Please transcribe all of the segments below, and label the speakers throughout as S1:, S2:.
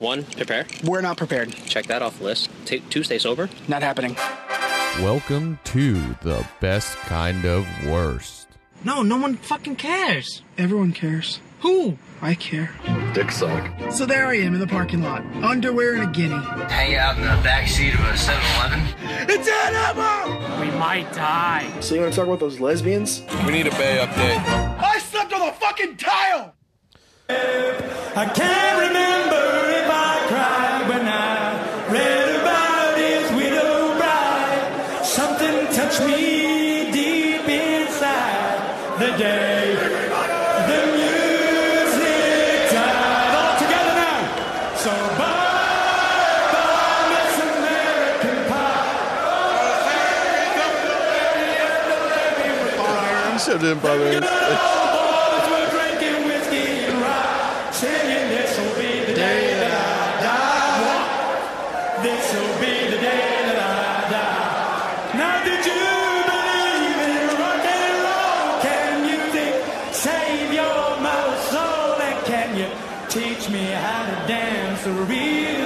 S1: One, prepare.
S2: We're not prepared.
S1: Check that off the list. T- two, stay sober.
S2: Not happening.
S3: Welcome to the best kind of worst.
S4: No, no one fucking cares.
S2: Everyone cares.
S4: Who?
S2: I care.
S5: Dick suck.
S2: So there I am in the parking lot, underwear and a guinea.
S6: hang out in the back seat of a 7-Eleven.
S4: We might die.
S5: So you want to talk about those lesbians?
S7: We need a Bay update.
S5: I slept on the fucking tile.
S8: I can't remember if I cried when I read about his widow bride. Something touched me deep inside the day. The music died. All together now. So bye bye, Miss American Pie.
S7: That shit didn't bother me.
S8: Boys were drinking whiskey and rye, singing this will be the day that I die. This will be the day that I die. Now did you believe in rock and roll? Can music save your mother's soul? And can you teach me how to dance real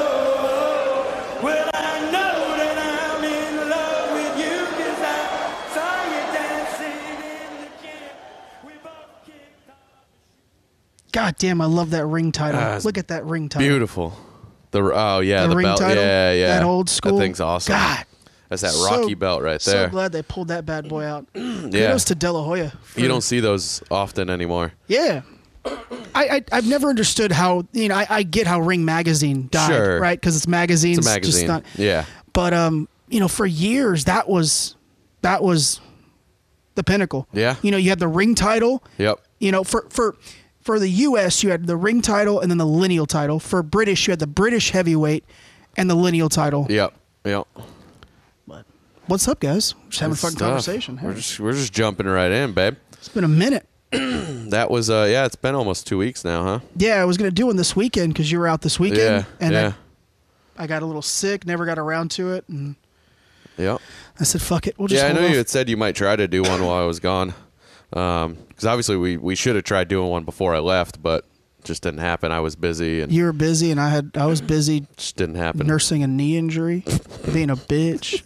S8: slow? Well, I know that I'm in love with you 'cause I saw you dancing in the gym. We both kicked off.
S2: God damn, I love that ring title. Look at that ring title.
S7: Beautiful. The oh yeah,
S2: The
S7: the,
S2: ring
S7: belt.
S2: title?
S7: yeah, yeah.
S2: That old school?
S7: That thing's awesome.
S2: God.
S7: That's that
S2: So-
S7: Rocky belt right there.
S2: So glad they pulled that bad boy out.
S7: yeah.
S2: Kudos to De La Hoya. for-
S7: you don't see those often anymore.
S2: Yeah. I, I I've never understood how you know I, I get how Ring Magazine died
S7: Sure.
S2: right because it's magazines
S7: It's a
S2: just
S7: magazine.
S2: not
S7: yeah.
S2: but um you know for years that was that was the pinnacle
S7: Yeah.
S2: you know you had the ring title
S7: Yep.
S2: you know for for for the US you had the ring title and then the lineal title for British you had the British heavyweight and the lineal title
S7: Yep. Yep.
S2: what's up guys just having
S7: Good
S2: a fun
S7: stuff.
S2: conversation
S7: We're just we're just jumping right in, babe.
S2: it's been a minute
S7: That was uh yeah, it's been almost two weeks now, huh?
S2: yeah I was gonna do one this weekend because you were out this weekend
S7: yeah.
S2: and
S7: yeah.
S2: I, I got a little sick never got around to it and
S7: yep.
S2: I said fuck it we'll just
S7: Yeah, I
S2: hold
S7: know
S2: off.
S7: you had said you might try to do one while I was gone. Um 'cause because obviously we we should have tried doing one before I left, but just didn't happen. I was busy and
S2: you were busy and I had I was busy
S7: just didn't happen.
S2: nursing a knee injury, being a bitch.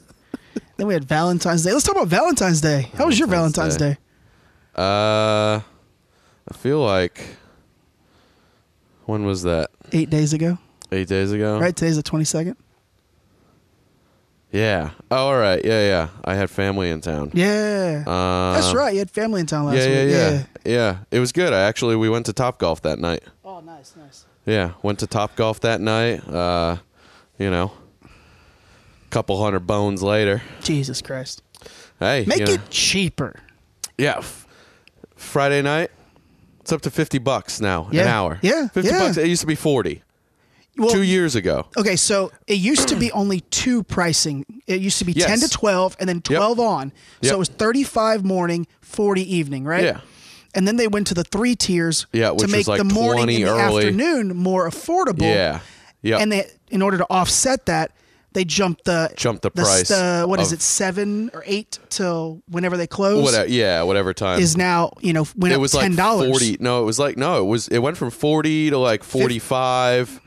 S2: then we had Valentine's Day. Let's talk about Valentine's Day. How was your Valentine's
S7: Valentine's
S2: Day?
S7: Day. Uh, I feel like when was that?
S2: Eight days ago,
S7: Eight days ago.
S2: right? Today's the twenty second.
S7: Yeah. Oh, all right. Yeah, yeah. I had family in town.
S2: Yeah,
S7: Uh,
S2: that's right. You had family in town last
S7: Yeah, yeah,
S2: week.
S7: yeah, yeah. It was good. I actually we went to Top Golf that night.
S2: Oh, nice, nice.
S7: Yeah, went to Top Golf that night. Uh, you know, couple hundred bones later.
S2: Jesus Christ,
S7: Hey,
S2: make
S7: you know,
S2: it cheaper.
S7: Yeah. F- Friday night. It's up to fifty bucks now an
S2: Yeah.
S7: hour.
S2: Yeah,
S7: fifty
S2: yeah.
S7: bucks. It used to be forty
S2: Well,
S7: two years ago.
S2: okay, so it used to be only two pricing. It used to be
S7: Yes.
S2: ten to twelve, and then twelve on. So
S7: Yep.
S2: it was thirty five morning, forty evening, right?
S7: Yeah.
S2: And then they went to the three tiers
S7: Yeah, which
S2: to
S7: was
S2: make
S7: like
S2: the
S7: 20
S2: morning and the
S7: early.
S2: afternoon more affordable.
S7: Yeah. Yeah.
S2: and they in order to offset that they jumped the
S7: Jumped the price
S2: the- What is
S7: of-
S2: it seven or eight till whenever they close
S7: whatever. Yeah, whatever time.
S2: is now you know went
S7: it
S2: up
S7: was
S2: ten
S7: like
S2: dollars
S7: forty. No, it was like no. It was it went from forty to like forty five,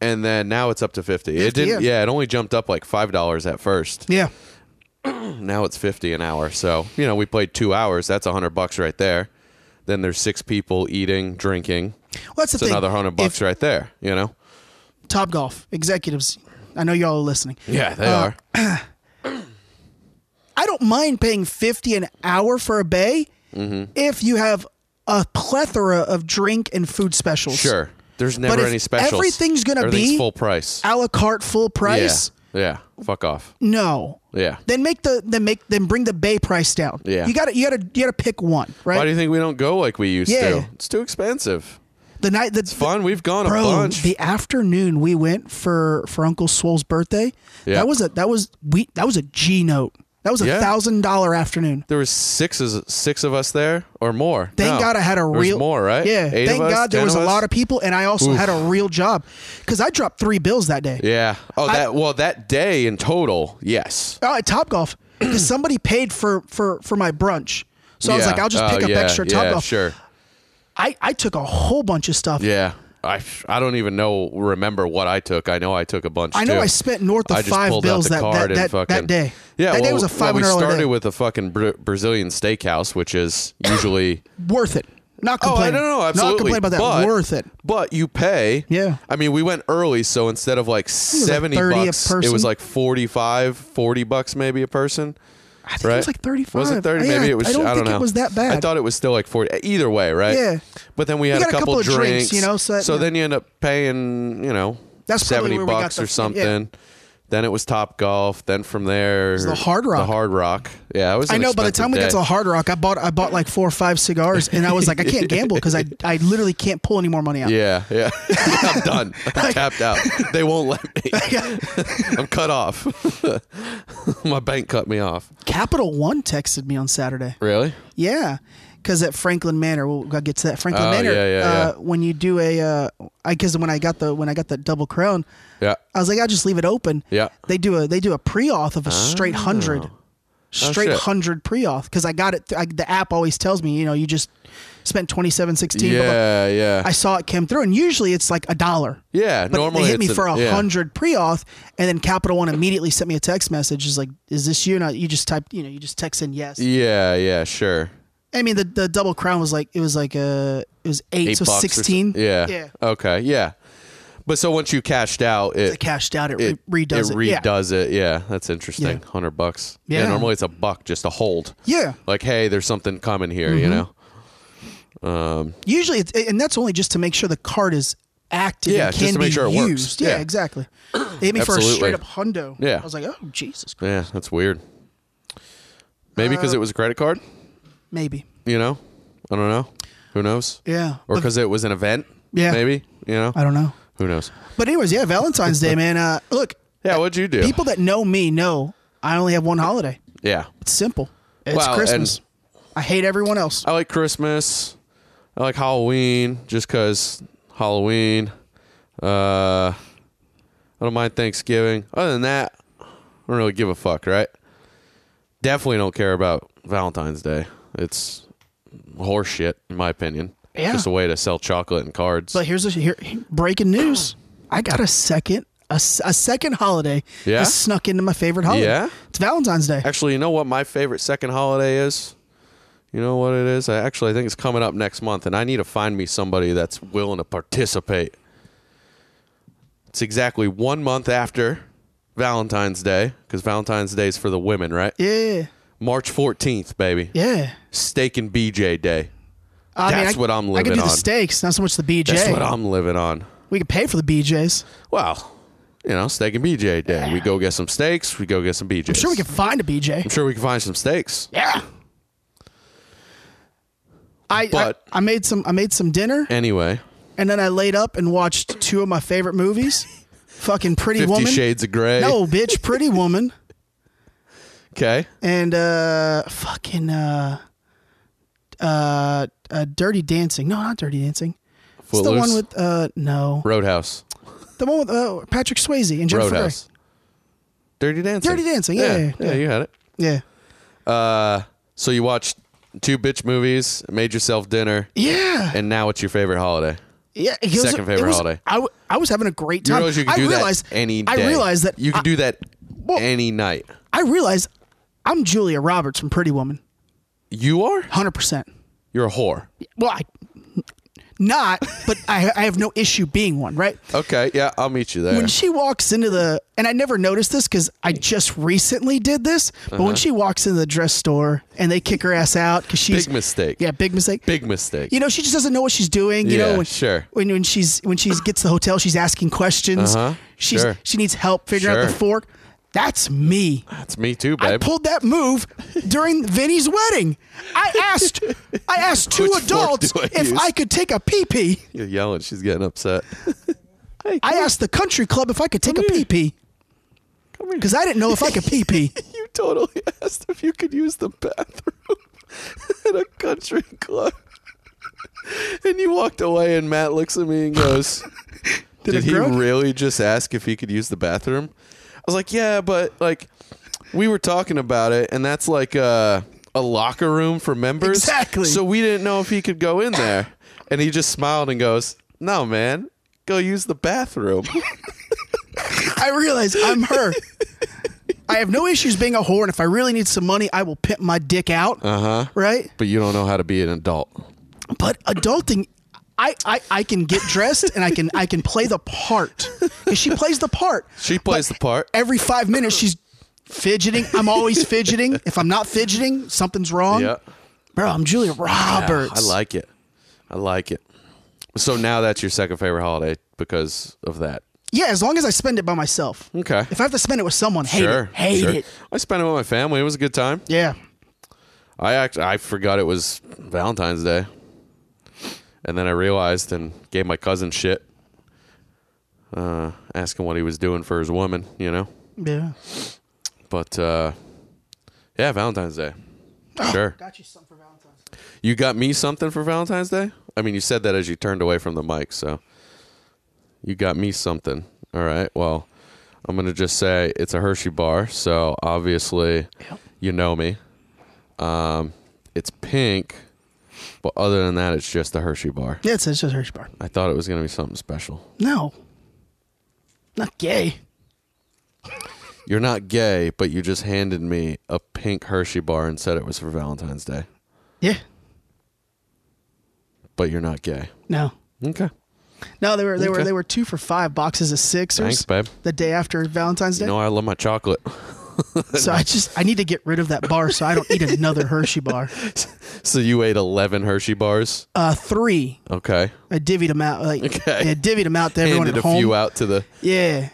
S7: and then now it's up to fifty. it
S2: 50,
S7: didn't.
S2: yeah.
S7: Yeah. it only jumped up like five dollars at first.
S2: yeah
S7: Now it's fifty an hour. So you know we played two hours. That's a hundred bucks right there. Then there's six people eating, drinking.
S2: well, that's the
S7: It's
S2: thing
S7: another hundred bucks
S2: If
S7: right there. You know.
S2: Top Golf executives I know y'all are listening
S7: Yeah, they
S2: Uh,
S7: are.
S2: I don't mind paying fifty an hour for a bay
S7: Mm-hmm.
S2: if you have a plethora of drink and food specials
S7: Sure. There's never
S2: if
S7: any specials.
S2: everything's gonna
S7: Everything's
S2: be
S7: full price.
S2: a la carte full price
S7: Yeah. Yeah. Fuck off.
S2: no
S7: Yeah.
S2: then make the then make then bring the bay price down
S7: Yeah.
S2: you gotta you gotta you gotta pick one right
S7: Why do you think we don't go like we used
S2: Yeah.
S7: to? It's too expensive.
S2: the night that's
S7: Fun. We've gone
S2: Bro,
S7: a bunch.
S2: the afternoon we went for for Uncle Swole's birthday.
S7: Yeah.
S2: That was a that was we that was a G note. That was a
S7: Yeah.
S2: thousand dollar afternoon.
S7: there was six is six of us there or more.
S2: Thank
S7: No.
S2: God I had a
S7: There was
S2: real
S7: more, right?
S2: Yeah.
S7: Eight
S2: thank
S7: of us,
S2: God there
S7: ten
S2: was a
S7: us?
S2: lot of people, and I also
S7: Oof.
S2: had a real job because I dropped three bills that day.
S7: Yeah. Oh,
S2: I-
S7: that well, that day in total, yes.
S2: Oh, at Top Golf, because somebody paid for for for my brunch. So I was
S7: Yeah.
S2: like, I'll just
S7: Oh,
S2: pick up
S7: yeah,
S2: extra
S7: yeah,
S2: Top Golf.
S7: Sure.
S2: I I took a whole bunch of stuff.
S7: Yeah. I I don't even know remember what I took. I know I took a bunch.
S2: I know
S7: too.
S2: I spent north of
S7: I just
S2: five
S7: pulled
S2: bills
S7: out the
S2: that-
S7: card
S2: that-
S7: and
S2: that- that
S7: fucking-
S2: day.
S7: Yeah,
S2: That day
S7: well,
S2: was a
S7: well, we
S2: $5
S7: started
S2: day.
S7: with a fucking Bra- Brazilian steakhouse, which is usually.
S2: Worth it. Not
S7: Oh, I
S2: complaining.
S7: don't know. Absolutely,
S2: Not complaining about that.
S7: But,
S2: Worth it.
S7: But you pay.
S2: Yeah.
S7: I mean, we went early, so instead of like
S2: was like
S7: seventy
S2: 30 a
S7: bucks, it
S2: person.
S7: was like 45, 40 bucks maybe a person.
S2: I think
S7: Right?
S2: it was like 35.
S7: Was it thirty?
S2: Yeah,
S7: maybe it was.
S2: I don't, think
S7: know.
S2: it was that bad.
S7: I thought it was still like forty. Either way, right?
S2: Yeah.
S7: But then we had
S2: got
S7: a couple,
S2: of drinks,
S7: drinks,
S2: you know, so that-
S7: then you end up paying, you know,
S2: That's probably
S7: seventy
S2: where we got
S7: bucks
S2: the-
S7: or
S2: yeah.
S7: something. Then it was Top Golf. Then from there,
S2: the Hard Rock.
S7: The Hard Rock. Yeah, it was.
S2: I
S7: an
S2: know. By the
S7: expensive
S2: time we got
S7: day.
S2: to Hard Rock, I bought I bought like four or five cigars, and I was like, I can't gamble because I I literally can't pull any more money out.
S7: Yeah, yeah. I'm done. I'm tapped out. They won't let me. I'm cut off. My bank cut me off.
S2: Capital One texted me on Saturday.
S7: Really?
S2: Yeah, because at Franklin Manor, we'll gotta get to that Franklin
S7: Oh,
S2: Manor.
S7: yeah, yeah, yeah.
S2: uh, When you do a, uh, I because when I got the when I got the double crown,
S7: Yeah.
S2: I was like, I'll just leave it open.
S7: Yeah. Oh.
S2: They do a they do a pre auth of a straight hundred, straight
S7: shit.
S2: hundred pre auth because I got it. th- I, the app always tells me, you know, you just spent twenty seven sixteen. blah, blah.
S7: Yeah, yeah.
S2: I saw it came through, and usually it's like a dollar.
S7: yeah,
S2: But
S7: normally
S2: they hit me
S7: it's
S2: for a
S7: yeah.
S2: hundred pre-auth, and then Capital One immediately sent me a text message. Is like, is this you? And I, you just typed, you know, you just text in yes.
S7: Yeah, yeah, sure.
S2: I mean, the, the double crown was like it was like uh it was eight,
S7: Eight
S2: so
S7: bucks or
S2: sixteen.
S7: so- Yeah. Uh,
S2: yeah.
S7: Okay. Yeah. But so once you cashed out, it
S2: I cashed out. It,
S7: it
S2: re- redoes it. Yeah.
S7: redoes it. Yeah, that's interesting.
S2: Yeah.
S7: Hundred bucks.
S2: Yeah.
S7: Normally it's a buck just to hold.
S2: Yeah. Mm-hmm.
S7: Like, hey, there's something coming here. You know.
S2: Usually, it's, and that's only just to make sure the card is active.
S7: Yeah,
S2: and
S7: just
S2: can
S7: to make
S2: be
S7: sure it works.
S2: used. Yeah,
S7: Yeah.
S2: exactly. They hit me for a
S7: Absolutely.
S2: straight up hundo.
S7: Yeah.
S2: I was like, oh Jesus, Christ.
S7: Yeah, that's weird.
S2: Uh,
S7: Maybe because it was a credit card.
S2: maybe.
S7: You know. I don't know. Who knows?
S2: Yeah.
S7: Or
S2: But-
S7: because it was an event.
S2: Yeah.
S7: Maybe. You know.
S2: I don't know.
S7: Who knows?
S2: But anyways, yeah, Valentine's Day, man. Uh, look,
S7: Yeah. What'd you do?
S2: people that know me know I only have one holiday.
S7: yeah.
S2: It's simple. It's
S7: Well, and-
S2: Christmas. I hate everyone else.
S7: I like Christmas. I like Halloween just because Halloween. Uh, I don't mind Thanksgiving. Other than that, I don't really give a fuck, right? Definitely don't care about Valentine's Day. It's horseshit, in my opinion.
S2: Yeah.
S7: Just a way to sell chocolate and cards.
S2: But here's a here, breaking news. I got a second a, s- a second holiday
S7: Yeah?
S2: that snuck into my favorite holiday.
S7: Yeah?
S2: It's Valentine's Day.
S7: actually, you know what my favorite second holiday is? You know what it is? I actually I think it's coming up next month, and I need to find me somebody that's willing to participate. It's exactly one month after Valentine's Day, because Valentine's Day is for the women, right?
S2: Yeah.
S7: March 14th, baby.
S2: Yeah.
S7: Steak and BJ Day.
S2: I
S7: That's
S2: I,
S7: what I'm
S2: I
S7: living
S2: could do
S7: on.
S2: the steaks, not so much the BJ.
S7: That's what I'm living on.
S2: we could pay for the BJs.
S7: Well, you know, steak and BJ Day. We go get some steaks, we go get some BJs.
S2: I'm sure we can find a
S7: I'm
S2: BJ.
S7: sure we can find some steaks.
S2: Yeah. I,
S7: But-
S2: I I made some I made some dinner
S7: Anyway,
S2: and then I laid up and watched two of my favorite movies. Fucking Pretty
S7: 50
S2: Woman.
S7: Shades of Grey.
S2: No, bitch, Pretty Woman.
S7: Okay.
S2: and uh fucking uh uh, uh dirty dancing no not dirty dancing it's the
S7: Footloose?
S2: one with uh no
S7: Roadhouse.
S2: the one with uh, patrick swayze and jennifer Grey.
S7: Roadhouse. Dirty Dancing.
S2: Dirty Dancing, yeah,
S7: yeah,
S2: yeah, yeah.
S7: you had it.
S2: yeah
S7: So you watched two bitch movies, made yourself dinner,
S2: yeah
S7: and now it's your favorite holiday.
S2: yeah it was-
S7: Second
S2: it
S7: favorite
S2: was-
S7: holiday.
S2: I, w- I was having a great
S7: You
S2: time
S7: realize you can
S2: i
S7: do
S2: realized
S7: that any day.
S2: i realized that
S7: you can
S2: I,
S7: do that
S2: Well-
S7: any night.
S2: i realized i'm julia roberts from pretty woman
S7: You are?
S2: 100%
S7: You're a whore.
S2: well i not but I, I have no issue being one right
S7: Okay, yeah, I'll meet you there.
S2: when she walks into the and I never noticed this because I just recently did this, but
S7: Uh-huh.
S2: when she walks into the dress store and they kick her ass out because she's
S7: Big mistake.
S2: Yeah, big mistake.
S7: Big mistake.
S2: You know, she just doesn't know what she's doing. You
S7: Yeah,
S2: know, when,
S7: sure.
S2: When when she's when she's gets to the hotel, she's asking questions.
S7: Uh-huh,
S2: She's
S7: sure.
S2: she needs help figuring out the
S7: Sure.
S2: fork. That's me.
S7: That's me too,
S2: I
S7: babe.
S2: pulled that move during Vinny's wedding. I asked I asked two
S7: Which fork
S2: adults
S7: do I
S2: if
S7: use?
S2: I could take a pee pee.
S7: You're yelling. She's getting upset.
S2: I asked the country club if I could take a pee pee. Because I didn't know if I could pee pee.
S7: You totally asked if you could use the bathroom at a country club. And you walked away, and Matt looks at me and goes, Did,
S2: it
S7: he
S2: grow?"
S7: really just ask if he could use the bathroom? I was like, Yeah, but like, we were talking about it, and that's like a, a locker room for members.
S2: Exactly.
S7: So we didn't know if he could go in there. And he just smiled and goes, No, man, go use the bathroom.
S2: I realize I'm her. I have no issues being a whore, and if I really need some money, I will pimp my dick out.
S7: Uh-huh.
S2: Uh huh. Right?
S7: but you don't know how to be an adult.
S2: But adulting, I, I, I can get dressed and I can I can play the part. And she plays the part.
S7: She plays the part.
S2: Every five minutes, she's fidgeting. I'm always fidgeting. If I'm not fidgeting, something's wrong.
S7: Yeah.
S2: Bro, I'm Julia Roberts.
S7: I like it. I like it. So now that's your second favorite holiday because of that.
S2: Yeah, as long as I spend it by myself.
S7: Okay.
S2: If I have to spend it with someone, hate
S7: sure.
S2: it. Hate
S7: sure.
S2: it.
S7: I spent it with my family. It was a good time.
S2: Yeah.
S7: I act I forgot it was Valentine's Day. And then I realized and gave my cousin shit. Uh, asking what he was doing for his woman, you know.
S2: Yeah.
S7: But uh, yeah, Valentine's Day. Sure.
S2: Oh, Got you something for Valentine's Day.
S7: You got me something for Valentine's Day? I mean, you said that as you turned away from the mic, so you got me something. All right. Well, I'm going to just say it's a Hershey bar, so obviously you know me. Um, it's pink, but other than that, it's just a Hershey bar.
S2: Yeah, it's, it's just Hershey Bar.
S7: I thought it was going to be something special.
S2: No. Not gay.
S7: You're not gay, but you just handed me a pink Hershey bar and said it was for Valentine's Day,
S2: Yeah.
S7: but you're not gay.
S2: No.
S7: Okay.
S2: No, they were they were
S7: Okay.
S2: they were two for five boxes of Sixers.
S7: Thanks, babe.
S2: The day after Valentine's Day.
S7: You know, I love my chocolate.
S2: so I just I need to get rid of that bar so I don't eat another Hershey bar.
S7: so you ate 11 Hershey bars?
S2: Uh, three.
S7: Okay.
S2: I divvied them out. Like
S7: Okay.
S2: yeah, divvied them out to everyone
S7: handed
S2: at
S7: a
S2: home.
S7: few out to the
S2: Yeah.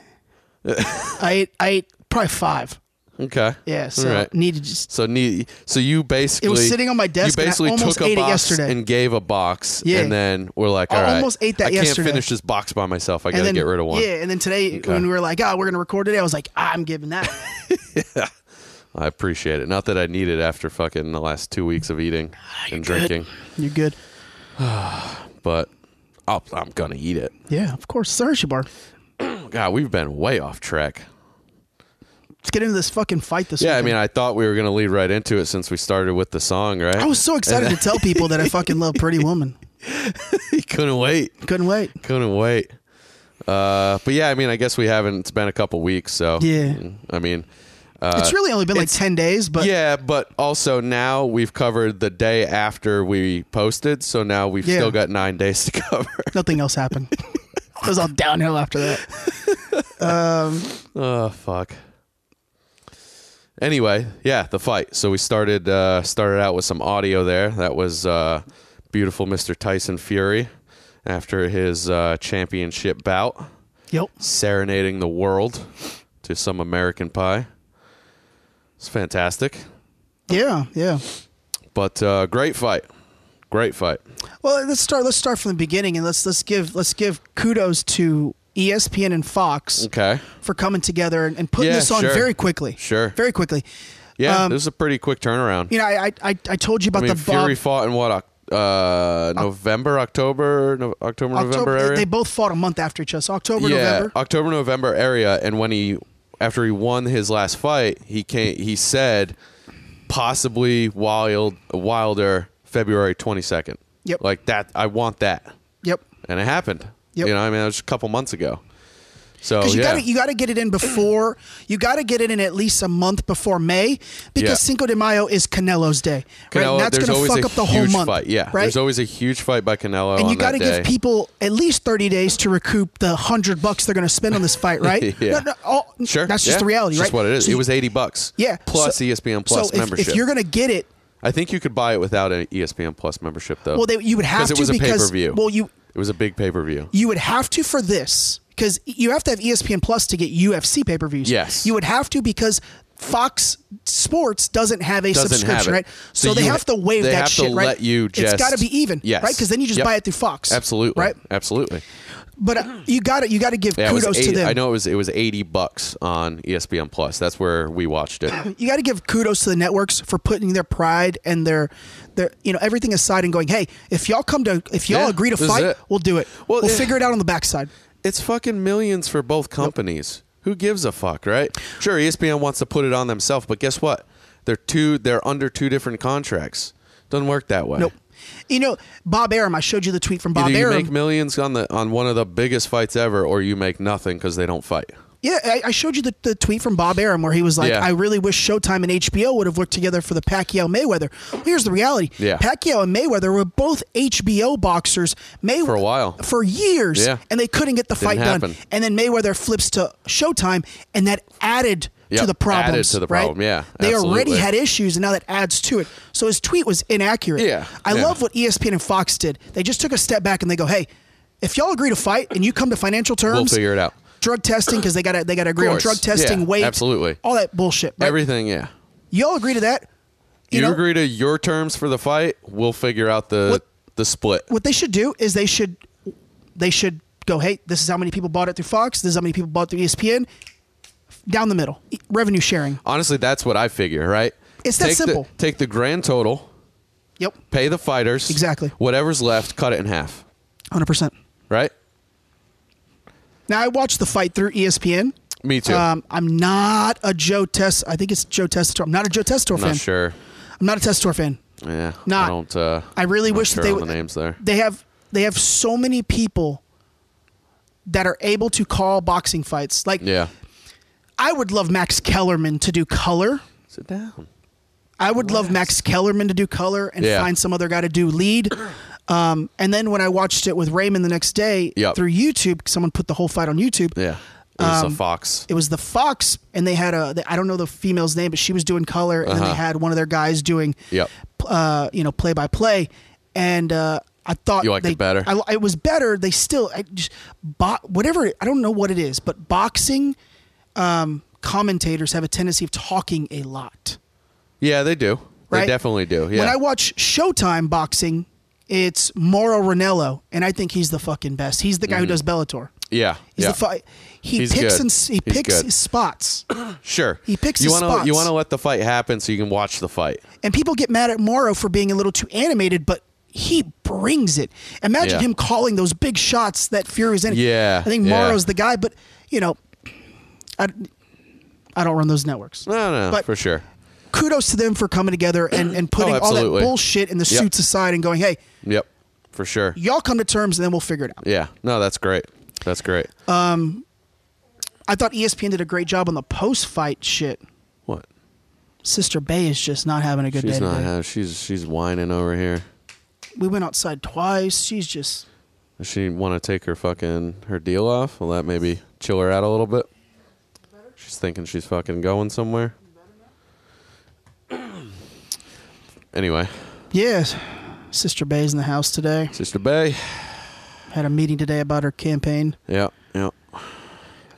S2: I ate I ate probably five.
S7: okay.
S2: Yeah. So
S7: All right.
S2: need to just
S7: So ne- so you basically
S2: sitting on my desk
S7: You
S2: and I
S7: basically
S2: almost
S7: took a
S2: ate it
S7: box
S2: yesterday.
S7: and gave a box,
S2: Yeah.
S7: and then we're like,
S2: I
S7: all right,
S2: almost ate that
S7: I can't
S2: yesterday.
S7: finish this box by myself. I
S2: and
S7: gotta
S2: then
S7: get rid of one.
S2: Yeah, and then today when we were like, oh, we're gonna record today, I was like, I'm giving that.
S7: I appreciate it. Not that I need it after fucking the last two weeks of eating and drinking,
S2: You're Ah, good.
S7: but I'll, I'm gonna eat it. Oh,
S2: Yeah, of course. It's a Hershey bar.
S7: God, we've been way off track.
S2: Let's get into this fucking fight this
S7: Yeah, I
S2: weekend.
S7: mean, I thought we were gonna lead right into it since we started with the song, right?
S2: I was so excited to tell people that I fucking love Pretty Woman.
S7: couldn't wait.
S2: Couldn't wait.
S7: Couldn't wait. Uh, but yeah, I mean, I guess we haven't. It's been a couple weeks, so
S2: Yeah.
S7: I mean,
S2: it's really only been like 10 days, but
S7: Uh, yeah, but also now we've covered the day after we posted, so now we've
S2: Yeah.
S7: still got nine days to cover.
S2: nothing else happened. it was all downhill after that.
S7: oh fuck. Anyway, yeah, the fight. So we started uh, started out with some audio there. That was uh, beautiful, Mr. Tyson Fury, after his uh, championship bout.
S2: Yep.
S7: serenading the world to some American Pie. It's fantastic,
S2: Yeah, yeah.
S7: but uh, great fight, great fight.
S2: Well, let's start let's start from the beginning and let's let's give let's give kudos to E ESPN and Fox
S7: Okay,
S2: for coming together and, and putting
S7: Yeah,
S2: this on
S7: sure.
S2: very quickly.
S7: Sure.
S2: Very quickly.
S7: yeah,
S2: Um,
S7: this is a pretty quick turnaround.
S2: You know, I I, I I told you about
S7: I mean,
S2: the Bob
S7: Fury fought in what Oc- uh, November, October, no, October, November
S2: October.
S7: area.
S2: They both fought a month after each other. So October,
S7: yeah, Oh,
S2: November.
S7: October, November area, and when he after he won his last fight, he came, he said possibly Wild Wilder February twenty second.
S2: Yep.
S7: like that. I want that.
S2: Yep.
S7: and it happened.
S2: Yep.
S7: You know, I mean, it was just a couple months ago. So
S2: Because you
S7: yeah,
S2: got to you got to get it in before you got to get it in at least a month before May because
S7: Yeah.
S2: Cinco de Mayo is Canelo's day, right?
S7: Canelo,
S2: And that's
S7: there's
S2: going to
S7: always
S2: fuck
S7: a
S2: up the whole
S7: huge
S2: month,
S7: Fight. Yeah,
S2: right?
S7: there's always a huge fight by Canelo.
S2: and you
S7: Oh, on
S2: got to
S7: that
S2: give
S7: day.
S2: people at least thirty days to recoup the hundred bucks they're going to spend on this fight, right?
S7: Yeah.
S2: No, no, all-
S7: Sure,
S2: That's just
S7: yeah,
S2: the reality,
S7: it's
S2: right?
S7: Just what it is.
S2: So
S7: it
S2: you-
S7: was eighty bucks.
S2: yeah,
S7: plus E
S2: so-
S7: ESPN Plus
S2: so if-
S7: membership.
S2: If you're going to get it,
S7: I think you could buy it without an E ESPN Plus membership, though.
S2: well, they, you would have
S7: because
S2: to
S7: it was a pay
S2: because
S7: per view.
S2: well, you
S7: it was a big pay per view.
S2: you would have to for this because you have E to have ESPN Plus to get UFC pay per views.
S7: Yes.
S2: you would have to because Fox Sports doesn't have a
S7: Doesn't have
S2: subscription,
S7: it.
S2: right? So,
S7: So
S2: they
S7: you-
S2: have to waive
S7: they
S2: that
S7: have to
S2: shit, right?
S7: let you just-
S2: it's got to be even,
S7: Yes.
S2: right? Because then you just
S7: Yep.
S2: buy it through Fox,
S7: Absolutely,
S2: right?
S7: Absolutely.
S2: But uh, you got to you got to give
S7: Yeah, it was
S2: kudos
S7: 80
S2: to them.
S7: I know it was it was eighty bucks on E ESPN Plus. That's where we watched it.
S2: you got to give kudos to the networks for putting their pride and their their you know everything aside and going, hey, if y'all come to if y'all
S7: Yeah,
S2: agree to
S7: this is
S2: fight,
S7: it.
S2: we'll do it.
S7: Well,
S2: we'll
S7: it-
S2: figure it out on the backside.
S7: It's fucking millions for both companies. Who gives a fuck, right? Sure, E ESPN wants to put it on themselves, but guess what? They're two. They're under two different contracts. Doesn't work that way.
S2: Nope. You know, Bob Arum. I showed you the tweet from Bob
S7: Either you
S2: Arum.
S7: make millions on the on one of the biggest fights ever, or you make nothing because they don't fight.
S2: yeah, I, I showed you the, the tweet from Bob Arum where he was like,
S7: Yeah.
S2: "I really wish Showtime and HBO would have worked together for the Pacquiao Mayweather." Well, here's the reality:
S7: Yeah.
S2: Pacquiao and Mayweather were both HBO boxers. May
S7: For a while.
S2: for years,
S7: Yeah.
S2: and they couldn't get the fight done.
S7: happen.
S2: And then Mayweather flips to Showtime, and that added. to
S7: Yep,
S2: the problems,
S7: added to the
S2: right?
S7: problem, yeah,
S2: they already
S7: absolutely.
S2: had issues, and now that adds to it. So his tweet was inaccurate.
S7: Yeah,
S2: I
S7: yeah.
S2: love what E ESPN and Fox did. They just took a step back and they go, "Hey, if y'all agree to fight and you come to financial terms,
S7: We'll figure it out.
S2: drug testing because they got to they got to agree on
S7: course.
S2: drug testing,
S7: Yeah,
S2: weight,
S7: absolutely.
S2: all that bullshit. Right?
S7: Everything, yeah.
S2: y'all agree to that?
S7: You,
S2: know,
S7: agree to your terms for the fight. We'll figure out the
S2: What-
S7: the split.
S2: What they should do is they should they should go, hey, this is how many people bought it through Fox. This is how many people bought it through E ESPN. Down the middle, E- revenue sharing.
S7: Honestly, that's what I figure. Right?
S2: It's that
S7: Take the-
S2: simple.
S7: take the grand total,
S2: Yep,
S7: pay the fighters
S2: Exactly.
S7: Whatever's left, cut it in half.
S2: hundred percent.
S7: Right?
S2: Now I watched the fight through E ESPN.
S7: Me too.
S2: Um, I'm not a Joe Test. I think it's Joe Testator. I'm not a Joe Testator
S7: I'm
S2: fan.
S7: not sure.
S2: I'm not a Testator fan.
S7: Yeah.
S2: Not-
S7: I don't. Uh,
S2: I really
S7: not
S2: wish
S7: sure
S2: that they
S7: on
S2: would.
S7: the names there.
S2: They have they have so many people that are able to call boxing fights. Like
S7: Yeah.
S2: I would love Max Kellerman to do color.
S7: Sit down.
S2: I would love Max Kellerman to do color and
S7: Yeah.
S2: find some other guy to do lead. Um, and then when I watched it with Raymond the next day
S7: Yep.
S2: through YouTube, someone put the whole fight on YouTube.
S7: Yeah. It was
S2: Um,
S7: a fox.
S2: It was the Fox, and they had a I don't know the female's name, but she was doing color, and then
S7: Uh-huh.
S2: they had one of their guys doing
S7: Yep.
S2: uh, you know, play by play, and uh, I thought
S7: You liked
S2: they,
S7: it better?
S2: I, it was better. They still, I just, bo- whatever. I don't know what it is, but boxing um, commentators have a tendency of talking a lot.
S7: Yeah, they do.
S2: Right?
S7: They definitely do. Yeah.
S2: When I watch Showtime boxing, it's Mauro Ranello, and I think he's the fucking best. He's the guy who does Bellator.
S7: yeah. Mm-hmm.
S2: He's
S7: yeah.
S2: the fi- he
S7: He's
S2: picks
S7: good.
S2: and s- he
S7: He's
S2: picks
S7: good.
S2: his spots,
S7: Sure.
S2: He picks
S7: you
S2: his
S7: wanna- You
S2: spots.
S7: want to let the fight happen so you can watch the fight.
S2: and people get mad at Mauro for being a little too animated, but. He brings it.
S7: Yeah.
S2: Imagine him calling those big shots that Fury's in.
S7: Yeah,
S2: I think
S7: yeah.
S2: Mauro's the guy, but you know, I, I don't run those networks.
S7: No, no,
S2: But-
S7: for sure.
S2: Kudos to them for coming together and, and putting all that
S7: Oh, absolutely.
S2: bullshit in the
S7: Yep.
S2: suits aside and going, hey,
S7: Yep. For sure.
S2: y'all come to terms and then we'll figure it out.
S7: Yeah. No, that's great. That's great.
S2: Uh, I thought E ESPN did a great job on the post fight shit.
S7: what?
S2: Sister Bay is just not having a good day
S7: She's not.
S2: today.
S7: ha- She's she's whining over here.
S2: we went outside twice. She's just
S7: Does she want to take her fucking her deal off? Will that maybe chill her out a little bit? She's thinking she's fucking going somewhere. anyway,
S2: yes. Sister Bay's in the house today.
S7: Sister Bay.
S2: Had a meeting today about her campaign.
S7: Yeah, yeah.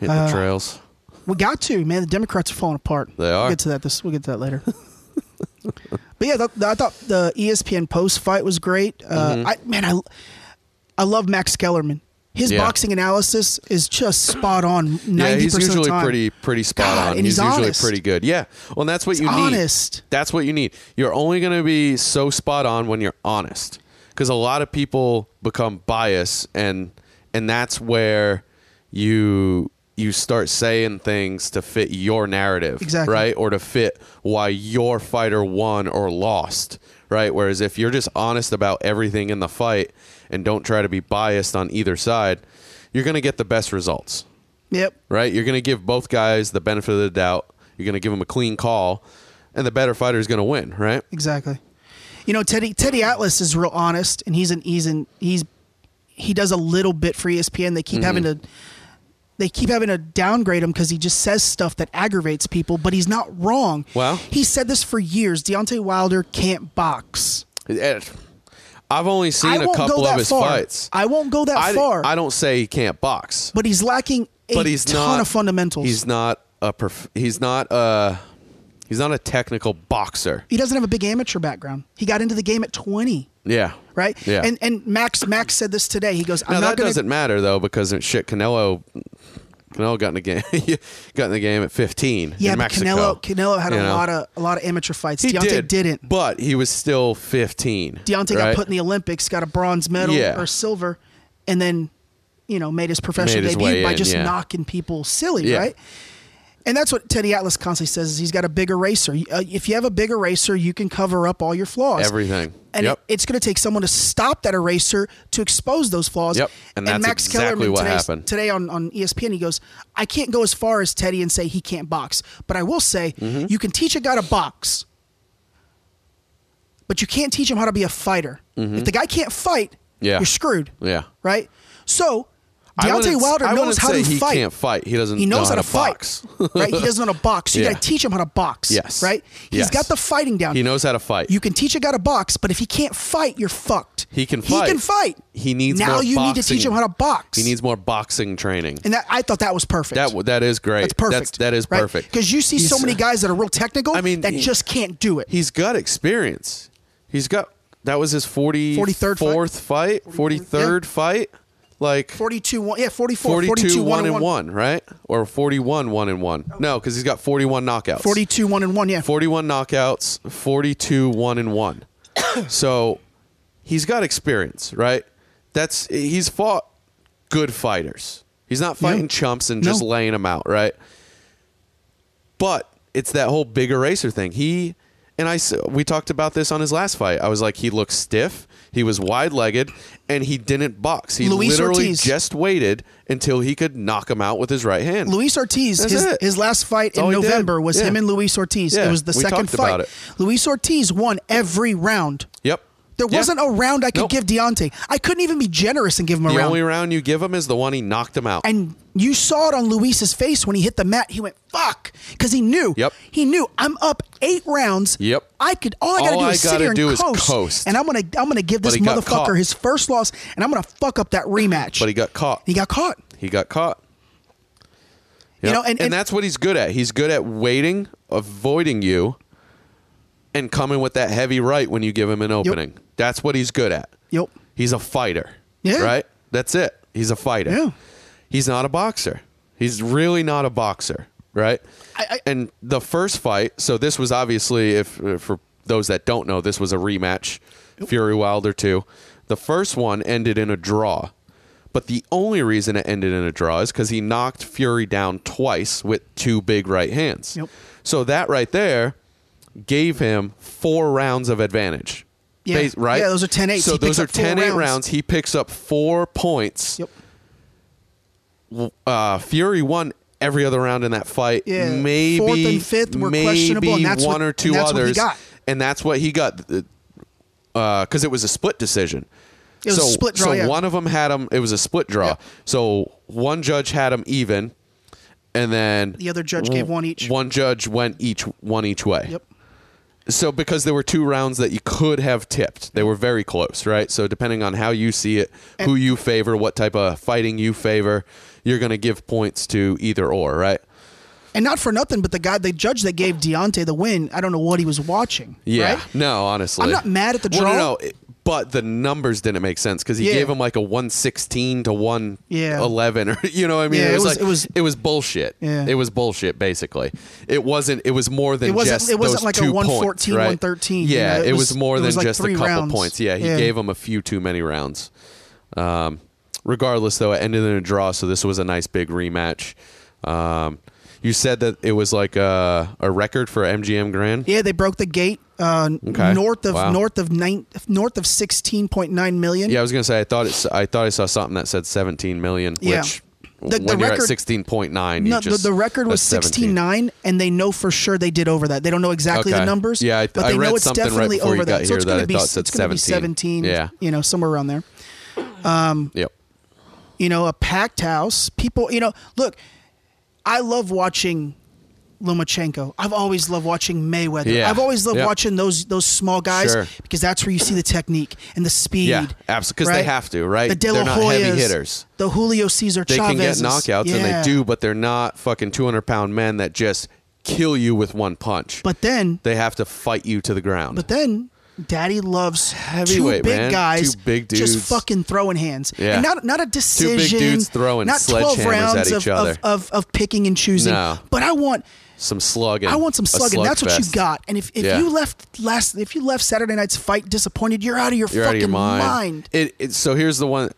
S7: Hitting the trails.
S2: We got to man. The Democrats are falling apart.
S7: They are.
S2: We'll get to that. This we'll get to that later. but yeah, th- th- I thought the E ESPN post fight was great. Uh,
S7: Mm-hmm.
S2: I man, I I love Max Kellerman. His
S7: Yeah.
S2: boxing analysis is just spot on.
S7: Yeah,
S2: Ninety
S7: he's
S2: percent of
S7: usually
S2: the time.
S7: pretty pretty spot
S2: God,
S7: on.
S2: and
S7: He's,
S2: he's
S7: usually
S2: honest.
S7: pretty good. Yeah. Well, and that's what you need.
S2: honest.
S7: That's what you need. You're only going to be so spot on when you're honest. Cuz a lot of people become biased and and that's where you you start saying things to fit your narrative,
S2: Exactly.
S7: right? Or to fit why your fighter won or lost, right? Whereas if you're just honest about everything in the fight and don't try to be biased on either side, you're going to get the best results
S2: Yep.
S7: right? You're going to give both guys the benefit of the doubt. You're going to give them a clean call, and the better fighter is going to win, right?
S2: Exactly. You know, Teddy Teddy Atlas is real honest, and he's an he's an he's he does a little bit for E ESPN. They keep
S7: Mm-hmm.
S2: having to they keep having to downgrade him because he just says stuff that aggravates people, but he's not wrong.
S7: Well-
S2: he said this for years. Deontay Wilder can't box.
S7: Eh, I've only
S2: I
S7: seen a
S2: won't go
S7: couple
S2: that
S7: of his
S2: far.
S7: fights.
S2: I won't go that
S7: I,
S2: far.
S7: I don't say he can't box,
S2: But he's lacking a
S7: but he's
S2: ton
S7: not
S2: of fundamentals.
S7: He's not a prof- he's not a he's not a technical boxer.
S2: he doesn't have a big amateur background. He got into the game at twenty,
S7: Yeah,
S2: right?
S7: Yeah.
S2: And and Max Max said this today. He goes, "I'm
S7: now
S2: not
S7: that
S2: going
S7: doesn't matter though because shit, Canelo. Canelo got in the game. got in the game at 15
S2: Yeah,
S7: in
S2: but
S7: Mexico.
S2: Canelo Canelo had a
S7: you know?
S2: lot of a lot of amateur fights.
S7: He
S2: Deontay
S7: did,
S2: didn't.
S7: but he was still 15.
S2: Deontay got
S7: right?
S2: put in the Olympics, got a bronze medal
S7: Yeah.
S2: or silver, and then you know made his professional
S7: Made his
S2: debut
S7: way
S2: by
S7: in,
S2: just
S7: yeah.
S2: knocking people silly,
S7: Yeah.
S2: right? And that's what Teddy Atlas constantly says is he's got a big eraser. You- uh, If you have a big eraser, you can cover up all your flaws.
S7: Everything.
S2: And
S7: Yep.
S2: it- it's going to take someone to stop that eraser to expose those flaws.
S7: Yep. And that's exactly what
S2: today's-
S7: happened.
S2: today on, on E ESPN, he goes, I can't go as far as Teddy and say he can't box, but I will say
S7: Mm-hmm.
S2: you can teach a guy to box, but you can't teach him how to be a fighter. If the guy can't fight,
S7: Mm-hmm. Yeah.
S2: you're screwed,
S7: Yeah.
S2: right? So
S7: I
S2: Deontay
S7: wouldn't-
S2: Wilder
S7: I
S2: knows
S7: wouldn't
S2: how
S7: say
S2: to
S7: he
S2: fight.
S7: can't fight. He doesn't
S2: He knows
S7: know
S2: how to, fight,
S7: box.
S2: right? He doesn't know how to box. So you
S7: Yeah.
S2: got to teach him how to box.
S7: Yes.
S2: right? He's
S7: Yes.
S2: got the fighting down.
S7: He knows how to fight.
S2: You can teach a guy to box, but if he can't fight, you're fucked.
S7: He can fight.
S2: He can fight.
S7: He needs
S2: now.
S7: more
S2: you need to
S7: boxing.
S2: teach him how to box.
S7: He needs more boxing training.
S2: and that I thought that was perfect.
S7: That w- that is great.
S2: that's perfect.
S7: That's, that is perfect.
S2: Because you see so
S7: He's-
S2: many guys that are real technical.
S7: I mean,
S2: that
S7: he-
S2: just can't do it.
S7: he's got experience. He's got that was his 40,
S2: 43rd fight.
S7: fourth fight, 43rd fight. Like
S2: 42 one, yeah, 44,
S7: 42, 1 and
S2: 1.
S7: 1, right? Or 41 1 and 1. No, cuz he's got 41 knockouts.
S2: 42 1 and 1, yeah.
S7: 41 knockouts, 42 1 and 1. so he's got experience, right? That's he's fought good fighters. He's not fighting chumps and just
S2: No.
S7: laying them out, right? But it's that whole big eraser thing. He and I s- we talked about this on his last fight. I was like he looked stiff, he was wide-legged, and he didn't box. He
S2: Luis
S7: literally
S2: Ortiz.
S7: just waited until he could knock him out with his right hand.
S2: Luis Ortiz,
S7: That's
S2: his,
S7: it.
S2: his last fight
S7: all
S2: in
S7: he did.
S2: November was
S7: Yeah.
S2: him and Luis Ortiz.
S7: Yeah,
S2: It was the
S7: we
S2: second
S7: talked about
S2: fight.
S7: it.
S2: Luis Ortiz won every round.
S7: Yep.
S2: There
S7: Yeah.
S2: wasn't a round I could
S7: Nope.
S2: give Deontay. I couldn't even be generous and give him a
S7: The
S2: round.
S7: only round you give him is the one he knocked him out.
S2: and you saw it on Luis's face when he hit the mat. He went fuck because he knew.
S7: Yep.
S2: He knew I'm up eight rounds.
S7: Yep.
S2: I could all I gotta
S7: All
S2: do
S7: I
S2: is sit
S7: gotta
S2: here
S7: do
S2: and
S7: is
S2: coast,
S7: coast.
S2: and I'm gonna I'm gonna give this
S7: he got caught.
S2: motherfucker his first loss, and I'm gonna fuck up that rematch.
S7: but he got caught.
S2: he got caught.
S7: He got caught.
S2: You
S7: Yep.
S2: know, and- and-
S7: that's what he's good at. He's good at waiting, avoiding you, and coming with that heavy right when you give him an opening. That's what he's good at.
S2: Yep.
S7: He's a fighter.
S2: Yeah.
S7: Right? That's it. He's a fighter.
S2: Yeah.
S7: He's not a boxer. He's really not a boxer, right?
S2: I- I-
S7: and the first fight, so this was obviously if uh, for those that don't know, this was a rematch Fury Wilder 2. The first one ended in a draw. But the only reason it ended in a draw is cuz he knocked Fury down twice with two big right hands.
S2: Yep.
S7: So that right there gave him 4 rounds of advantage.
S2: Yeah.
S7: Bas- right?
S2: Yeah, those are 10-8s.
S7: So
S2: He picks
S7: those are
S2: up four
S7: 10 8
S2: rounds.
S7: rounds. He picks up four points.
S2: Yep.
S7: Uh, Fury won every other round in that fight.
S2: Yeah,
S7: Maybe
S2: fourth and fifth were
S7: maybe
S2: questionable, and that's
S7: one
S2: what-
S7: or two
S2: and that's what he
S7: others.
S2: got.
S7: And that's what he got. Because it was a split decision.
S2: It was a
S7: so,
S2: split draw,
S7: So
S2: yeah.
S7: one of them had him. It was a split draw.
S2: Yep.
S7: So one judge had him even, and then
S2: The other judge gave one each.
S7: One judge went each one each way.
S2: Yep.
S7: So because there were two rounds that you could have tipped, they were very close, right? So depending on how you see it, who you favor, what type of fighting you favor, you're going to give points to either or, right?
S2: And not for nothing, but the guy, the judge that gave Deontay the win, I don't know what he was watching.
S7: Yeah.
S2: right?
S7: No, honestly.
S2: I'm not mad at the
S7: Well, no,
S2: draw.
S7: no, it- but the numbers didn't make sense cuz he
S2: Yeah.
S7: gave him like a 116 to 111 or you know what I mean?
S2: Yeah,
S7: it
S2: it
S7: was
S2: was-
S7: like
S2: it was-
S7: it was bullshit.
S2: Yeah.
S7: It was bullshit basically. It wasn't it was more than
S2: It wasn't-
S7: just
S2: it wasn't
S7: those
S2: like a
S7: two
S2: 114,
S7: points, right?
S2: 113, you
S7: Yeah,
S2: know,
S7: it,
S2: it
S7: was,
S2: was-
S7: more
S2: it
S7: than
S2: was like
S7: just a
S2: three
S7: couple
S2: rounds.
S7: points. Yeah, he
S2: Yeah.
S7: gave him a few too many rounds. Um regardless though, it ended in a draw, so this was a nice big rematch. Um you said that it was like a, a record for MGM Grand.
S2: Yeah, they broke the gate uh,
S7: Okay.
S2: north of
S7: Wow.
S2: north of nine north of sixteen point nine million.
S7: Yeah, I was gonna say I thought it's I thought I saw something that said 17 million,
S2: Yeah.
S7: which
S2: The-
S7: when
S2: the
S7: you're
S2: record-
S7: at 16.9, you
S2: No, the,
S7: just,
S2: the record was
S7: that's 17.
S2: sixteen nine, and they know for sure they did over that. They don't know exactly
S7: Okay.
S2: the numbers.
S7: Yeah, I-
S2: but
S7: I
S2: they
S7: read
S2: know it's
S7: something right
S2: definitely
S7: before you
S2: over
S7: got
S2: that. so
S7: here
S2: it's
S7: that
S2: going
S7: I
S2: to be
S7: thought said
S2: it's going to be
S7: 17.
S2: seventeen.
S7: Yeah.
S2: you know somewhere around there.
S7: Yep.
S2: You know, a packed house. People, you know, look, I love watching. Lomachenko. I've always loved watching Mayweather.
S7: Yeah.
S2: I've always loved
S7: Yeah.
S2: watching those those small guys
S7: Sure.
S2: because that's where you see the technique and the speed.
S7: Yeah, abso- 'cause they have to, right?
S2: The De La
S7: They're not heavy
S2: Hoyas,
S7: hitters.
S2: The Julio Cesar
S7: They can get
S2: Chavezes.
S7: knockouts and they
S2: Yeah.
S7: do, but they're not fucking 200 pound men that just kill you with one punch.
S2: But then,
S7: they have to fight you to the ground.
S2: but then, Daddy loves two
S7: Heavyweight,
S2: big
S7: man.
S2: guys,
S7: Two big dudes.
S2: just fucking throwing hands.
S7: Yeah.
S2: and not not a decision.
S7: dudes throwing
S2: not twelve
S7: sledgehammers
S2: rounds
S7: at
S2: of,
S7: each other.
S2: Of, of of picking and choosing.
S7: No.
S2: But I want
S7: some slugging.
S2: I want some
S7: a
S2: slugging.
S7: slug
S2: That's what you
S7: fest.
S2: got. And if, if
S7: Yeah.
S2: you left last if you left Saturday night's fight disappointed, you're out of your
S7: You're
S2: fucking
S7: out of your mind. It, it so here's the one.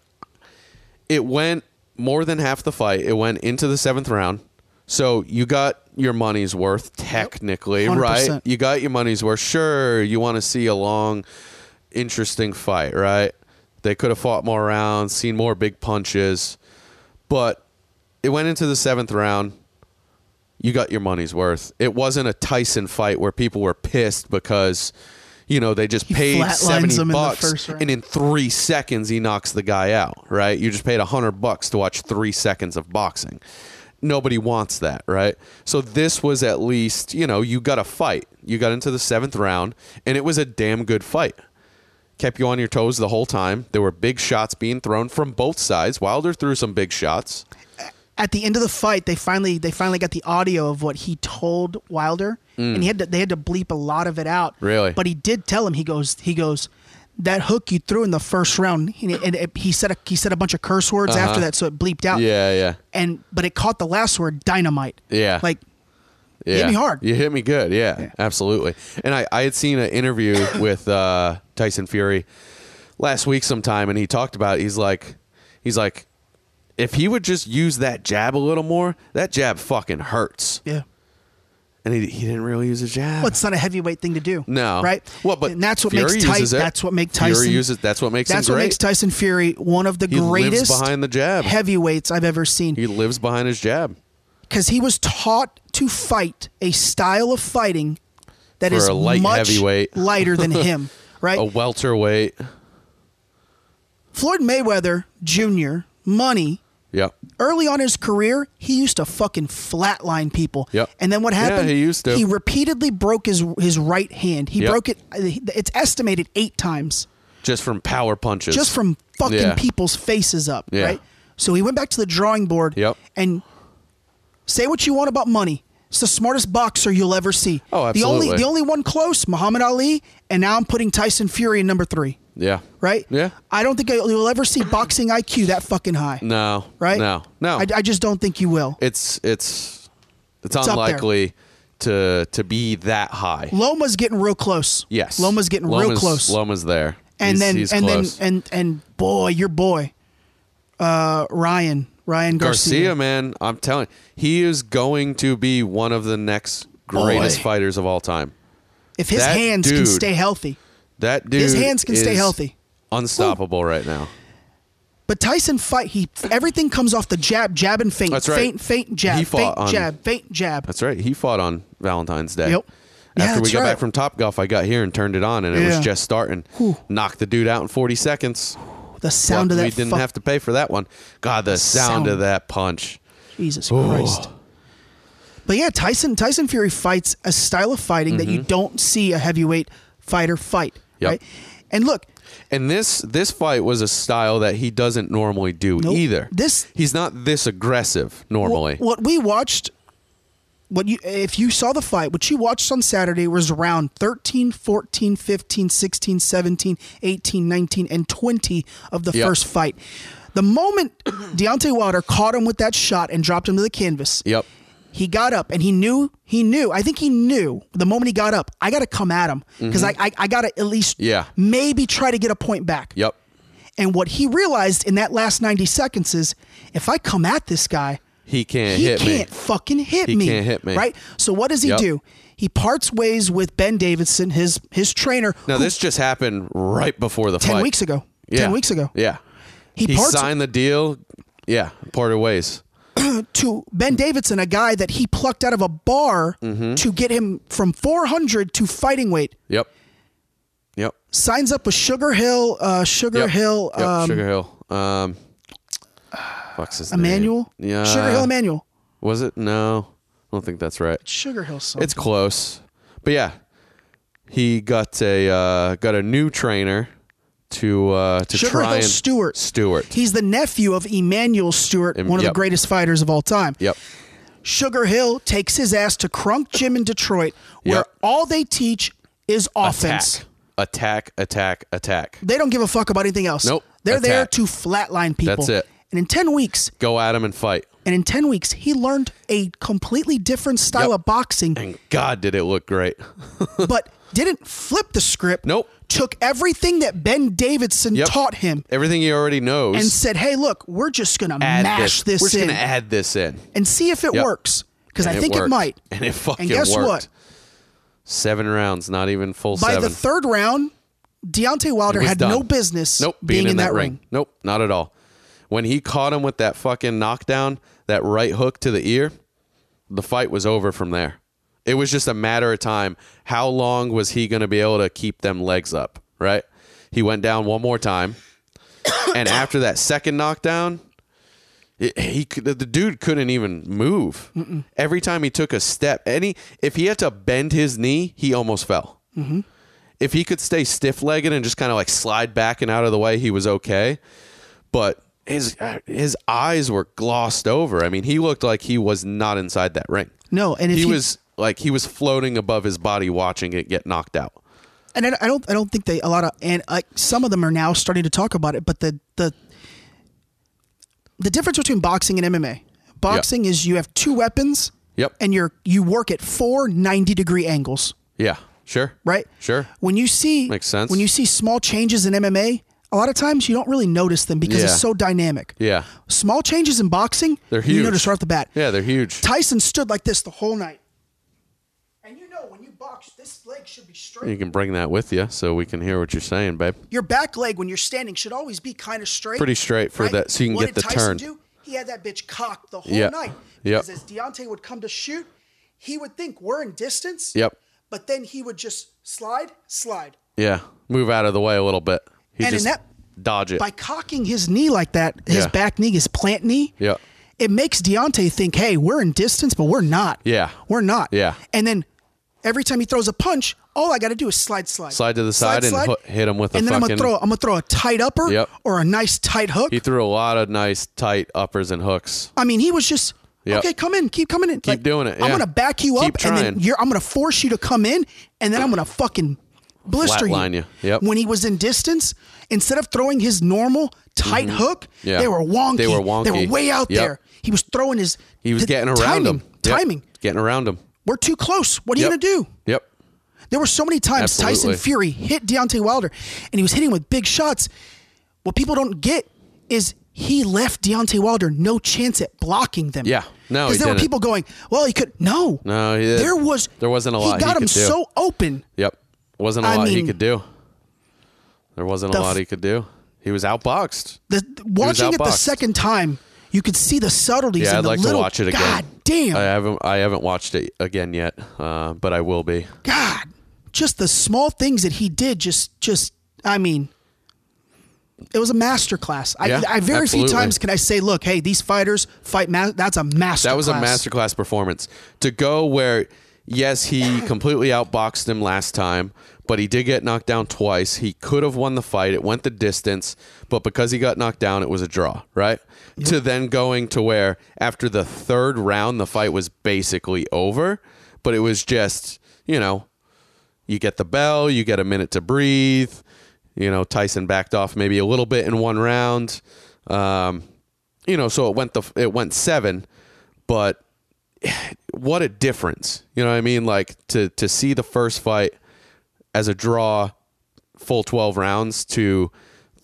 S7: It went more than half the fight. It went into the seventh round. So you got your money's worth technically, right?
S2: 100%.
S7: You got your money's worth. Sure, you want to see a long, interesting fight, right? They could have fought more rounds, seen more big punches, but it went into the seventh round. You got your money's worth. It wasn't a Tyson fight where people were pissed because, you know, they just
S2: He
S7: paid
S2: flatlines
S7: seventy
S2: him in the
S7: bucks
S2: first round.
S7: and in three seconds he knocks the guy out. Right? You just paid hundred bucks to watch three seconds of boxing. Nobody wants that, right? So this was at least, you know, you got a fight. You got into the seventh round, and it was a damn good fight kept you on your toes the whole time. There were big shots being thrown from both sides. Wilder threw some big shots.
S2: at the end of the fight, they finally they finally got the audio of what he told Wilder, and he had to, they had to bleep a lot of it out.
S7: Mm. Really?
S2: but he did tell him he goes he goes that hook you threw in the first round, and, it- and it, he said a, he said a bunch of curse words after that, so it bleeped out.
S7: Uh-huh. Yeah, yeah,
S2: and but it caught the last word dynamite.
S7: Yeah.
S2: like
S7: yeah.
S2: me hard.
S7: You hit me good. Yeah, absolutely. And I, I had seen an interview with uh, Tyson Fury last week sometime, and he talked about it. he's like, he's like, if he would just use that jab a little more, that jab fucking hurts.
S2: yeah.
S7: And he, he didn't really use a jab.
S2: Well, it's not a heavyweight thing to do.
S7: No.
S2: right?
S7: Well, but
S2: and that's what
S7: Fury
S2: makes Tyson.
S7: uses it.
S2: That's what makes
S7: Fury
S2: Tyson.
S7: uses- that's what makes him
S2: That's what
S7: great.
S2: makes Tyson Fury one of the
S7: He lives
S2: greatest
S7: behind the jab.
S2: heavyweights I've ever seen.
S7: he lives behind his jab.
S2: because he was taught to fight a style of fighting that
S7: For
S2: is
S7: a light
S2: much
S7: heavyweight.
S2: lighter than him. Right?
S7: A welterweight.
S2: Floyd Mayweather Jr. Money
S7: Yep.
S2: early on in his career, he used to fucking flatline people.
S7: Yep.
S2: And then what
S7: Yeah,
S2: happened?
S7: he used to.
S2: He repeatedly broke his his right hand. He
S7: Yep.
S2: broke it. It's estimated eight times.
S7: Just from power punches.
S2: just from fucking
S7: Yeah.
S2: people's faces up,
S7: Yeah.
S2: right? So he went back to the drawing board.
S7: Yep.
S2: And say what you want about money. It's the smartest boxer you'll ever see.
S7: Oh,
S2: The
S7: absolutely.
S2: only the only one close, Muhammad Ali, and now I'm putting Tyson Fury in number three,
S7: Yeah.
S2: right?
S7: Yeah.
S2: I don't think you'll ever see boxing IQ that fucking high,
S7: No.
S2: right?
S7: No. No.
S2: I, I just don't think you will.
S7: it's it's it's,
S2: up there.
S7: unlikely to to be that high.
S2: Loma's getting real close.
S7: Yes.
S2: Loma's getting real
S7: Loma's-
S2: close.
S7: Loma's there.
S2: and
S7: He's-
S2: then
S7: he's
S2: and
S7: close.
S2: then and and boy, your boy, uh, Ryan Ryan
S7: Garcia, man, I'm telling he is going to be one of the next greatest
S2: Boy.
S7: fighters of all time.
S2: If his
S7: That
S2: hands can
S7: dude-
S2: stay healthy.
S7: That dude
S2: His hands can stay
S7: is
S2: healthy.
S7: Unstoppable right now.
S2: But Tyson fight he everything comes off the jab, jab and feint.
S7: That's right.
S2: Feint, feint, jab,
S7: He fought
S2: feint,
S7: on-
S2: jab, feint, jab.
S7: That's right. He fought on Valentine's Day.
S2: Yep. Yeah,
S7: After we
S2: that's
S7: got back
S2: right.
S7: from Top Golf, I got here and turned it on, and it
S2: Yeah.
S7: was just starting.
S2: Whew.
S7: Knocked the dude out in 40 seconds.
S2: the sound of
S7: Luckily
S2: that
S7: didn't
S2: fuck-
S7: have to pay for that one. God, the, sound,
S2: sound.
S7: of that punch.
S2: Jesus Christ. But yeah, Tyson Tyson Fury fights a style of fighting that you don't see a heavyweight fighter fight.
S7: Mm-hmm. Yep.
S2: Right. And look,
S7: And this this fight was a style that he doesn't normally do
S2: Nope.
S7: either.
S2: This-
S7: he's not this aggressive normally.
S2: wh- what we watched what you if you saw the fight, what you watched on Saturday was round 13, 14, 15, 16, 17, 18, 19, and 20 of the
S7: Yep.
S2: first fight. The moment Deontay Wilder caught him with that shot and dropped him to the canvas,
S7: Yep.
S2: he got up and he knew he knew. I think he knew the moment he got up, I gotta come at him. Because I, I I gotta at least
S7: Mm-hmm. Yeah.
S2: maybe try to get a point back.
S7: Yep.
S2: And what he realized in that last 90 seconds is if I come at this guy,
S7: He can't
S2: he
S7: hit
S2: can't
S7: me.
S2: fucking hit
S7: He
S2: me.
S7: can't hit me.
S2: Right? So what does he
S7: Yep.
S2: do? He parts ways with Ben Davidson, his his trainer.
S7: Now
S2: who-
S7: this just happened right before the
S2: ten
S7: fight.
S2: weeks ago.
S7: Yeah.
S2: Ten weeks ago.
S7: Yeah.
S2: He,
S7: He
S2: parts
S7: signed the deal. Yeah, parted ways.
S2: to Ben Davidson, a guy that he plucked out of a bar
S7: Mm-hmm.
S2: to get him from 400 to fighting weight.
S7: Yep. Yep.
S2: Signs up with Sugar Hill, uh, Sugar
S7: Yep.
S2: Hill,
S7: Yep.
S2: um,
S7: Sugar Hill. Um, fuck's his
S2: Emmanuel.
S7: name? Yeah.
S2: Sugar Hill Emmanuel.
S7: Was it? No, I don't think that's right.
S2: Sugar Hill. Son.
S7: It's close, but yeah, he got a uh, got a new trainer to uh, to
S2: Sugar
S7: try
S2: Hill
S7: and
S2: Stewart.
S7: Stewart.
S2: He's the nephew of Emmanuel Stewart,
S7: Em-
S2: one of
S7: yep.
S2: the greatest fighters of all time.
S7: yep.
S2: Sugar Hill takes his ass to Crunk Gym in Detroit, where
S7: Yep.
S2: all they teach is offense.
S7: Attack. Attack. Attack. Attack.
S2: They don't give a fuck about anything else.
S7: Nope.
S2: They're there
S7: Attack.
S2: to flatline people.
S7: That's it.
S2: And in 10 weeks,
S7: Go at him and fight.
S2: and in 10 weeks, he learned a completely different style
S7: Yep.
S2: of boxing,
S7: And God, did it look great?
S2: but didn't flip the script.
S7: Nope.
S2: Took everything that Ben Davidson
S7: Yep.
S2: taught him
S7: Everything he already knows.
S2: and said, hey, look, we're just going to
S7: add
S2: mash this,
S7: We're just
S2: in
S7: gonna add this in.
S2: and see if it
S7: Yep.
S2: works. because I
S7: And
S2: think
S7: worked.
S2: it might.
S7: And it fucking
S2: And guess
S7: worked.
S2: what?
S7: Seven rounds, not even full
S2: By
S7: seven.
S2: the third round, Deontay Wilder
S7: was
S2: had
S7: done.
S2: no business
S7: nope,
S2: being, in, that, ring.
S7: Nope, not at all. When he caught him with that fucking knockdown, that right hook to the ear, the fight was over from there. It was just a matter of time. How long was he going to be able to keep them legs up? Right? He went down one more time, and after that second knockdown, it, he could- the dude couldn't even move. Every time he took a step, any if he had to bend his knee, he almost fell
S2: Mm-hmm.
S7: if he could stay stiff legged and just kind of like slide back and out of the way, he was okay. But his uh, his eyes were glossed over. I mean, he looked like he was not inside that ring.
S2: No, and if
S7: he
S2: he-
S7: was like he was floating above his body, watching it get knocked out.
S2: and I I don't I don't think they a lot of and like some of them are now starting to talk about it, but the the the difference between boxing and MMA. Boxing is you have two weapons.
S7: Yep.
S2: And you're you work at four 90 degree angles,
S7: Yeah, sure,
S2: right?
S7: sure.
S2: When you see
S7: Makes sense.
S2: When you see small changes in MMA, a lot of times you don't really notice them because
S7: Yeah.
S2: it's so dynamic.
S7: Yeah,
S2: Small changes in boxing,
S7: They're
S2: you
S7: huge.
S2: notice right off the bat.
S7: yeah, they're huge.
S2: Tyson stood like this the whole night. And you know when you box, this leg should be straight.
S7: You can bring that with you so we can hear what you're saying, babe.
S2: your back leg when you're standing should always be kind of straight.
S7: Pretty straight for that- so you can
S2: what
S7: get
S2: did
S7: the
S2: Tyson
S7: turn.
S2: Do? He had that bitch cocked the whole
S7: Yeah.
S2: night.
S7: Yep.
S2: Because as Deontay would come to shoot, he would think we're in distance.
S7: Yep.
S2: But then he would just slide, slide.
S7: Yeah, move out of the way a little bit. He
S2: And in
S7: just
S2: that-
S7: dodge it.
S2: By cocking his knee like that, his
S7: Yeah.
S2: back knee, his plant knee.
S7: Yeah.
S2: It makes Deontay think, hey, we're in distance, but we're not.
S7: Yeah.
S2: We're not.
S7: Yeah.
S2: And then every time he throws a punch, all I got to do is slide, slide.
S7: Slide to the side and hoo- hit him with a
S2: and then
S7: fucking-
S2: I'm going to throw, I'm gonna throw a tight upper
S7: Yep.
S2: or a nice tight hook.
S7: he threw a lot of nice tight uppers and hooks.
S2: I mean, he was just
S7: Yep.
S2: okay. Come in, keep coming in. Keep
S7: doing it,
S2: I'm
S7: yeah.
S2: gonna back you up,
S7: Keep
S2: and
S7: trying.
S2: then you're. I'm gonna force you to come in, and then I'm gonna fucking blister
S7: Flatline you. Yep.
S2: When he was in distance, instead of throwing his normal tight hook,
S7: Mm-hmm. Yeah.
S2: they were wonky.
S7: They were wonky.
S2: way out
S7: Yep.
S2: there. He was throwing his.
S7: He was
S2: the
S7: getting around
S2: timing,
S7: him. Yep.
S2: Timing.
S7: Getting around him.
S2: We're too close. What are you
S7: Yep.
S2: gonna do?
S7: Yep.
S2: There were so many times
S7: Absolutely.
S2: Tyson Fury hit Deontay Wilder, and he was hitting with big shots. What people don't get is he left Deontay Wilder no chance at blocking them.
S7: Yeah. No, he
S2: because there were
S7: didn't.
S2: people going, "Well, he could." No,
S7: No, he didn't.
S2: there was
S7: There wasn't a lot
S2: He got
S7: he
S2: him
S7: could do.
S2: so open.
S7: Yep. Wasn't a
S2: I
S7: lot he
S2: mean,
S7: could do. There wasn't a
S2: the
S7: lot
S2: f-
S7: he could do. He was outboxed.
S2: The, watching it the
S7: outboxed.
S2: second time, you could see the subtleties.
S7: Yeah,
S2: and
S7: I'd
S2: the
S7: like
S2: little,
S7: to watch it again.
S2: God damn,
S7: I haven't I haven't watched it again yet, uh, but I will be.
S2: God, just the small things that he did. Just, just, I mean. It was a master class. I,
S7: Yeah,
S2: I very
S7: absolutely.
S2: few times can I say, "Look, hey, these fighters fight. Ma- that's a master.
S7: That was
S2: class.
S7: a masterclass performance. To go where, yes, he completely outboxed him last time, but he did get knocked down twice. He could have won the fight. It went the distance, but because he got knocked down, it was a draw, right? To then going to where after the third round, the fight was basically over, but it was just, you know, you get the bell, you get a minute to breathe. You know, Tyson backed off maybe a little bit in one round. Um, you know, so it went the it went seven, but what a difference. You know what I mean? Like to to see the first fight as a draw full 12 rounds to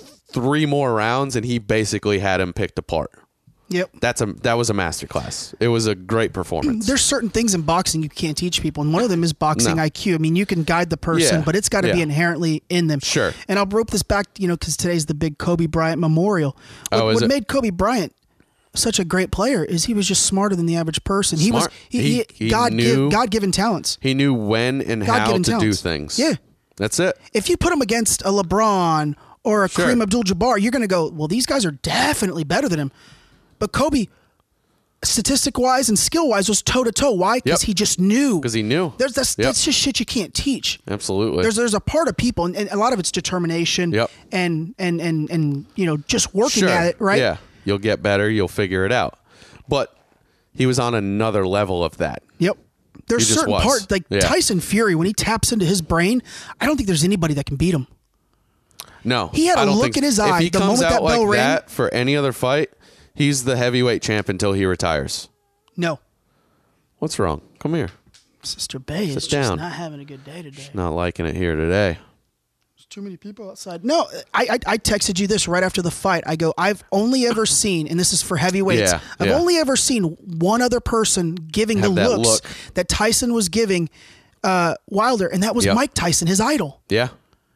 S7: three more rounds and he basically had him picked apart.
S2: Yep.
S7: That's a that was a masterclass. It was a great performance.
S2: There's certain things in boxing you can't teach people, and one of them is boxing
S7: No.
S2: IQ. I mean, you can guide the person,
S7: Yeah.
S2: but it's got to be
S7: Yeah.
S2: inherently in them.
S7: Sure.
S2: And I'll rope this back, you know, because today's the big Kobe Bryant memorial. What,
S7: Oh, is
S2: what
S7: it?
S2: made Kobe Bryant such a great player is he was just smarter than the average person. He was
S7: Smart.
S2: he,
S7: He-
S2: he,
S7: he
S2: God
S7: knew-
S2: give, God given talents.
S7: he knew when and how to
S2: God-given
S7: do
S2: talents.
S7: things.
S2: Yeah.
S7: That's it.
S2: If you put him against a LeBron or a
S7: Sure.
S2: Kareem Abdul-Jabbar, you're going to go, well, these guys are definitely better than him. But Kobe, statistic-wise and skill-wise, was toe-to-toe. Why? Because
S7: Yep.
S2: he just knew.
S7: 'Cause he knew.
S2: There's that's,
S7: Yep.
S2: that's just shit you can't teach.
S7: Absolutely.
S2: There's there's a part of people, and, and a lot of it's determination
S7: Yep.
S2: and and and and you know just working
S7: sure.
S2: at it, right?
S7: Yeah. You'll get better, you'll figure it out. But he was on another level of that.
S2: Yep. There's
S7: He just
S2: certain
S7: was.
S2: parts like
S7: Yeah.
S2: Tyson Fury when he taps into his brain. I don't think there's anybody that can beat him.
S7: No,
S2: He had
S7: I
S2: a
S7: don't
S2: look
S7: think
S2: in his
S7: so.
S2: eye
S7: If he
S2: the
S7: comes
S2: moment
S7: out
S2: that
S7: like
S2: bell rang.
S7: that for any other fight, he's the heavyweight champ until he retires.
S2: No,
S7: What's wrong? Come here.
S2: Sister Bay is
S7: Sit
S2: just
S7: down.
S2: not having a good day today.
S7: Not liking it here today.
S2: too many people outside. No, I, I I texted you this right after the fight. I go, I've only ever seen, and this is for heavyweights.
S7: Yeah,
S2: I've
S7: yeah.
S2: only ever seen one other person giving
S7: Have
S2: the
S7: that
S2: looks
S7: look.
S2: that Tyson was giving uh, Wilder, and that was
S7: Yep.
S2: Mike Tyson, his idol.
S7: Yeah,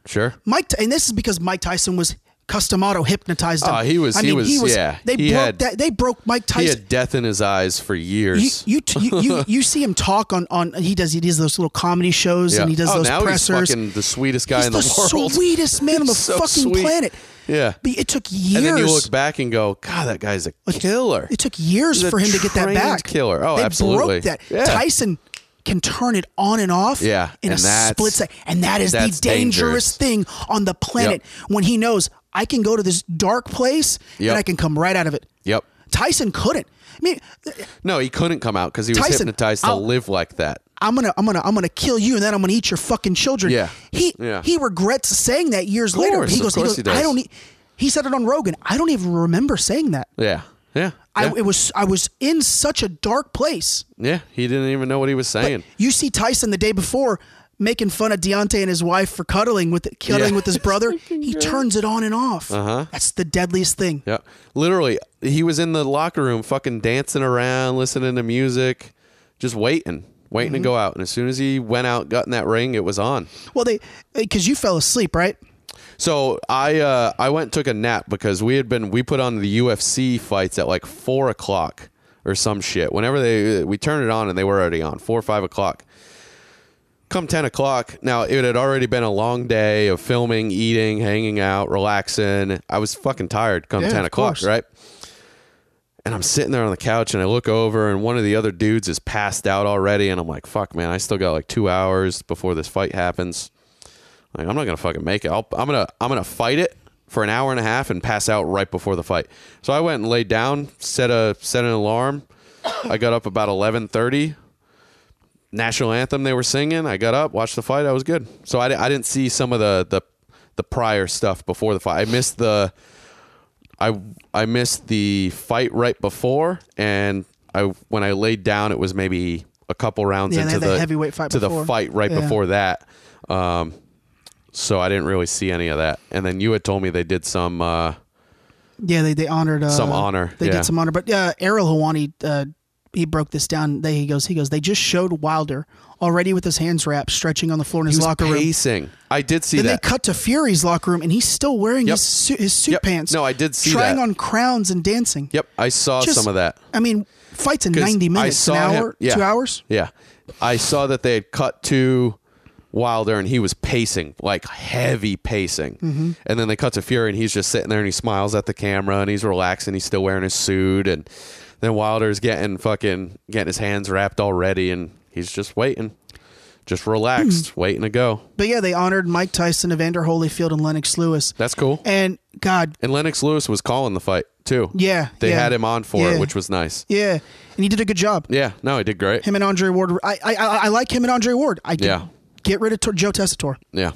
S7: sure.
S2: Mike, and this is because Mike Tyson was custom auto hypnotized. Him.
S7: Oh, he was-
S2: I
S7: he
S2: mean,
S7: was-
S2: He was.
S7: yeah,
S2: They
S7: he
S2: broke
S7: had-
S2: that. They broke Mike
S7: He
S2: Tyson.
S7: had death in his eyes for
S2: You
S7: years.
S2: you, t- you you you see him talk on on he does he does those little comedy shows
S7: yeah.
S2: and he does
S7: oh,
S2: those
S7: now
S2: pressers.
S7: he's fucking the sweetest guy
S2: He's
S7: in
S2: the,
S7: the, world.
S2: sweetest man on the
S7: So
S2: fucking
S7: sweet.
S2: planet.
S7: Yeah.
S2: But it took years.
S7: And then you look back and go, God, that guy's a killer.
S2: It took years
S7: He's a
S2: for him to get that
S7: trained
S2: back.
S7: killer. Oh,
S2: they
S7: absolutely.
S2: Broke that.
S7: Yeah.
S2: Tyson can turn it on and off
S7: Yeah,
S2: in a
S7: and that's-
S2: split second. And that is the
S7: that's dangerous.
S2: dangerous, thing on the planet when he knows I can go to this dark place
S7: Yep.
S2: and I can come right out of it.
S7: Yep.
S2: Tyson couldn't. I mean,
S7: No, he couldn't come out because he was
S2: Tyson,
S7: hypnotized to
S2: I'll-
S7: live like that.
S2: I'm gonna, I'm gonna, I'm gonna kill you, and then I'm gonna eat your fucking children.
S7: Yeah.
S2: He
S7: Yeah.
S2: he regrets saying that years
S7: Of
S2: later.
S7: course,
S2: He
S7: of
S2: goes, he
S7: course
S2: goes,
S7: he does.
S2: I don't. E-, he said it on Rogan. I don't even remember saying that.
S7: Yeah. Yeah. yeah.
S2: I it was I was in such a dark place.
S7: yeah. He didn't even know what he was saying.
S2: You see Tyson the day before making fun of Deontay and his wife for cuddling with cuddling
S7: Yeah.
S2: with his brother. he turns it on and off. Uh-huh. That's the deadliest thing.
S7: Yeah. Literally, he was in the locker room fucking dancing around, listening to music, just waiting, waiting to go out. And as soon as he went out, got in that ring, it was on.
S2: Well, they because you fell asleep, right?
S7: So I uh, I went and took a nap because we had been we put on the UFC fights at like four o'clock or some shit. Whenever they uh, we turned it on and they were already on four or five o'clock. Come ten o'clock. Now it had already been a long day of filming, eating, hanging out, relaxing. I was fucking tired. Come
S2: Yeah,
S7: ten
S2: of
S7: o'clock,
S2: course.
S7: right? And I'm sitting there on the couch and I look over and one of the other dudes is passed out already and I'm like, fuck man, I still got like two hours before this fight happens. Like I'm not gonna fucking make it. I'll, I'm gonna I'm gonna fight it for an hour and a half and pass out right before the fight. So I went and laid down, set a set an alarm. I got up about 11:30. National anthem they were singing. I got up, watched the fight. I was good. So I, di- I didn't see some of the the the prior stuff before the fight. I missed the I I missed the fight right before, and I when I laid down, it was maybe a couple rounds
S2: Yeah, they
S7: into
S2: had that
S7: the
S2: heavyweight fight
S7: to
S2: before.
S7: the fight right
S2: Yeah.
S7: before that. Um, so I didn't really see any of that. And then you had told me they did some. Uh,
S2: Yeah, they they honored uh,
S7: Some honor,
S2: They
S7: yeah.
S2: did some honor, but uh, Errol Hawani, uh, he broke this down. They, he goes, he goes. They just showed Wilder already with his hands wrapped, stretching on the floor in
S7: he
S2: his
S7: was
S2: locker room.
S7: pacing. I did see
S2: Then
S7: that.
S2: they cut to Fury's locker room, and he's still wearing
S7: Yep.
S2: his suit, his suit
S7: Yep.
S2: pants.
S7: No, I did see
S2: trying
S7: that.
S2: on crowns and dancing.
S7: yep, I saw
S2: Just-
S7: some of that.
S2: I mean, fights in
S7: 'Cause
S2: ninety
S7: I
S2: minutes, an
S7: saw him-
S2: hour,
S7: yeah.
S2: two hours.
S7: Yeah, I saw that they had cut to Wilder and he was pacing like heavy pacing,
S2: Mm-hmm.
S7: and then they cut to Fury and he's just sitting there and he smiles at the camera and he's relaxing. He's still wearing his suit, and then Wilder's getting fucking getting his hands wrapped already, and he's just waiting, just relaxed,
S2: Hmm.
S7: waiting to go.
S2: But yeah, they honored Mike Tyson, Evander Holyfield, and Lennox Lewis.
S7: That's cool.
S2: and God,
S7: And Lennox Lewis was calling the fight too.
S2: Yeah,
S7: they
S2: yeah.
S7: had him on for
S2: Yeah.
S7: it, which was nice.
S2: yeah, and he did a good job.
S7: Yeah, no, he did great.
S2: Him and Andre Ward. I I, I, I like him and Andre Ward. I did-
S7: Yeah.
S2: Get rid of Tor- Joe Tessitore.
S7: Yeah,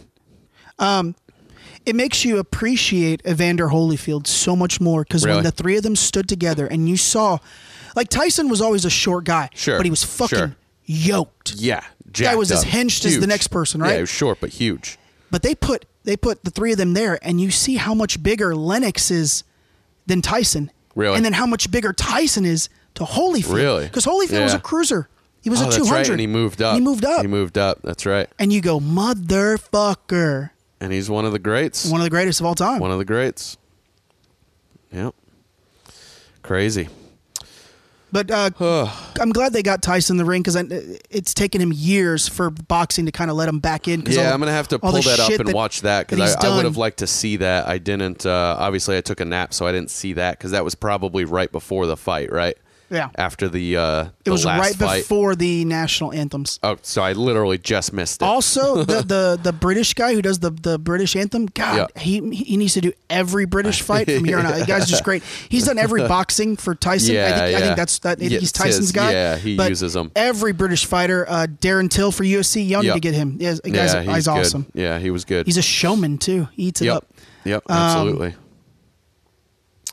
S2: it makes you appreciate Evander Holyfield so much more because
S7: Really?
S2: when the three of them stood together and you saw, like Tyson was always a short guy,
S7: Sure,
S2: but he was fucking
S7: sure.
S2: yoked.
S7: yeah.
S2: guy
S7: jacked
S2: was as
S7: up.
S2: hinged as the
S7: Huge.
S2: next person,
S7: Yeah,
S2: right?
S7: he was short but huge.
S2: But they put they put the three of them there, and you see how much bigger Lennox is than Tyson,
S7: Really?
S2: and then how much bigger Tyson is to Holyfield,
S7: Really?
S2: because Holyfield was
S7: Yeah.
S2: a cruiser. He was
S7: Oh,
S2: a
S7: that's
S2: two hundred,
S7: right. And he moved up.
S2: He moved up.
S7: He moved up. That's right.
S2: and you go, motherfucker,
S7: And he's one of the greats.
S2: one of the greatest of all time.
S7: One of the greats. Yep. Crazy.
S2: But uh, I'm glad they got Tyson in the ring because it's taken him years for boxing to kind of let him back in. 'cause all
S7: Yeah,
S2: the-
S7: I'm gonna have to
S2: all
S7: pull
S2: the
S7: that up
S2: shit
S7: and watch that because
S2: he's
S7: I, I would
S2: done.
S7: have liked to see that. I didn't. Uh, obviously, I took a nap, so I didn't see that because that was probably right before the fight, right?
S2: Yeah.
S7: After the uh, the
S2: It was
S7: last
S2: right
S7: fight.
S2: before the national anthems.
S7: Oh, so I literally just missed it.
S2: Also, the, the the British guy who does the, the British anthem, God,
S7: Yeah.
S2: he he needs to do every British fight from here on out. The guy's just great. He's done every boxing for Tyson. I,
S7: Yeah,
S2: think, I
S7: yeah.
S2: think that's that. I think
S7: Yeah,
S2: he's
S7: it's
S2: Tyson's
S7: his.
S2: guy.
S7: Yeah, he
S2: but
S7: uses 'em.
S2: Every British fighter, uh, Darren Till for UFC, y'all need
S7: Yeah.
S2: to get him. Yeah, the guy's,
S7: yeah, he's
S2: guy's
S7: good.
S2: awesome.
S7: Yeah, he was good.
S2: He's a showman too. He eats it
S7: yep.
S2: up.
S7: Yep, absolutely.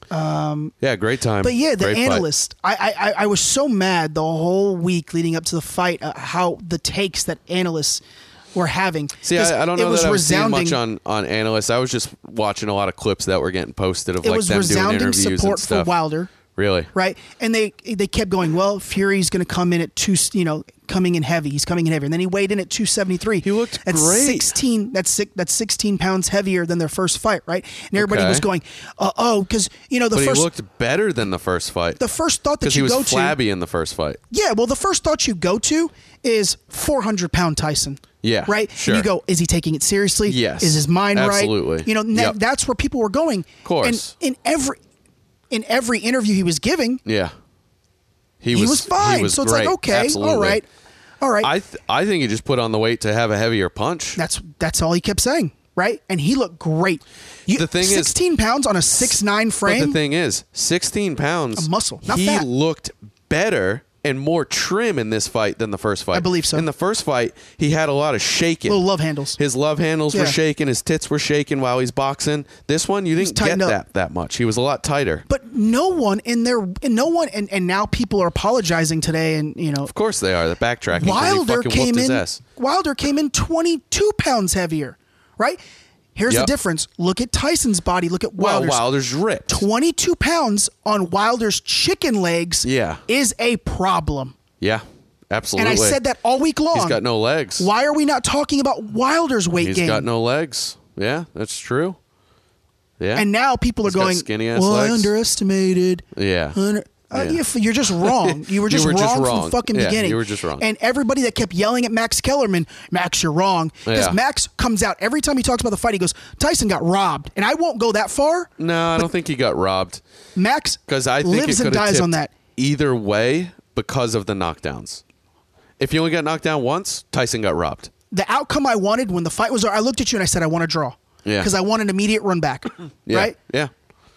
S7: Um, yeah, great time.
S2: But yeah, the
S7: Great fight.
S2: analyst. I, I I- I was so mad the whole week leading up to the fight uh, how the takes that analysts were having.
S7: See,
S2: 'Cause
S7: I, I don't know
S2: it was
S7: that I was seeing
S2: resounding,
S7: much on on analysts. I was just watching a lot of clips that were getting posted of
S2: It
S7: like
S2: was
S7: them doing
S2: resounding
S7: interviews and
S2: support for
S7: stuff.
S2: Wilder.
S7: Really?
S2: right? And they they kept going. Well, Fury's going to come in at two, you know, coming in heavy. He's coming in heavy, and then he weighed in at two seventy three. He
S7: looked
S2: that's
S7: great.
S2: Sixteen. That's six, that's sixteen pounds heavier than their first fight, right? And everybody
S7: Okay.
S2: was going, uh, oh, because you know the
S7: But
S2: first
S7: he looked better than the first fight
S2: the first thought
S7: because
S2: that
S7: he
S2: you
S7: was
S2: go to,
S7: flabby in the first fight.
S2: yeah. Well, the first thought you go to is four hundred pound Tyson.
S7: Yeah,
S2: Right. And
S7: sure.
S2: You go. Is he taking it seriously?
S7: Yes.
S2: Is his mind right?
S7: Absolutely.
S2: You know. and that-
S7: Yep.
S2: That's where people were going. Of
S7: course.
S2: And in every in every interview he was giving,
S7: Yeah. He
S2: he
S7: was,
S2: was, fine.
S7: he was
S2: so it's
S7: great.
S2: like okay,
S7: Absolutely.
S2: all right, all right.
S7: I th- I think he just put on the weight to have a heavier punch.
S2: that's that's all he kept saying, right? And he looked great. You,
S7: The thing is-
S2: sixteen pounds on a six nine frame.
S7: But the thing is, 16 pounds
S2: A muscle, not
S7: he
S2: fat.
S7: looked better and more trim in this fight than the first fight.
S2: I believe so.
S7: In the first fight, he had a lot of shaking.
S2: Little love handles.
S7: His love handles were
S2: Yeah.
S7: shaking. His tits were shaking while he's boxing. This one, you didn't get
S2: tightened up.
S7: that that much. He was a lot tighter.
S2: but no one in there, and no one, and, and now people are apologizing today, and you know,
S7: of course they are. They're backtracking. 'cause he
S2: Wilder
S7: fucking
S2: came
S7: whooped his
S2: in.
S7: ass.
S2: Wilder came in twenty two pounds heavier, right? Here's
S7: Yep.
S2: the difference. Look at Tyson's body. Look at
S7: Well,
S2: Wilder's.
S7: Wilder's ripped.
S2: 22 pounds on Wilder's chicken legs
S7: Yeah.
S2: is a problem.
S7: yeah, absolutely.
S2: And I said that all week long.
S7: He's got no legs.
S2: Why are we not talking about Wilder's weight
S7: He's
S2: gain?
S7: got no legs. Yeah, that's true. Yeah.
S2: and now people
S7: He's
S2: are
S7: got
S2: going,
S7: skinny-ass
S2: well, I
S7: legs."
S2: underestimated.
S7: Yeah.
S2: Under- uh,
S7: Yeah.
S2: you f- You're just wrong. You were
S7: You
S2: just,
S7: were
S2: wrong,
S7: just
S2: from
S7: wrong.
S2: the fucking
S7: Yeah,
S2: beginning.
S7: you were just wrong.
S2: And everybody that kept yelling at Max Kellerman, Max, you're wrong. Because
S7: Yeah.
S2: Max comes out every time he talks about the fight, he goes, Tyson got robbed. And I won't go that far.
S7: no, I don't think he got robbed
S2: Max
S7: because I think
S2: lives
S7: it
S2: and
S7: could have
S2: dies
S7: tipped
S2: on that.
S7: either way because of the knockdowns. If you only got knocked down once, Tyson got robbed.
S2: the outcome I wanted when the fight was over, I looked at you and I said, I want to draw.
S7: Yeah.
S2: Because I want an immediate run back.
S7: Yeah.
S2: Right?
S7: Yeah.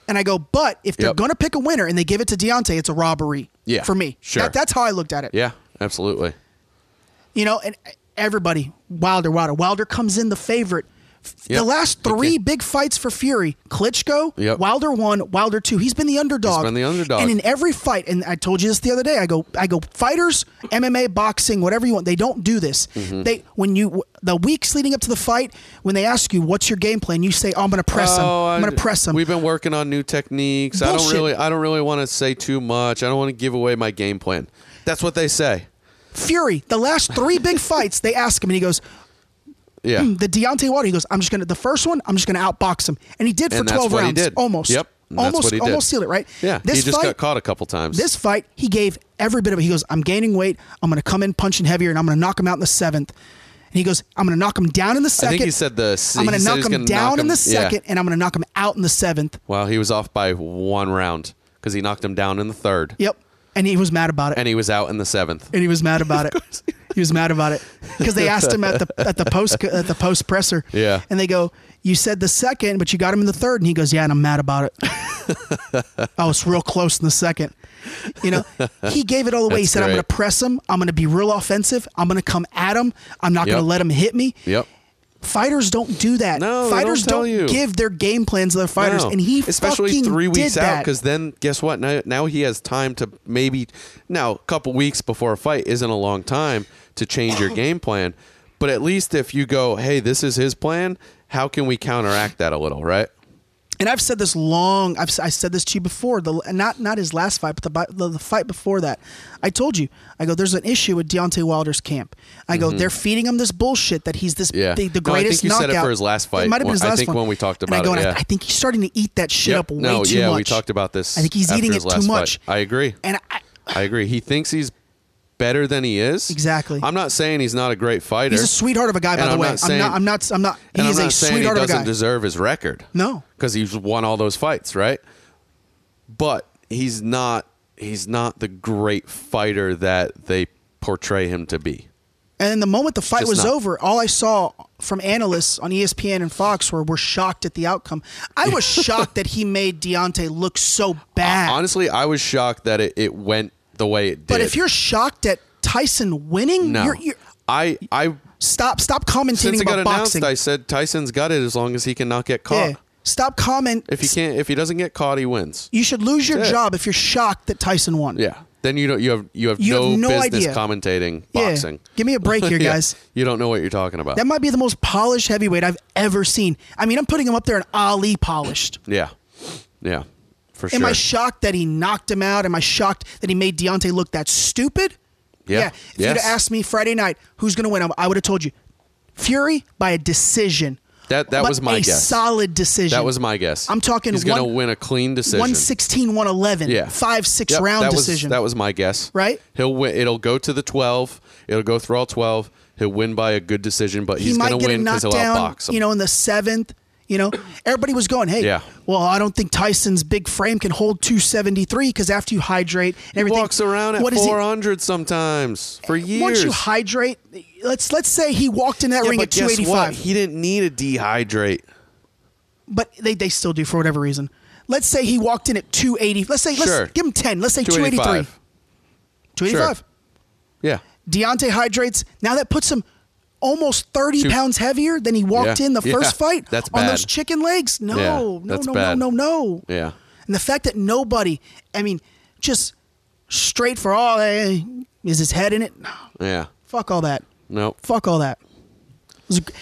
S2: And I go, but if they're
S7: Yep.
S2: going to pick a winner and they give it to Deontay, it's a robbery.
S7: Yeah,
S2: For me.
S7: sure.
S2: That, that's how I looked at it.
S7: Yeah. Absolutely.
S2: You know, and everybody, Wilder, Wilder. Wilder comes in the favorite. F-
S7: Yep.
S2: The last three
S7: Okay.
S2: big fights for Fury, Klitschko,
S7: Yep.
S2: Wilder one, Wilder two. He's been the underdog.
S7: He's been the underdog.
S2: And in every fight, and I told you this the other day, I go, I go, fighters, MMA, boxing, whatever you want, they don't do this.
S7: Mm-hmm.
S2: They when you the weeks leading up to the fight, when they ask you what's your game plan, you say, oh, I'm going to press him.
S7: Oh,
S2: I'm
S7: I-
S2: going to press him.
S7: We've been working on new techniques. I don't
S2: Bullshit.
S7: really, I don't really want to say too much. I don't want to give away my game plan. That's what they say.
S2: Fury, the last three big fights, they ask him, and he goes,
S7: Yeah.
S2: the Deontay Wilder. He goes, I'm just gonna the first one. I'm just gonna outbox him, and he did for
S7: And that's
S2: 12
S7: what he
S2: rounds,
S7: did.
S2: almost.
S7: Yep. And that's
S2: almost,
S7: what he did.
S2: almost sealed it, right?
S7: yeah.
S2: This
S7: he just
S2: fight,
S7: got caught a couple times.
S2: this fight, he gave every bit of it. He goes, I'm gaining weight. I'm gonna come in punching heavier, and I'm gonna knock him out in the seventh. And he goes, I'm gonna knock him down in the
S7: I
S2: second.
S7: think he said the.
S2: I'm gonna
S7: he said he
S2: knock
S7: was
S2: him
S7: gonna
S2: down in the
S7: yeah.
S2: second, and I'm gonna knock him out in the seventh.
S7: Well, he was off by one round because he knocked him down in the third.
S2: Yep. And he was mad about it.
S7: And he was out in the seventh.
S2: and he was mad about it. He was mad about it because they asked him at the at the post at the post presser.
S7: Yeah.
S2: and they go, "You said the second, but you got him in the third. and he goes, "Yeah, and I'm mad about it. I was real close in the second. You know, he gave it all away. he
S7: That's
S2: said, "I'm
S7: great.
S2: going to press him. I'm going to be real offensive. I'm going to come at him. I'm not going
S7: Yep.
S2: to let him hit me."
S7: Yep.
S2: Fighters don't do that.
S7: No, they don't
S2: fighters
S7: tell you.
S2: give their game plans to their fighters,
S7: No.
S2: and he
S7: especially
S2: fucking
S7: three
S2: did
S7: weeks out
S2: that.
S7: because then guess what? Now, now he has time to maybe now a couple weeks before a fight isn't a long time to change your game plan. But at least if you go, hey, this is his plan. How can we counteract that a little, right?
S2: and I've said this long. I've I said this to you before. The not not his last fight, but the bi- the, the fight before that. I told you. I go. There's an issue with Deontay Wilder's camp. I go. They're feeding him this bullshit that he's this
S7: Mm-hmm. Yeah.
S2: the, the
S7: No, I think
S2: greatest
S7: you said it
S2: knockout.
S7: for his last fight.
S2: might have been his
S7: I
S2: last
S7: think
S2: one.
S7: when we talked
S2: And I
S7: about
S2: go,
S7: it,
S2: and I-
S7: yeah.
S2: I think he's starting to eat that shit
S7: Yep.
S2: up way
S7: no,
S2: too
S7: yeah,
S2: much.
S7: we talked about this.
S2: I think he's
S7: after
S2: eating
S7: his
S2: it
S7: last
S2: too
S7: fight.
S2: much.
S7: I agree.
S2: And I,
S7: I agree. He thinks he's better than he is.
S2: Exactly.
S7: I'm not saying he's not a great fighter.
S2: he's a sweetheart of a guy, by
S7: And
S2: the
S7: I'm
S2: way.
S7: not saying-
S2: I'm not. I'm not. I'm
S7: and
S2: not. He
S7: I'm
S2: is
S7: not
S2: a
S7: saying he
S2: sweetheart of a
S7: doesn't
S2: guy.
S7: deserve his record.
S2: No.
S7: because he's won all those fights, right? But he's not. He's not the great fighter that they portray him to be.
S2: And then the moment the fight
S7: Just
S2: was
S7: not-
S2: over, all I saw from analysts on E ESPN and Fox were, were shocked at the outcome. I was shocked that he made Deontay look so bad.
S7: Honestly, I was shocked that it, it went the way it did.
S2: Ah. but if you're shocked at Tyson winning,
S7: no,
S2: you're, you're,
S7: I I
S2: stop stop commentating
S7: since it got
S2: about
S7: announced,
S2: boxing.
S7: I said Tyson's got it as long as he cannot get caught.
S2: Yeah. Stop comment.
S7: If he can't, if he doesn't get caught, he wins.
S2: you should lose your
S7: That's it.
S2: job if you're shocked that Tyson won.
S7: Yeah, Then you don't you have you have
S2: You have
S7: no,
S2: no
S7: business
S2: idea.
S7: commentating
S2: Yeah.
S7: boxing.
S2: Give me a break here,
S7: Yeah.
S2: guys.
S7: You don't know what you're talking about.
S2: That might be the most polished heavyweight I've ever seen. I mean, I'm putting him up there in Ali polished.
S7: yeah, yeah, for
S2: Am
S7: sure.
S2: I shocked that he knocked him out? Am I shocked that he made Deontay look that stupid?
S7: Yeah.
S2: If you'd
S7: Yes.
S2: have asked me Friday night who's going to win, I- I would have told you Fury by a decision.
S7: That- that
S2: But
S7: was my
S2: a
S7: guess.
S2: solid decision.
S7: that was my guess.
S2: I'm talking
S7: He's going to
S2: one-
S7: win a clean decision.
S2: 116, 111.
S7: Yeah.
S2: Five, six
S7: Yep,
S2: round
S7: that was-
S2: decision.
S7: that was my guess.
S2: Right?
S7: He'll win. It'll go to the twelve. It'll go through all twelve. He'll win by a good decision, but
S2: he
S7: he's
S2: might
S7: going to
S2: get a
S7: win because he'll
S2: knockdown,
S7: outbox him.
S2: you know, in the seventh. You know, everybody was going, hey,
S7: Yeah.
S2: well, I don't think Tyson's big frame can hold 273 because after you hydrate and
S7: he
S2: everything.
S7: walks around at
S2: what is he-
S7: 400 sometimes for years.
S2: Once you hydrate, let's let's say he walked in that
S7: Yeah,
S2: ring
S7: but
S2: at
S7: guess what?
S2: 285,
S7: He didn't need to dehydrate.
S2: but they, they still do for whatever reason. Let's say he walked in at 280. Let's say
S7: Sure.
S2: let's give him 10. Let's say 283,
S7: 285. Sure.
S2: 285.
S7: Yeah.
S2: Deontay hydrates. Now that puts him almost 30
S7: Two-
S2: pounds heavier than he walked
S7: Yeah.
S2: in the
S7: Yeah.
S2: first fight
S7: That's
S2: on
S7: bad.
S2: those chicken legs. No,
S7: Yeah.
S2: no,
S7: That's
S2: no,
S7: bad.
S2: no, no, no.
S7: Yeah.
S2: And the fact that nobody, I mean, just straight for all, eh, is his head in it? No,
S7: Yeah.
S2: fuck all that.
S7: Nope.
S2: Fuck all that. It was a g-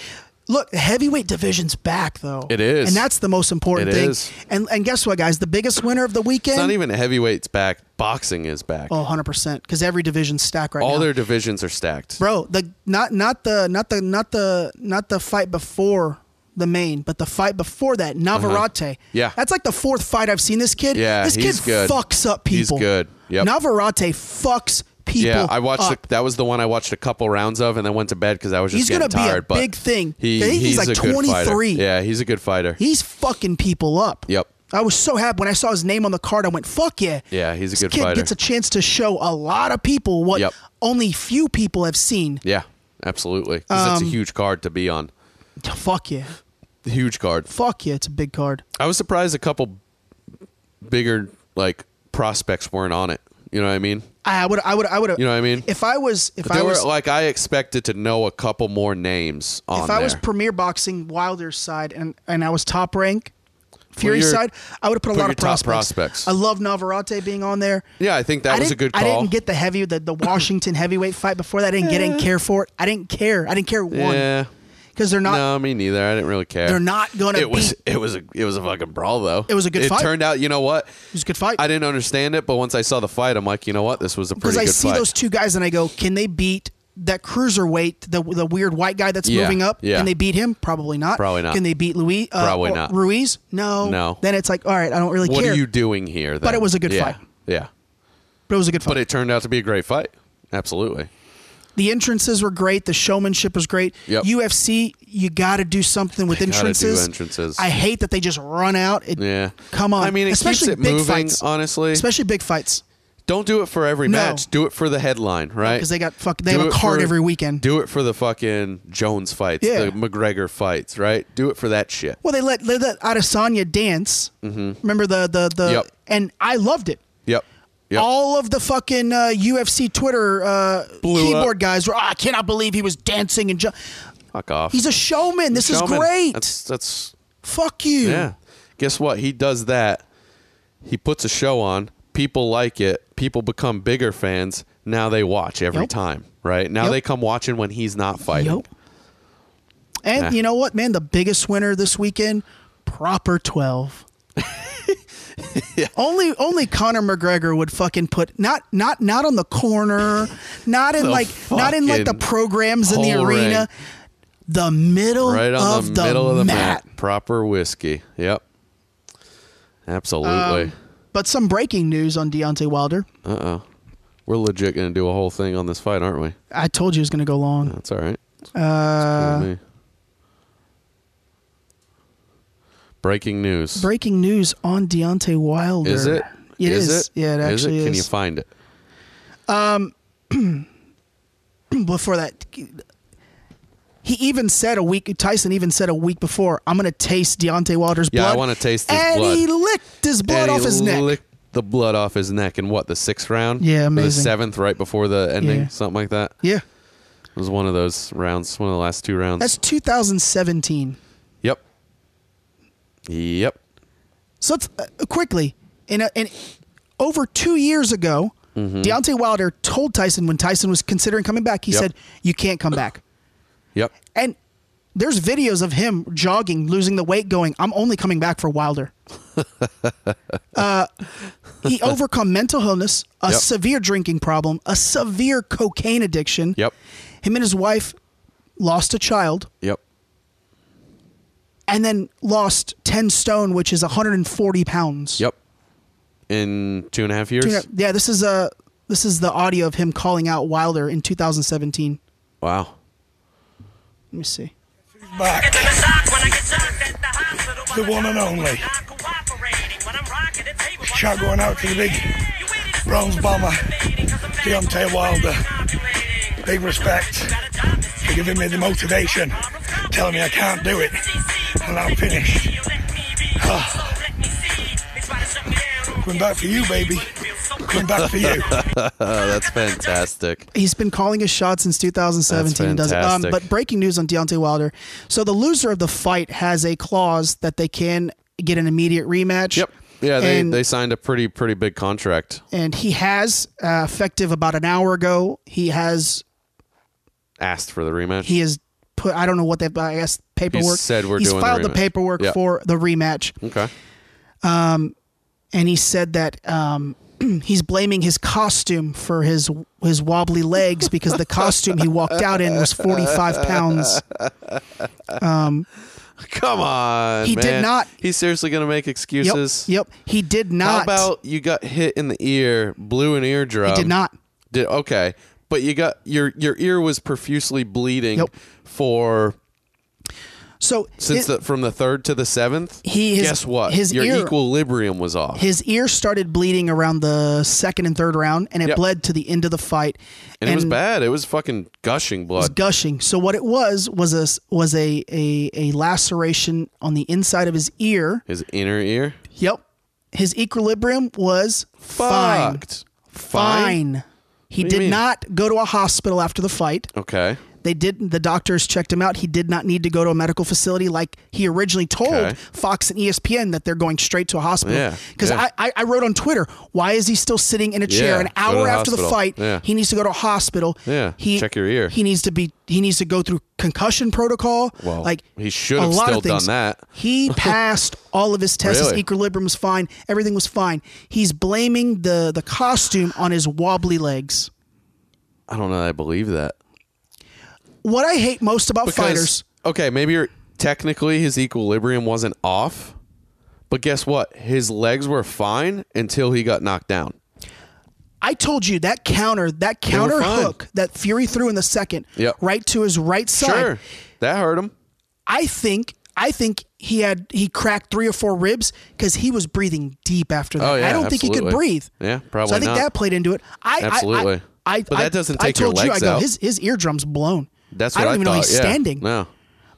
S2: Look, the heavyweight division's back though.
S7: It is.
S2: and that's the most important
S7: It
S2: thing.
S7: is.
S2: And and guess what, guys? The biggest winner of the weekend.
S7: It's not even heavyweights back. Boxing is back.
S2: oh, 100 percent. Because every division's stacked right
S7: all
S2: now.
S7: their divisions are stacked.
S2: Bro, the not not the not the not the not the fight before the main, but the fight before that, Navarrete.
S7: Uh-huh. Yeah.
S2: that's like the fourth fight I've seen this kid.
S7: Yeah,
S2: this
S7: he's
S2: kid
S7: good.
S2: fucks up
S7: He's
S2: people.
S7: good. Yep.
S2: Navarrete fucks people.
S7: yeah, I watched.
S2: up.
S7: The, that was the one I watched a couple rounds of, and then went to bed because I was just
S2: He's gonna
S7: getting
S2: be a
S7: tired. but
S2: big thing.
S7: He,
S2: I think he's like
S7: a good fighter.
S2: 23.
S7: Yeah, he's a good fighter.
S2: He's fucking people up.
S7: Yep.
S2: I was so happy when I saw his name on the card. I went, "Fuck yeah!"
S7: Yeah, he's a
S2: this
S7: good
S2: kid
S7: fighter.
S2: Gets a chance to show a lot of people what
S7: Yep.
S2: only few people have seen.
S7: yeah, absolutely. 'Cause that's a
S2: Um,
S7: huge card to be on.
S2: Fuck yeah!
S7: Huge card.
S2: Fuck yeah! It's a big card.
S7: I was surprised a couple bigger like prospects weren't on it. You know what I mean?
S2: I would, I would, I would.
S7: You know what I mean?
S2: If I was, if I
S7: there
S2: was,
S7: were like I expected to know a couple more names on
S2: if I was
S7: there.
S2: Premier Boxing Wilder's side and and I was top rank, Fury's
S7: your-
S2: side, I would have put a
S7: put
S2: lot
S7: your
S2: of
S7: top
S2: prospects.
S7: prospects.
S2: I love Navarrete being on there.
S7: yeah, I think that
S2: I
S7: was a
S2: didn't-
S7: good call.
S2: I didn't get the heavy, the, the Washington heavyweight fight before that. I didn't get, I didn't care for it. I didn't care. I didn't care one
S7: yeah.
S2: because they're not.
S7: no, me neither. I didn't really care.
S2: They're not gonna
S7: It was
S2: beat-
S7: it was a it was a fucking brawl though.
S2: It was a good
S7: It
S2: fight.
S7: turned out, you know what?
S2: It was a good fight
S7: I didn't understand it, but once I saw the fight, I'm like, you know what? This was a pretty
S2: because
S7: good
S2: I see
S7: fight.
S2: those two guys and I go, can they beat? That cruiserweight, the the weird white guy that's
S7: Yeah,
S2: moving up,
S7: yeah.
S2: can they beat him? Probably not.
S7: Probably not.
S2: Can they beat Louis? Uh,
S7: Probably
S2: or
S7: not.
S2: Ruiz? No.
S7: No.
S2: Then it's like, all right, I don't really
S7: what
S2: care.
S7: are you doing here? Then?
S2: it was a good
S7: Yeah.
S2: fight.
S7: Yeah.
S2: But it was a good fight.
S7: But it turned out to be a great fight. Absolutely.
S2: the entrances were great. The showmanship was great.
S7: Yep.
S2: UFC, you got to do something with
S7: They gotta do
S2: entrances.
S7: entrances.
S2: I hate that they just run out. It-
S7: Yeah.
S2: Come on.
S7: I mean, it
S2: especially
S7: keeps it
S2: big
S7: moving,
S2: fights.
S7: honestly.
S2: Especially big fights
S7: Don't do it for every
S2: No.
S7: match. Do it for the headline, right?
S2: because they got fuck. They
S7: Do
S2: have a
S7: it
S2: card
S7: for-
S2: every weekend.
S7: Do it for the fucking Jones fights,
S2: Yeah.
S7: the McGregor fights, right? Do it for that shit.
S2: well, they let they let Adesanya dance. Remember the the the
S7: Mm-hmm. Yep.
S2: and I loved it.
S7: Yep. Yep.
S2: All of the fucking uh, UFC Twitter uh,
S7: Blew up.
S2: keyboard guys were. "Ah, I cannot believe he was dancing and. Ju-.
S7: Fuck off.
S2: He's a showman. This
S7: Showman.
S2: is great.
S7: That's that's
S2: Fuck you.
S7: yeah. Guess what? He does that. He puts a show on. People like it. People become bigger fans. Now they watch every
S2: Yep.
S7: time, right? Now
S2: Yep.
S7: they come watching when he's not fighting.
S2: Yep. And
S7: Nah.
S2: you know what, man? The biggest winner this weekend, proper twelve. Only only Conor McGregor would fucking put not not not on the corner, not in
S7: The
S2: like not in like the
S7: fucking
S2: programs in the
S7: whole
S2: arena.
S7: ring.
S2: The middle
S7: Right on
S2: of
S7: the middle of the
S2: mat.
S7: mat. Proper whiskey. Yep. Absolutely.
S2: Um, But some breaking news on Deontay Wilder.
S7: We're legit going to do a whole thing on this fight, aren't we?
S2: I told you it was gonna go long.
S7: That's all right. Uh, Breaking news.
S2: Breaking news on Deontay Wilder.
S7: is it?
S2: It is.
S7: It?
S2: Yeah, it
S7: Is
S2: actually
S7: Can you
S2: is.
S7: find it?
S2: before that he even said a week Tyson even said a week before I'm gonna taste Deontay Wilder's
S7: Yeah, I
S2: blood
S7: wanna taste his
S2: and he
S7: blood.
S2: licked his blood
S7: And
S2: off
S7: he
S2: his neck
S7: licked the blood off his neck in what the sixth round?
S2: Yeah,
S7: Or The
S2: amazing.
S7: seventh, right before the ending,
S2: Yeah.
S7: something like that.
S2: yeah
S7: It was one of those rounds, one of the last two rounds.
S2: that's 2017
S7: yep. Yep.
S2: so let's uh, quickly in, a, in over two years ago Deontay Wilder told Tyson when Tyson was considering coming back, he
S7: Mm-hmm. Yep.
S2: said, "You can't come back."
S7: Yep.
S2: And there's videos of him jogging, losing the weight, going, I'm only coming back for Wilder. uh, he overcome mental illness, a
S7: Yep.
S2: severe drinking problem, a severe cocaine addiction.
S7: Yep.
S2: Him and his wife lost a child
S7: Yep.
S2: and then lost 10 stone, which is 140 pounds.
S7: Yep. In two and a half years.
S2: Yeah, this is a. This is the audio of him calling out Wilder in 2017.
S7: Wow.
S2: Let me see.
S8: The one and only. Shout going out to the big bronze bomber, Deontay Wilder. Big respect for giving me the motivation, telling me I can't do it, and I'm finished. Ah. Coming back for you, baby. Coming back for you.
S7: Oh, That's fantastic.
S2: He's been calling his shot since 2017.
S7: That's
S2: Does it? Um,
S7: fantastic.
S2: but breaking news on Deontay Wilder. So the loser of the fight has a clause that they can get an immediate rematch.
S7: Yep. Yeah, they,
S2: and,
S7: they signed a pretty pretty big contract
S2: and he has uh, effective about an hour ago. He has
S7: asked for the rematch.
S2: he has put. I don't know what they. I guess paperwork.
S7: said we're
S2: He's
S7: doing the
S2: filed the,
S7: rematch.
S2: paperwork
S7: Yeah.
S2: for the rematch,
S7: okay.
S2: and he said that. Um, He's blaming his costume for his his wobbly legs because the costume he walked out in was 45 pounds.
S7: Come on.
S2: He did
S7: man.
S2: not-
S7: He's seriously going to make
S2: Yep,
S7: excuses.
S2: yep. He did not.
S7: How about you got hit in the ear, blew an eardrum?
S2: He did not.
S7: Did okay, but you got your your ear was profusely bleeding
S2: Yep.
S7: for
S2: So
S7: since
S2: hi-
S7: the from the third to the seventh.
S2: He- his-
S7: guess what?
S2: his
S7: your
S2: ear-
S7: equilibrium was off.
S2: his ear started bleeding around the second and third round, and it
S7: Yep.
S2: bled to the end of the fight.
S7: and, it was bad. It was fucking gushing
S2: it was
S7: blood.
S2: gushing. So what it was was a s- was a, a a laceration on the inside of his ear.
S7: his inner ear.
S2: Yep. His equilibrium was fine.
S7: Fucked.
S2: Fine. He
S7: What do you
S2: did
S7: mean?
S2: not go to a hospital after the fight.
S7: Okay.
S2: They didn't. The doctors checked him out. He did not need to go to a medical facility like he originally told
S7: Okay.
S2: Fox and E ESPN that they're going straight to a hospital.
S7: Yeah,
S2: Because
S7: yeah.
S2: I, I, I wrote on Twitter, why is he still sitting in a chair
S7: Yeah,
S2: an
S7: go to
S2: hour
S7: the
S2: after the
S7: hospital.
S2: fight?
S7: Yeah.
S2: He needs to go to a hospital.
S7: Yeah,
S2: He
S7: check your ear.
S2: He needs to be. He needs to go through concussion protocol.
S7: Well,
S2: like
S7: he should
S2: a
S7: have
S2: lot
S7: still
S2: of things.
S7: done that.
S2: He passed all of his tests. His
S7: Really?
S2: equilibrium was fine. Everything was fine. He's blaming the the costume on his wobbly legs.
S7: I don't know. that I believe that.
S2: What I hate most about fighters.
S7: Okay, maybe you're, technically his equilibrium wasn't off, but guess what? His legs were fine until he got knocked down.
S2: I told you that counter, that
S7: were
S2: counter
S7: fine.
S2: hook that Fury threw in the second,
S7: Yep.
S2: right to his right side.
S7: Sure, that hurt him.
S2: I think, I think he had he cracked three or four ribs because he was breathing deep after that.
S7: Oh yeah,
S2: I don't think he could
S7: absolutely.
S2: breathe.
S7: Yeah, probably
S2: So I think
S7: not.
S2: that played into it. I I-
S7: Absolutely.
S2: I, I,
S7: But that
S2: I-
S7: doesn't
S2: I
S7: take your
S2: told you, I
S7: legs
S2: go,
S7: out.
S2: His his eardrums blown.
S7: That's
S2: I
S7: what
S2: don't
S7: I,
S2: even
S7: thought.
S2: know he's
S7: yeah.
S2: standing.
S7: No,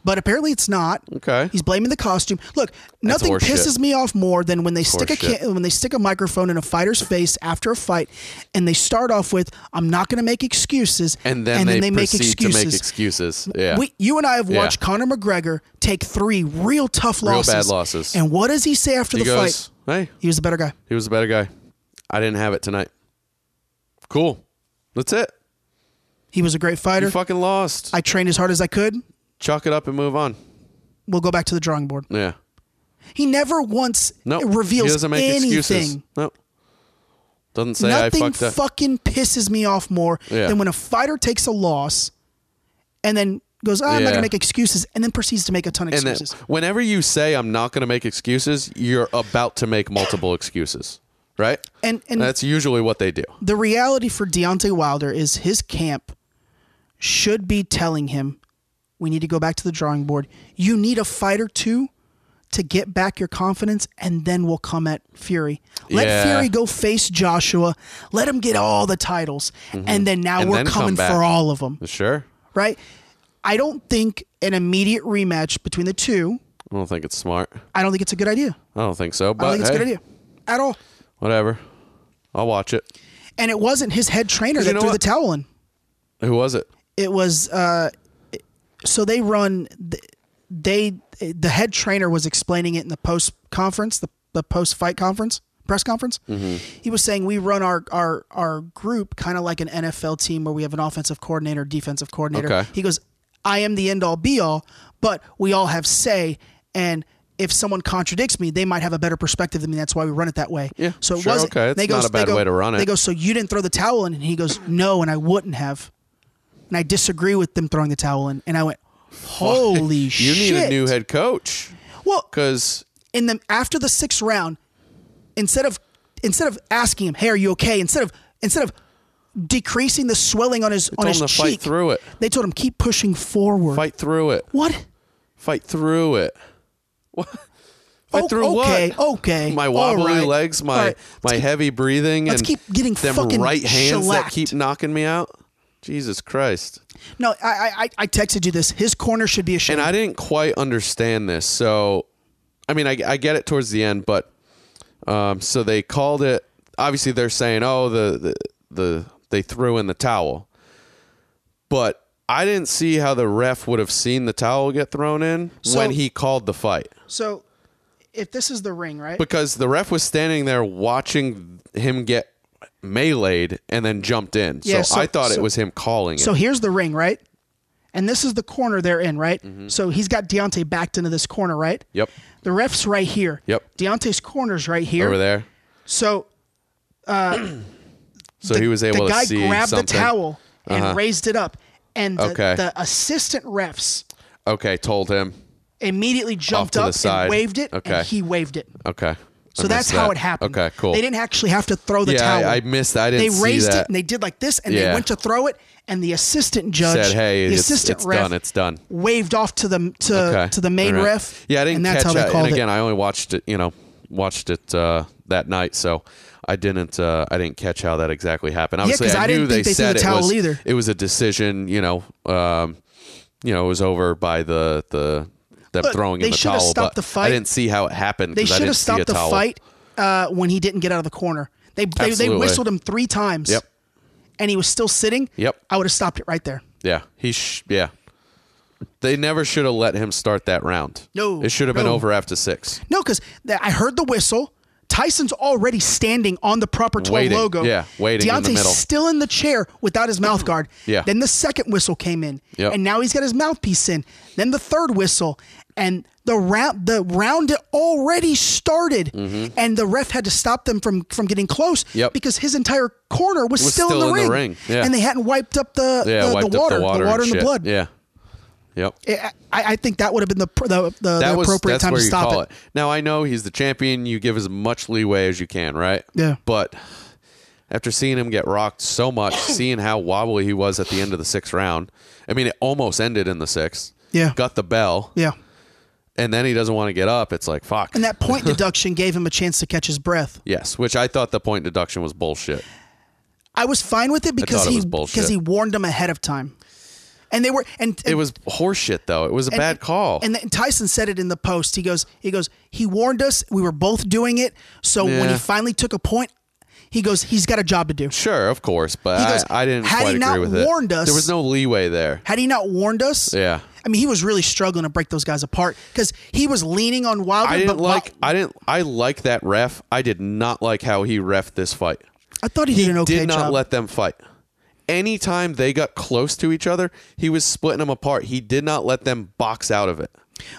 S2: But apparently it's not.
S7: Okay.
S2: He's blaming the costume. Look, nothing
S7: horseshit.
S2: pisses me off more than when they stick a
S7: horseshit.
S2: can- when they stick a microphone in a fighter's face after a fight, and they start off with "I'm not going to make excuses,"
S7: and then they, proceed to make excuses. Yeah,
S2: We, you and I have
S7: Yeah.
S2: watched Conor McGregor take three real tough
S7: Real
S2: losses,
S7: bad losses.
S2: and what does he say after
S7: he
S2: the
S7: goes,
S2: fight?
S7: "Hey,
S2: He was a better guy.
S7: he was a better guy. I didn't have it tonight. Cool, that's it.
S2: He was a great
S7: You
S2: fighter.
S7: fucking lost.
S2: I trained as hard as I could.
S7: Chalk it up and move on.
S2: We'll go back to the drawing board.
S7: Yeah,
S2: He never once
S7: no,
S2: reveals
S7: he doesn't make
S2: anything.
S7: excuses. No, doesn't say
S2: Nothing
S7: I fucked up.
S2: fucking pisses me off more
S7: Yeah.
S2: than when a fighter takes a loss and then goes, "Oh, I'm
S7: Yeah.
S2: not gonna make excuses, and then proceeds to make a ton of
S7: And then,
S2: excuses.
S7: whenever you say I'm not going to make excuses, you're about to make multiple excuses, right?
S2: And- and-
S7: that's usually what they do.
S2: the reality for Deontay Wilder is his camp should be telling him, we need to go back to the drawing board. You need a fight or two to get back your confidence, and then we'll come at Fury. Let
S7: Yeah.
S2: Fury go face Joshua. Let him get all the titles. And then now
S7: Mm-hmm. And
S2: we're
S7: then come
S2: coming
S7: back.
S2: for all of them,
S7: Sure,
S2: right? I don't think an immediate rematch between the two,
S7: I don't think it's smart.
S2: I don't think it's a good idea.
S7: I don't think so. But
S2: I don't think it's a
S7: hey,
S2: good idea at all.
S7: Whatever, I'll watch it.
S2: And it wasn't his head trainer
S7: You
S2: that
S7: know
S2: threw the
S7: what?
S2: towel in.
S7: Who was it?
S2: it was uh so they run th- they the head trainer was explaining it in the post conference the, the post fight conference press conference,
S7: Mm-hmm.
S2: he was saying we run our our our group kind of like an NFL team where we have an offensive coordinator, defensive coordinator.
S7: Okay.
S2: He goes, I am the end all be all, but we all have say and. If someone contradicts me, they might have a better perspective than me. That's why we run it that way.
S7: Yeah,
S2: So it
S7: sure,
S2: wasn't.
S7: okay. It's
S2: They
S7: not
S2: goes,
S7: a bad
S2: they go,
S7: way to run it.
S2: They go. So you didn't throw the towel in, and he goes, "No, and I wouldn't have." And I disagree with them throwing the towel in, and I went, "Holy
S7: You
S2: shit!"
S7: need a new head coach
S2: Well,
S7: because
S2: in the after the sixth round, instead of instead of asking him, "Hey, are you okay?" Instead of instead of decreasing the swelling on his on
S7: told
S2: his
S7: him to
S2: cheek,
S7: fight through it.
S2: They told him keep pushing forward.
S7: Fight through it.
S2: What?
S7: Fight through it. What? Fight
S2: Oh,
S7: through
S2: okay,
S7: what?
S2: okay.
S7: My
S2: All
S7: wobbly
S2: right.
S7: legs,
S2: All
S7: my
S2: right.
S7: my heavy breathing,
S2: let's
S7: and
S2: keep getting
S7: them
S2: fucking
S7: right hands that
S2: shellacked.
S7: keep knocking me out. Jesus Christ!
S2: No, I I, I- I texted you this. His corner should be ashamed.
S7: And I didn't quite understand this, so I mean, I, I get it towards the end, but um, so they called it. Obviously, they're saying, "Oh, the the, the they threw in the towel," but I didn't see how the ref would have seen the towel get thrown in
S2: So-
S7: when he called the fight.
S2: so, if this is the ring, right?
S7: because the ref was standing there watching him get meleeed and then jumped in.
S2: Yeah,
S7: so,
S2: so-
S7: I thought
S2: so-
S7: it was him calling
S2: So
S7: it.
S2: here's the ring, right? And this is the corner they're in, right?
S7: Mm-hmm.
S2: So he's got Deontay backed into this corner, right?
S7: Yep.
S2: The ref's right here.
S7: Yep.
S2: Deontay's corner's right here.
S7: Over there.
S2: So
S7: So he was able
S2: the
S7: to
S2: guy
S7: see
S2: grabbed
S7: something. Uh-huh.
S2: the towel and raised it up. And the,
S7: Okay.
S2: the assistant refs
S7: Okay, told him.
S2: immediately jumped
S7: to the
S2: up
S7: side.
S2: and waved it,
S7: Okay.
S2: and he waved it.
S7: Okay. I
S2: So that's
S7: missed
S2: how
S7: that.
S2: it happened.
S7: Okay, cool.
S2: They didn't actually have to throw the
S7: yeah,
S2: towel.
S7: I, I missed. I
S2: they
S7: didn't see
S2: raised
S7: that.
S2: it and they did like this, and
S7: Yeah.
S2: they went to throw it, and the assistant judge
S7: said, "Hey,
S2: the
S7: it's,
S2: assistant
S7: it's
S2: ref
S7: done. It's done."
S2: waved off to the to,
S7: Okay.
S2: to the main
S7: All right.
S2: ref.
S7: Yeah, I didn't
S2: and
S7: catch
S2: that's how they
S7: that.
S2: called
S7: And again,
S2: it.
S7: I only watched it. You know, watched it uh, that night, so I didn't. Uh, I didn't catch how that exactly happened. Obviously,
S2: 'cause
S7: I,
S2: I
S7: knew
S2: didn't
S7: they
S2: think they threw
S7: said
S2: the
S7: it
S2: towel
S7: was.
S2: either.
S7: It was a decision. You know, um, you know, it was over by the the them
S2: Look,
S7: throwing
S2: they
S7: in the
S2: should have
S7: towel. but
S2: stopped the fight.
S7: I didn't see how it happened.
S2: they
S7: 'cause I
S2: should
S7: didn't
S2: have
S7: see a
S2: stopped the
S7: towel.
S2: fight uh, when he didn't get out of the corner. They they, they
S7: Absolutely.
S2: whistled him three times.
S7: Yep.
S2: And he was still sitting.
S7: Yep.
S2: I would have stopped it right there.
S7: Yeah, he. Sh- yeah, they never should have let him start that round.
S2: No,
S7: it should have been
S2: no.
S7: over after six.
S2: No, because I heard the whistle. Tyson's already standing on the proper 12
S7: Waiting.
S2: logo.
S7: Yeah, waiting in
S2: Deontay's
S7: the middle.
S2: still in the chair without his mouth guard.
S7: Yeah.
S2: Then the second whistle came in.
S7: Yep.
S2: And now he's got his mouthpiece in. Then the third whistle. And the round the round had already started. And the ref had to stop them from, from getting close
S7: Mm-hmm. Yep.
S2: because his entire corner was,
S7: Was
S2: still, in,
S7: still
S2: the
S7: in the
S2: ring.
S7: ring. Yeah.
S2: And they hadn't wiped up the,
S7: Yeah,
S2: the,
S7: wiped
S2: the water,
S7: up the water,
S2: and, the
S7: shit.
S2: blood.
S7: Yeah, yep.
S2: I, I think that would have been the pr- the, the, the appropriate time to stop it.
S7: Now I know he's the champion. You give as much leeway as you can, right?
S2: Yeah.
S7: But after seeing him get rocked so much, seeing how wobbly he was at the end of the sixth round, I mean, it almost ended in the sixth.
S2: Yeah.
S7: Got the bell,
S2: Yeah.
S7: and then he doesn't want to get up. It's like fuck.
S2: And that point deduction gave him a chance to catch his breath.
S7: yes, which I thought the point deduction was bullshit.
S2: I was fine with it because
S7: thought it
S2: he
S7: was bullshit.
S2: because he warned him ahead of time. And they were and
S7: It was horseshit though. It was a
S2: and-
S7: bad call.
S2: And, then Tyson said it in the post. He goes he goes he warned us we were both doing it. So when he
S7: Yeah.
S2: finally took a point, he goes he's got a job to do.
S7: sure, of course, but
S2: He goes,
S7: I, I didn't
S2: "Had he
S7: quite
S2: not
S7: agree with it.
S2: warned us-
S7: there was no leeway there.
S2: Had he not warned us?
S7: Yeah.
S2: I mean, he was really struggling to break those guys apart because he was leaning on Wilder.
S7: I didn't
S2: but
S7: like.
S2: Wi-
S7: I didn't. I like that ref. I did not like how he ref this fight.
S2: I thought he, did an okay
S7: did not
S2: job.
S7: let them fight. Anytime they got close to each other, he was splitting them apart. He did not let them box out of it.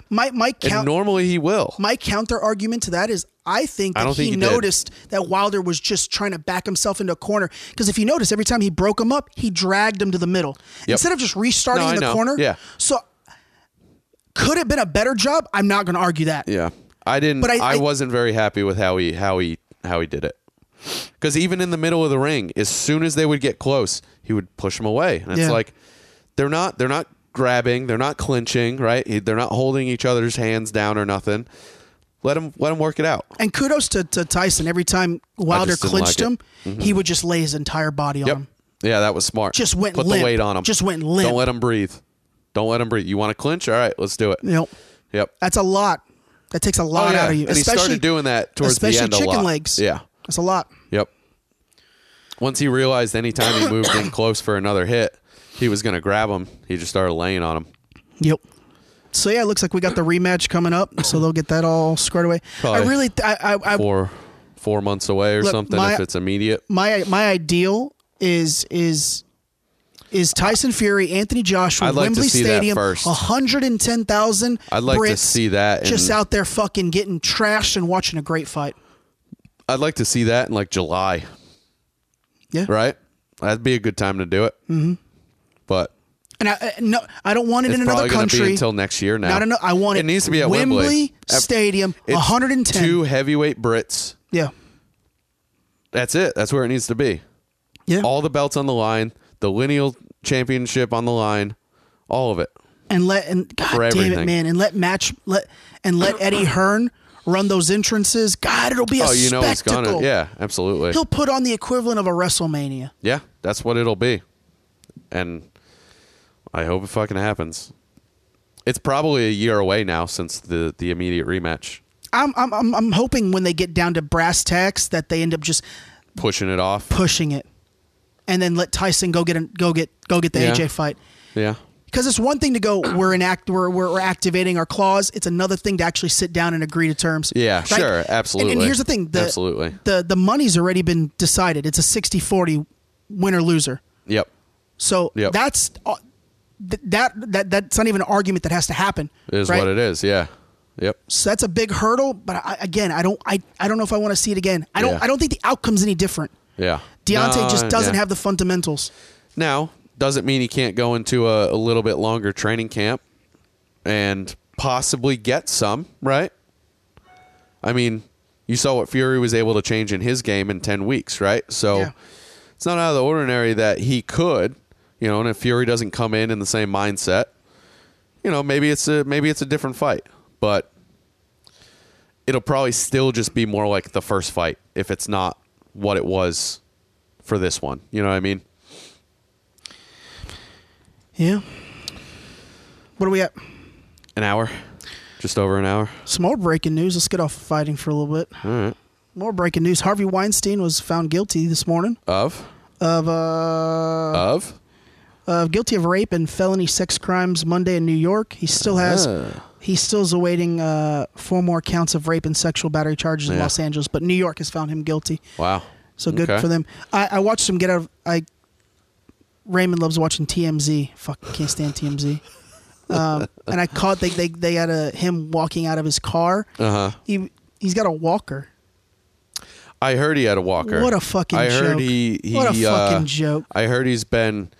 S2: my my
S7: and
S2: count.
S7: normally he will.
S2: My counter argument to that is I think
S7: I
S2: that
S7: don't think
S2: he
S7: he did.
S2: noticed that Wilder was just trying to back himself into a corner. Because if you notice, every time he broke him up, he dragged him to the middle. Instead of just restarting
S7: No, I
S2: in the
S7: know.
S2: corner.
S7: Yeah.
S2: So could it have been a better job? I'm not gonna argue that.
S7: yeah, I didn't.
S2: But
S7: But
S2: I-
S7: I,
S2: I-
S7: wasn't very happy with how he how he how he did it. Because even in the middle of the ring, as soon as they would get close, he would push them away, and it's
S2: Yeah.
S7: like they're not they're not grabbing, they're not clinching, right? They're not holding each other's hands down or nothing. Let him let him work it out.
S2: And kudos to, to Tyson. Every time Wilder
S7: just didn't
S2: clinched
S7: like Mm-hmm.
S2: him, he would just lay his entire body
S7: Yep.
S2: on him.
S7: Yeah, that was smart.
S2: Um, Just went
S7: Put
S2: limp.
S7: the weight on him.
S2: Just went limp.
S7: Don't let him breathe. Don't let him breathe. You want to clinch? All right, let's do it.
S2: You know,
S7: Yep.
S2: that's a lot. That takes a lot out of you.
S7: Oh, And he
S2: especially
S7: started doing that towards the
S2: especially
S7: end a
S2: chicken
S7: lot.
S2: legs.
S7: Yeah.
S2: That's a lot.
S7: Yep. Once he realized anytime he moved in close for another hit, he was going to grab him. He just started laying on him.
S2: Yep. So yeah, it looks like we got the rematch coming up, so they'll get that all squared away. I
S7: Probably
S2: really, I, I, I
S7: Four, four months away or
S2: Look,
S7: something
S2: my-
S7: if it's immediate.
S2: my my ideal is is is Tyson Fury, Anthony Joshua,
S7: I'd like to
S2: Wembley
S7: see that
S2: Stadium,
S7: first.
S2: 110,000
S7: I'd like to
S2: Brits
S7: see that
S2: just
S7: and-
S2: out there fucking getting trashed and watching a great fight.
S7: I'd like to see that in like July.
S2: Yeah.
S7: Right? That'd be a good time to do it. Mm-hmm. But
S2: And I I- no, I don't want it
S7: it's
S2: in another
S7: probably going to be
S2: country.
S7: until next year now.
S2: Not in- I want it.
S7: It needs to be at Wembley, At-
S2: Stadium,
S7: it's
S2: 110.
S7: Two heavyweight Brits.
S2: yeah.
S7: That's it. That's where it needs to be.
S2: Yeah.
S7: All the belts on the line, the lineal championship on the line, all of it.
S2: and let and god damn it
S7: everything.
S2: man and let match let and let Eddie Hearn run those entrances. God, it'll be a
S7: oh, you know it's
S2: spectacle.
S7: gonna. Yeah, absolutely.
S2: He'll put on the equivalent of a WrestleMania.
S7: yeah, that's what it'll be. And I hope it fucking happens. It's probably a year away now since the the immediate rematch.
S2: I'm I'm I'm, I'm hoping when they get down to brass tacks that they end up just
S7: Pushing it off.
S2: pushing it, and then let Tyson go get an, go get go get the
S7: Yeah.
S2: AJ fight.
S7: yeah.
S2: Because it's one thing to go, we're in act, we're, we're, we're activating our claws. It's another thing to actually sit down and agree to terms.
S7: Yeah,
S2: Right?
S7: sure,
S2: And- And,
S7: absolutely.
S2: here's the thing, the,
S7: Absolutely.
S2: the the money's already been decided. It's a 60-40 winner loser.
S7: Yep.
S2: So
S7: Yep.
S2: that's uh, th- that that that's not even an argument that has to happen.
S7: It is
S2: right?
S7: what it is. Yeah. Yep.
S2: So that's a big hurdle. But I, again, I don't I, I don't know if I want to see it again. I don't
S7: Yeah.
S2: I don't think the outcome's any different.
S7: Yeah.
S2: Deontay
S7: No,
S2: just doesn't
S7: yeah.
S2: have the fundamentals.
S7: Now, doesn't mean he can't go into a, a little bit longer training camp and possibly get some, right? I mean, you saw what Fury was able to change in his game in 10 weeks, right? So
S2: Yeah.
S7: it's not out of the ordinary that he could, you know, and if Fury doesn't come in in the same mindset, you know, maybe it's a maybe it's a different fight, but it'll probably still just be more like the first fight if it's not what it was for this one. You know what I mean?
S2: Yeah. What are we at?
S7: An hour, just over an hour.
S2: Some more breaking news. Let's get off fighting for a little bit. All right. More breaking news. Harvey Weinstein was found guilty this morning
S7: Of
S2: of uh,
S7: of
S2: uh, guilty of rape and felony sex crimes Monday in New York. He still has he still is awaiting uh, four more counts of rape and sexual battery charges in
S7: Yeah.
S2: Los Angeles, but New York has found him guilty.
S7: wow.
S2: So good
S7: Okay.
S2: for them. I, I watched him get out. Of, I Raymond loves watching TMZ. Fuck, can't stand TMZ. Um, and I caught they they they had a him walking out of his car.
S7: Uh-huh.
S2: Uh huh. He he's got a walker.
S7: I heard he had a walker.
S2: What a fucking
S7: I heard
S2: joke.
S7: he, he
S2: What a
S7: uh,
S2: fucking joke.
S7: I heard he's been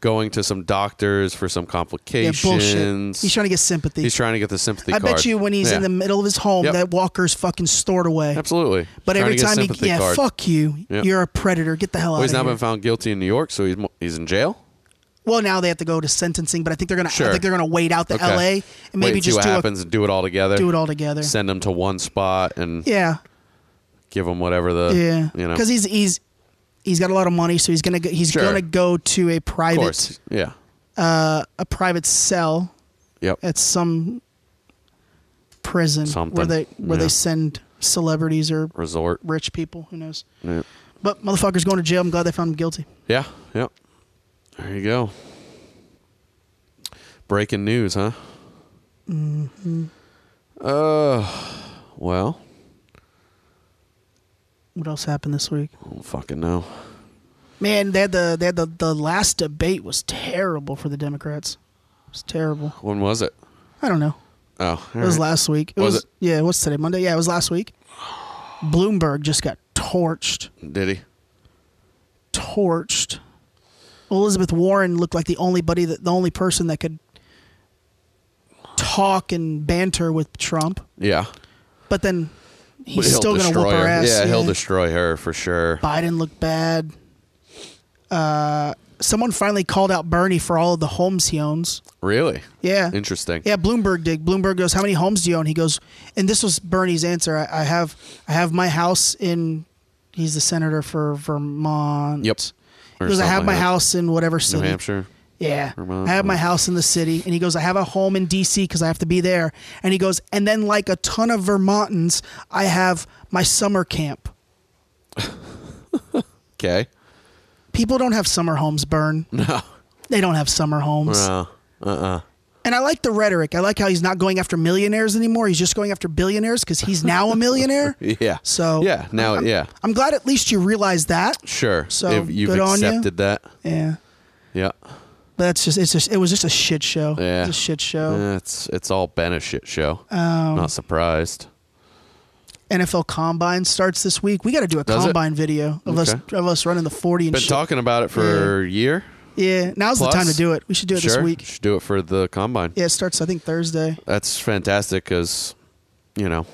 S7: going to some doctors for some
S2: Yeah,
S7: complications.
S2: bullshit. He's trying to get sympathy.
S7: He's trying to get the sympathy.
S2: I bet
S7: card.
S2: you when he's
S7: Yeah.
S2: in the middle of his home,
S7: Yep.
S2: that walker's fucking stored away.
S7: absolutely.
S2: But
S7: Trying
S2: every
S7: to get a
S2: time he,
S7: sympathy
S2: yeah,
S7: card.
S2: fuck you.
S7: Yep.
S2: You're a predator. Get the hell
S7: Well,
S2: out
S7: he's
S2: of
S7: not
S2: here.
S7: been found guilty in New York, so he's mo- he's in jail.
S2: well, now they have to go to sentencing, but I think they're gonna. I
S7: Sure.
S2: think they're gonna wait out the
S7: Okay.
S2: L.A. and maybe
S7: Wait, see
S2: just
S7: what
S2: do
S7: happens and do it all together.
S2: a, do it all together.
S7: Send him to one spot and
S2: Yeah,
S7: give him whatever the
S2: yeah.
S7: you know
S2: because he's he's he's got a lot of money, so he's gonna go, he's
S7: Sure.
S2: gonna go to a
S7: of
S2: private
S7: course yeah
S2: a private cell
S7: yep
S2: at some prison where
S7: Something,
S2: they where
S7: yeah.
S2: they send celebrities or
S7: resort
S2: rich people. Who knows?
S7: yeah.
S2: But motherfucker's going to jail. I'm glad they found him guilty.
S7: Yeah. Yep. There you go. Breaking news, huh? Mm-hmm. Uh, well,
S2: What else happened this week?
S7: I don't fucking know.
S2: Man, they had the they had the, the last debate was terrible for the Democrats. It was terrible.
S7: When was it?
S2: I don't know.
S7: Oh,
S2: It was last week. It
S7: Was it?
S2: yeah, what's today? Monday? Yeah, it was last week. Bloomberg just got torched.
S7: did he?
S2: Torched. Elizabeth Warren looked like the only buddy that the only person that could talk and banter with Trump.
S7: Yeah.
S2: But then
S7: But
S2: he's
S7: he'll
S2: still gonna
S7: destroy
S2: whoop her ass.
S7: Yeah, he'll destroy her for sure.
S2: Biden looked bad. Uh, someone finally called out Bernie for all of the homes he owns.
S7: Really?
S2: Yeah.
S7: Interesting.
S2: Yeah, Bloomberg did. Bloomberg goes, "How many homes do you own?" He goes, and this was Bernie's answer. I, I have, I have my house in. He's the senator for Vermont.
S7: Yep.
S2: He
S7: Or
S2: goes, "I
S7: something
S2: have
S7: like
S2: my
S7: that.
S2: house in whatever
S7: New
S2: city."
S7: Hampshire.
S2: Yeah,
S7: Vermont.
S2: I have my house in the city, and he goes, "I have a home in D.C. because I have to be there." And he goes, and then like a ton of Vermontans, I have my summer camp.
S7: Okay.
S2: People don't have summer homes, Burn.
S7: No.
S2: They don't have summer homes.
S7: No. Uh. uh
S2: And I like the rhetoric. I like how he's not going after millionaires anymore. He's just going after billionaires because he's now a millionaire.
S7: Yeah.
S2: So
S7: yeah, now
S2: I'm,
S7: yeah,
S2: I'm glad at least you realize that.
S7: sure.
S2: So,
S7: if you've
S2: good on ya.
S7: accepted that,
S2: Yeah.
S7: yeah,
S2: But that's just it's just it was just a shit show.
S7: Yeah.
S2: It's a shit show.
S7: Eh, it's it's all been a shit show.
S2: Um,
S7: Not surprised.
S2: NFL Combine starts this week. We got to do a
S7: Does it?
S2: combine video of us
S7: Okay.
S2: of us running the forty and
S7: Been
S2: shit.
S7: talking about it for a year.
S2: yeah, now's
S7: plus?
S2: the time to do it. We should do it
S7: sure,
S2: this week.
S7: should do it for the combine.
S2: Yeah, it starts I think Thursday.
S7: That's fantastic because, you know,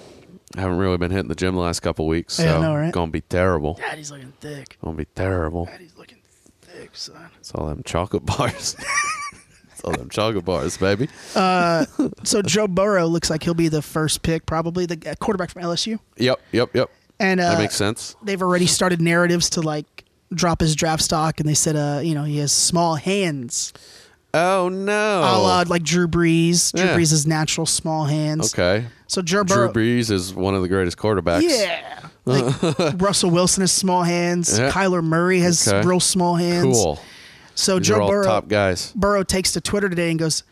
S7: I haven't really been hitting the gym the last couple weeks. So
S2: Yeah, I know, right?
S7: gonna be terrible.
S2: God, he's looking thick.
S7: Gonna be terrible.
S2: He's looking thick, son.
S7: It's all them chocolate bars. it's all them chocolate bars, baby.
S2: So Joe Burrow looks like he'll be the first pick, probably the uh, quarterback from LSU.
S7: Yep, yep, yep.
S2: And uh,
S7: that makes sense.
S2: They've already started narratives to like drop his draft stock, and they said, uh, you know, he has small hands,
S7: Oh no.
S2: a la like Drew Brees. Drew
S7: Yeah.
S2: Brees has natural small hands.
S7: okay.
S2: So Joe
S7: Drew
S2: Burrow,
S7: Brees is one of the greatest quarterbacks.
S2: yeah. Like Russell Wilson has small hands.
S7: Yeah.
S2: Kyler Murray has
S7: Okay.
S2: real small hands.
S7: Cool.
S2: So
S7: These are
S2: Joe
S7: all
S2: Burrow,
S7: top guys.
S2: Burrow takes to Twitter today and goes,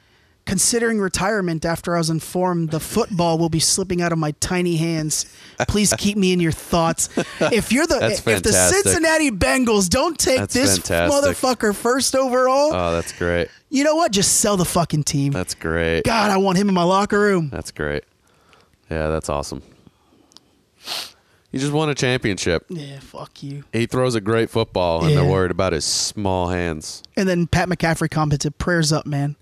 S2: Considering retirement after I was informed the football will be slipping out of my tiny hands, please keep me in your thoughts. If you're the
S7: That's
S2: if the
S7: fantastic.
S2: Cincinnati Bengals don't take
S7: That's
S2: this
S7: fantastic.
S2: motherfucker first overall,
S7: Oh, that's great.
S2: you know what? Just sell the fucking team.
S7: That's great.
S2: God, I want him in my locker room.
S7: That's great. Yeah, that's awesome. He just won a championship.
S2: Yeah, fuck you.
S7: He throws a great football, and they're
S2: Yeah.
S7: worried about his small hands.
S2: And then Pat McCaffrey commented, "Prayers up, man."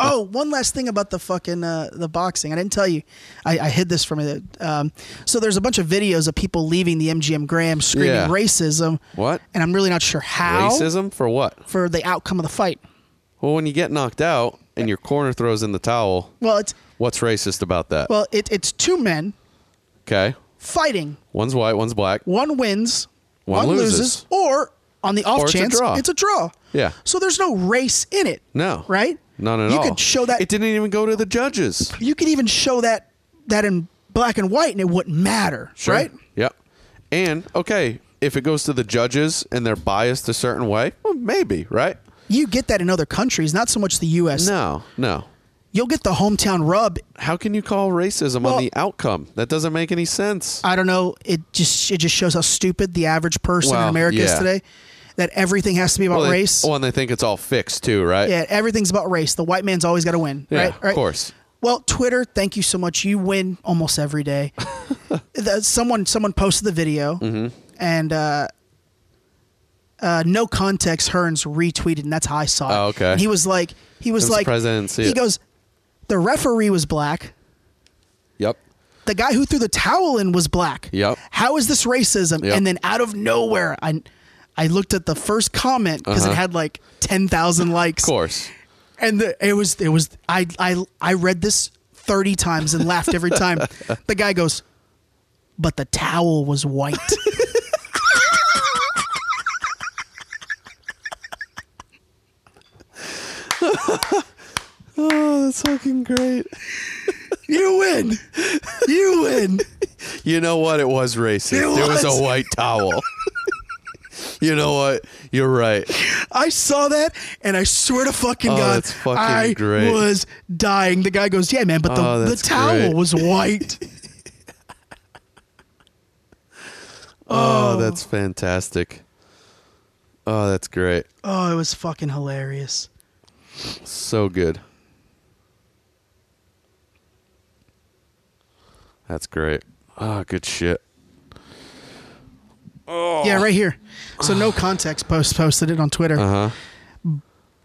S2: oh, one last thing about the fucking uh, the boxing. I didn't tell you. I, I hid this from it. Um, so there's a bunch of videos of people leaving the MGM Graham screaming
S7: Yeah.
S2: racism.
S7: What?
S2: And I'm really not sure how
S7: Racism for what?
S2: for the outcome of the fight.
S7: Well, when you get knocked out and your corner throws in the towel,
S2: Well, it's
S7: what's racist about that?
S2: well, it, it's two men
S7: okay,
S2: fighting.
S7: one's white, one's black.
S2: One wins,
S7: One loses.
S2: or on the off
S7: Or it's a
S2: chance
S7: draw.
S2: it's a draw.
S7: Yeah.
S2: So there's no race in it.
S7: No,
S2: Right?
S7: None at
S2: You
S7: all.
S2: could show that-
S7: It didn't even go to the judges.
S2: You could even show that that in black and white, and it wouldn't matter.
S7: Sure.
S2: Right?
S7: Yep. And okay, if it goes to the judges and they're biased a certain way, well, maybe right?
S2: You get that in other countries, not so much the U.S.
S7: No, no.
S2: You'll get the hometown rub.
S7: How can you call racism
S2: Well-
S7: on the outcome? That doesn't make any sense.
S2: I don't know. It just it just shows how stupid the average person in
S7: Well,
S2: America is
S7: yeah.
S2: today. That everything has to be about
S7: Well, they-
S2: race.
S7: Well, and they think it's all fixed too, right?
S2: yeah, everything's about race. The white man's always got to win.
S7: Yeah,
S2: right?
S7: of
S2: Right?
S7: course.
S2: Well, Twitter, thank you so much. You win almost every day. The- someone someone posted the video,
S7: Mm-hmm.
S2: and uh, uh, no context. Hearns retweeted, and that's how I saw it.
S7: Oh, okay.
S2: And he was like, he was
S7: I'm
S2: like,
S7: surprised I didn't see
S2: he
S7: it.
S2: goes, the referee was black.
S7: Yep.
S2: the guy who threw the towel in was black.
S7: Yep.
S2: How is this racism?
S7: Yep.
S2: And then out of nowhere, I I looked at the first comment because it
S7: Uh-huh.
S2: had like ten thousand likes.
S7: Of course.
S2: And the, it was it was I I I read this thirty times and laughed every time. the guy goes, but the towel was white.
S7: Oh, that's fucking great.
S2: you win. You win.
S7: You know what? It was racist. It
S2: It
S7: was,
S2: was.
S7: a white towel. you know what? You're right.
S2: I saw that and I swear to fucking
S7: Oh,
S2: God,
S7: that's fucking
S2: I
S7: great.
S2: was dying. The guy goes, Yeah, man, but the,
S7: Oh,
S2: the
S7: that's
S2: towel
S7: great.
S2: was white.
S7: Oh, that's fantastic. Oh, that's great.
S2: oh, it was fucking hilarious.
S7: So good. That's great. Oh, good shit.
S2: Yeah, right here. So no context post posted it on Twitter.
S7: Uh huh.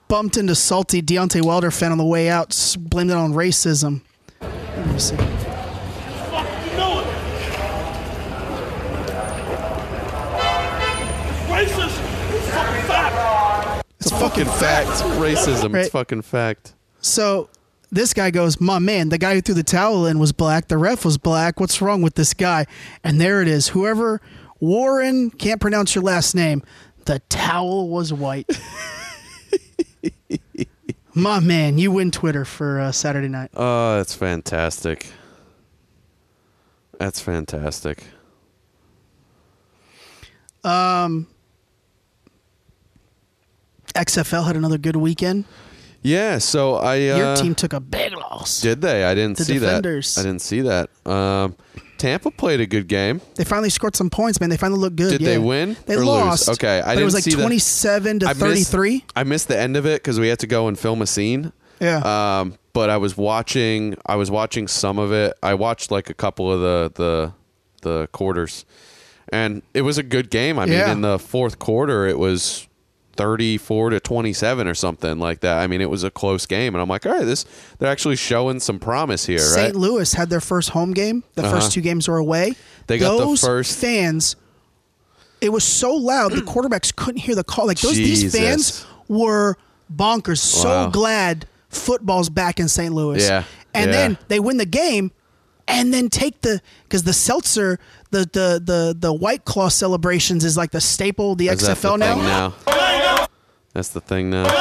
S2: Bumped into salty Deontay Wilder fan on the way out. s- Blamed it on racism. Let me see.
S8: You know it. Racist. It's fucking fact.
S2: It's fucking fact.
S7: It's racism. It's
S2: Right.
S7: fucking fact.
S2: So this guy goes, "My man, the guy who threw the towel in was black. The ref was black. What's wrong with this guy?" And there it is. Whoever Warren can't pronounce your last name. The towel was white. My man, you win Twitter for uh, Saturday night.
S7: Oh, that's fantastic. That's fantastic.
S2: XFL had another good weekend.
S7: Yeah, so I uh,
S2: Your team took a big loss.
S7: did they? I didn't
S2: The
S7: see
S2: defenders.
S7: that. I didn't see that. Um, Tampa played a good game.
S2: They finally scored some points, man. They finally looked good.
S7: Did
S2: yeah.
S7: they win
S2: They
S7: or lose?
S2: lost.
S7: Okay, I
S2: but
S7: didn't
S2: it was like
S7: see the-
S2: twenty-seven to
S7: I missed-
S2: thirty-three.
S7: I missed the end of it because we had to go and film a scene.
S2: Yeah.
S7: Um, but I was watching. I was watching some of it. I watched like a couple of the the the quarters, and it was a good game. I
S2: Yeah.
S7: mean, in the fourth quarter, it was. 34 to 27 or something like that. I mean, it was a close game and I'm like, "All right, this they're actually showing some promise here,
S2: St.
S7: right?"
S2: Louis had their first home game. The
S7: Uh-huh.
S2: first two games were away.
S7: They got the
S2: those
S7: first-
S2: fans. It was so loud the quarterbacks couldn't hear the call. Like those
S7: Jesus.
S2: these fans were bonkers. So
S7: Wow.
S2: glad football's back in St. Louis.
S7: Yeah,
S2: And
S7: yeah.
S2: then they win the game and then take the cuz the seltzer the the the the white claw celebrations is like the staple of the
S7: Is that the
S2: XFL now.
S7: thing now? That's the thing now. Oh, I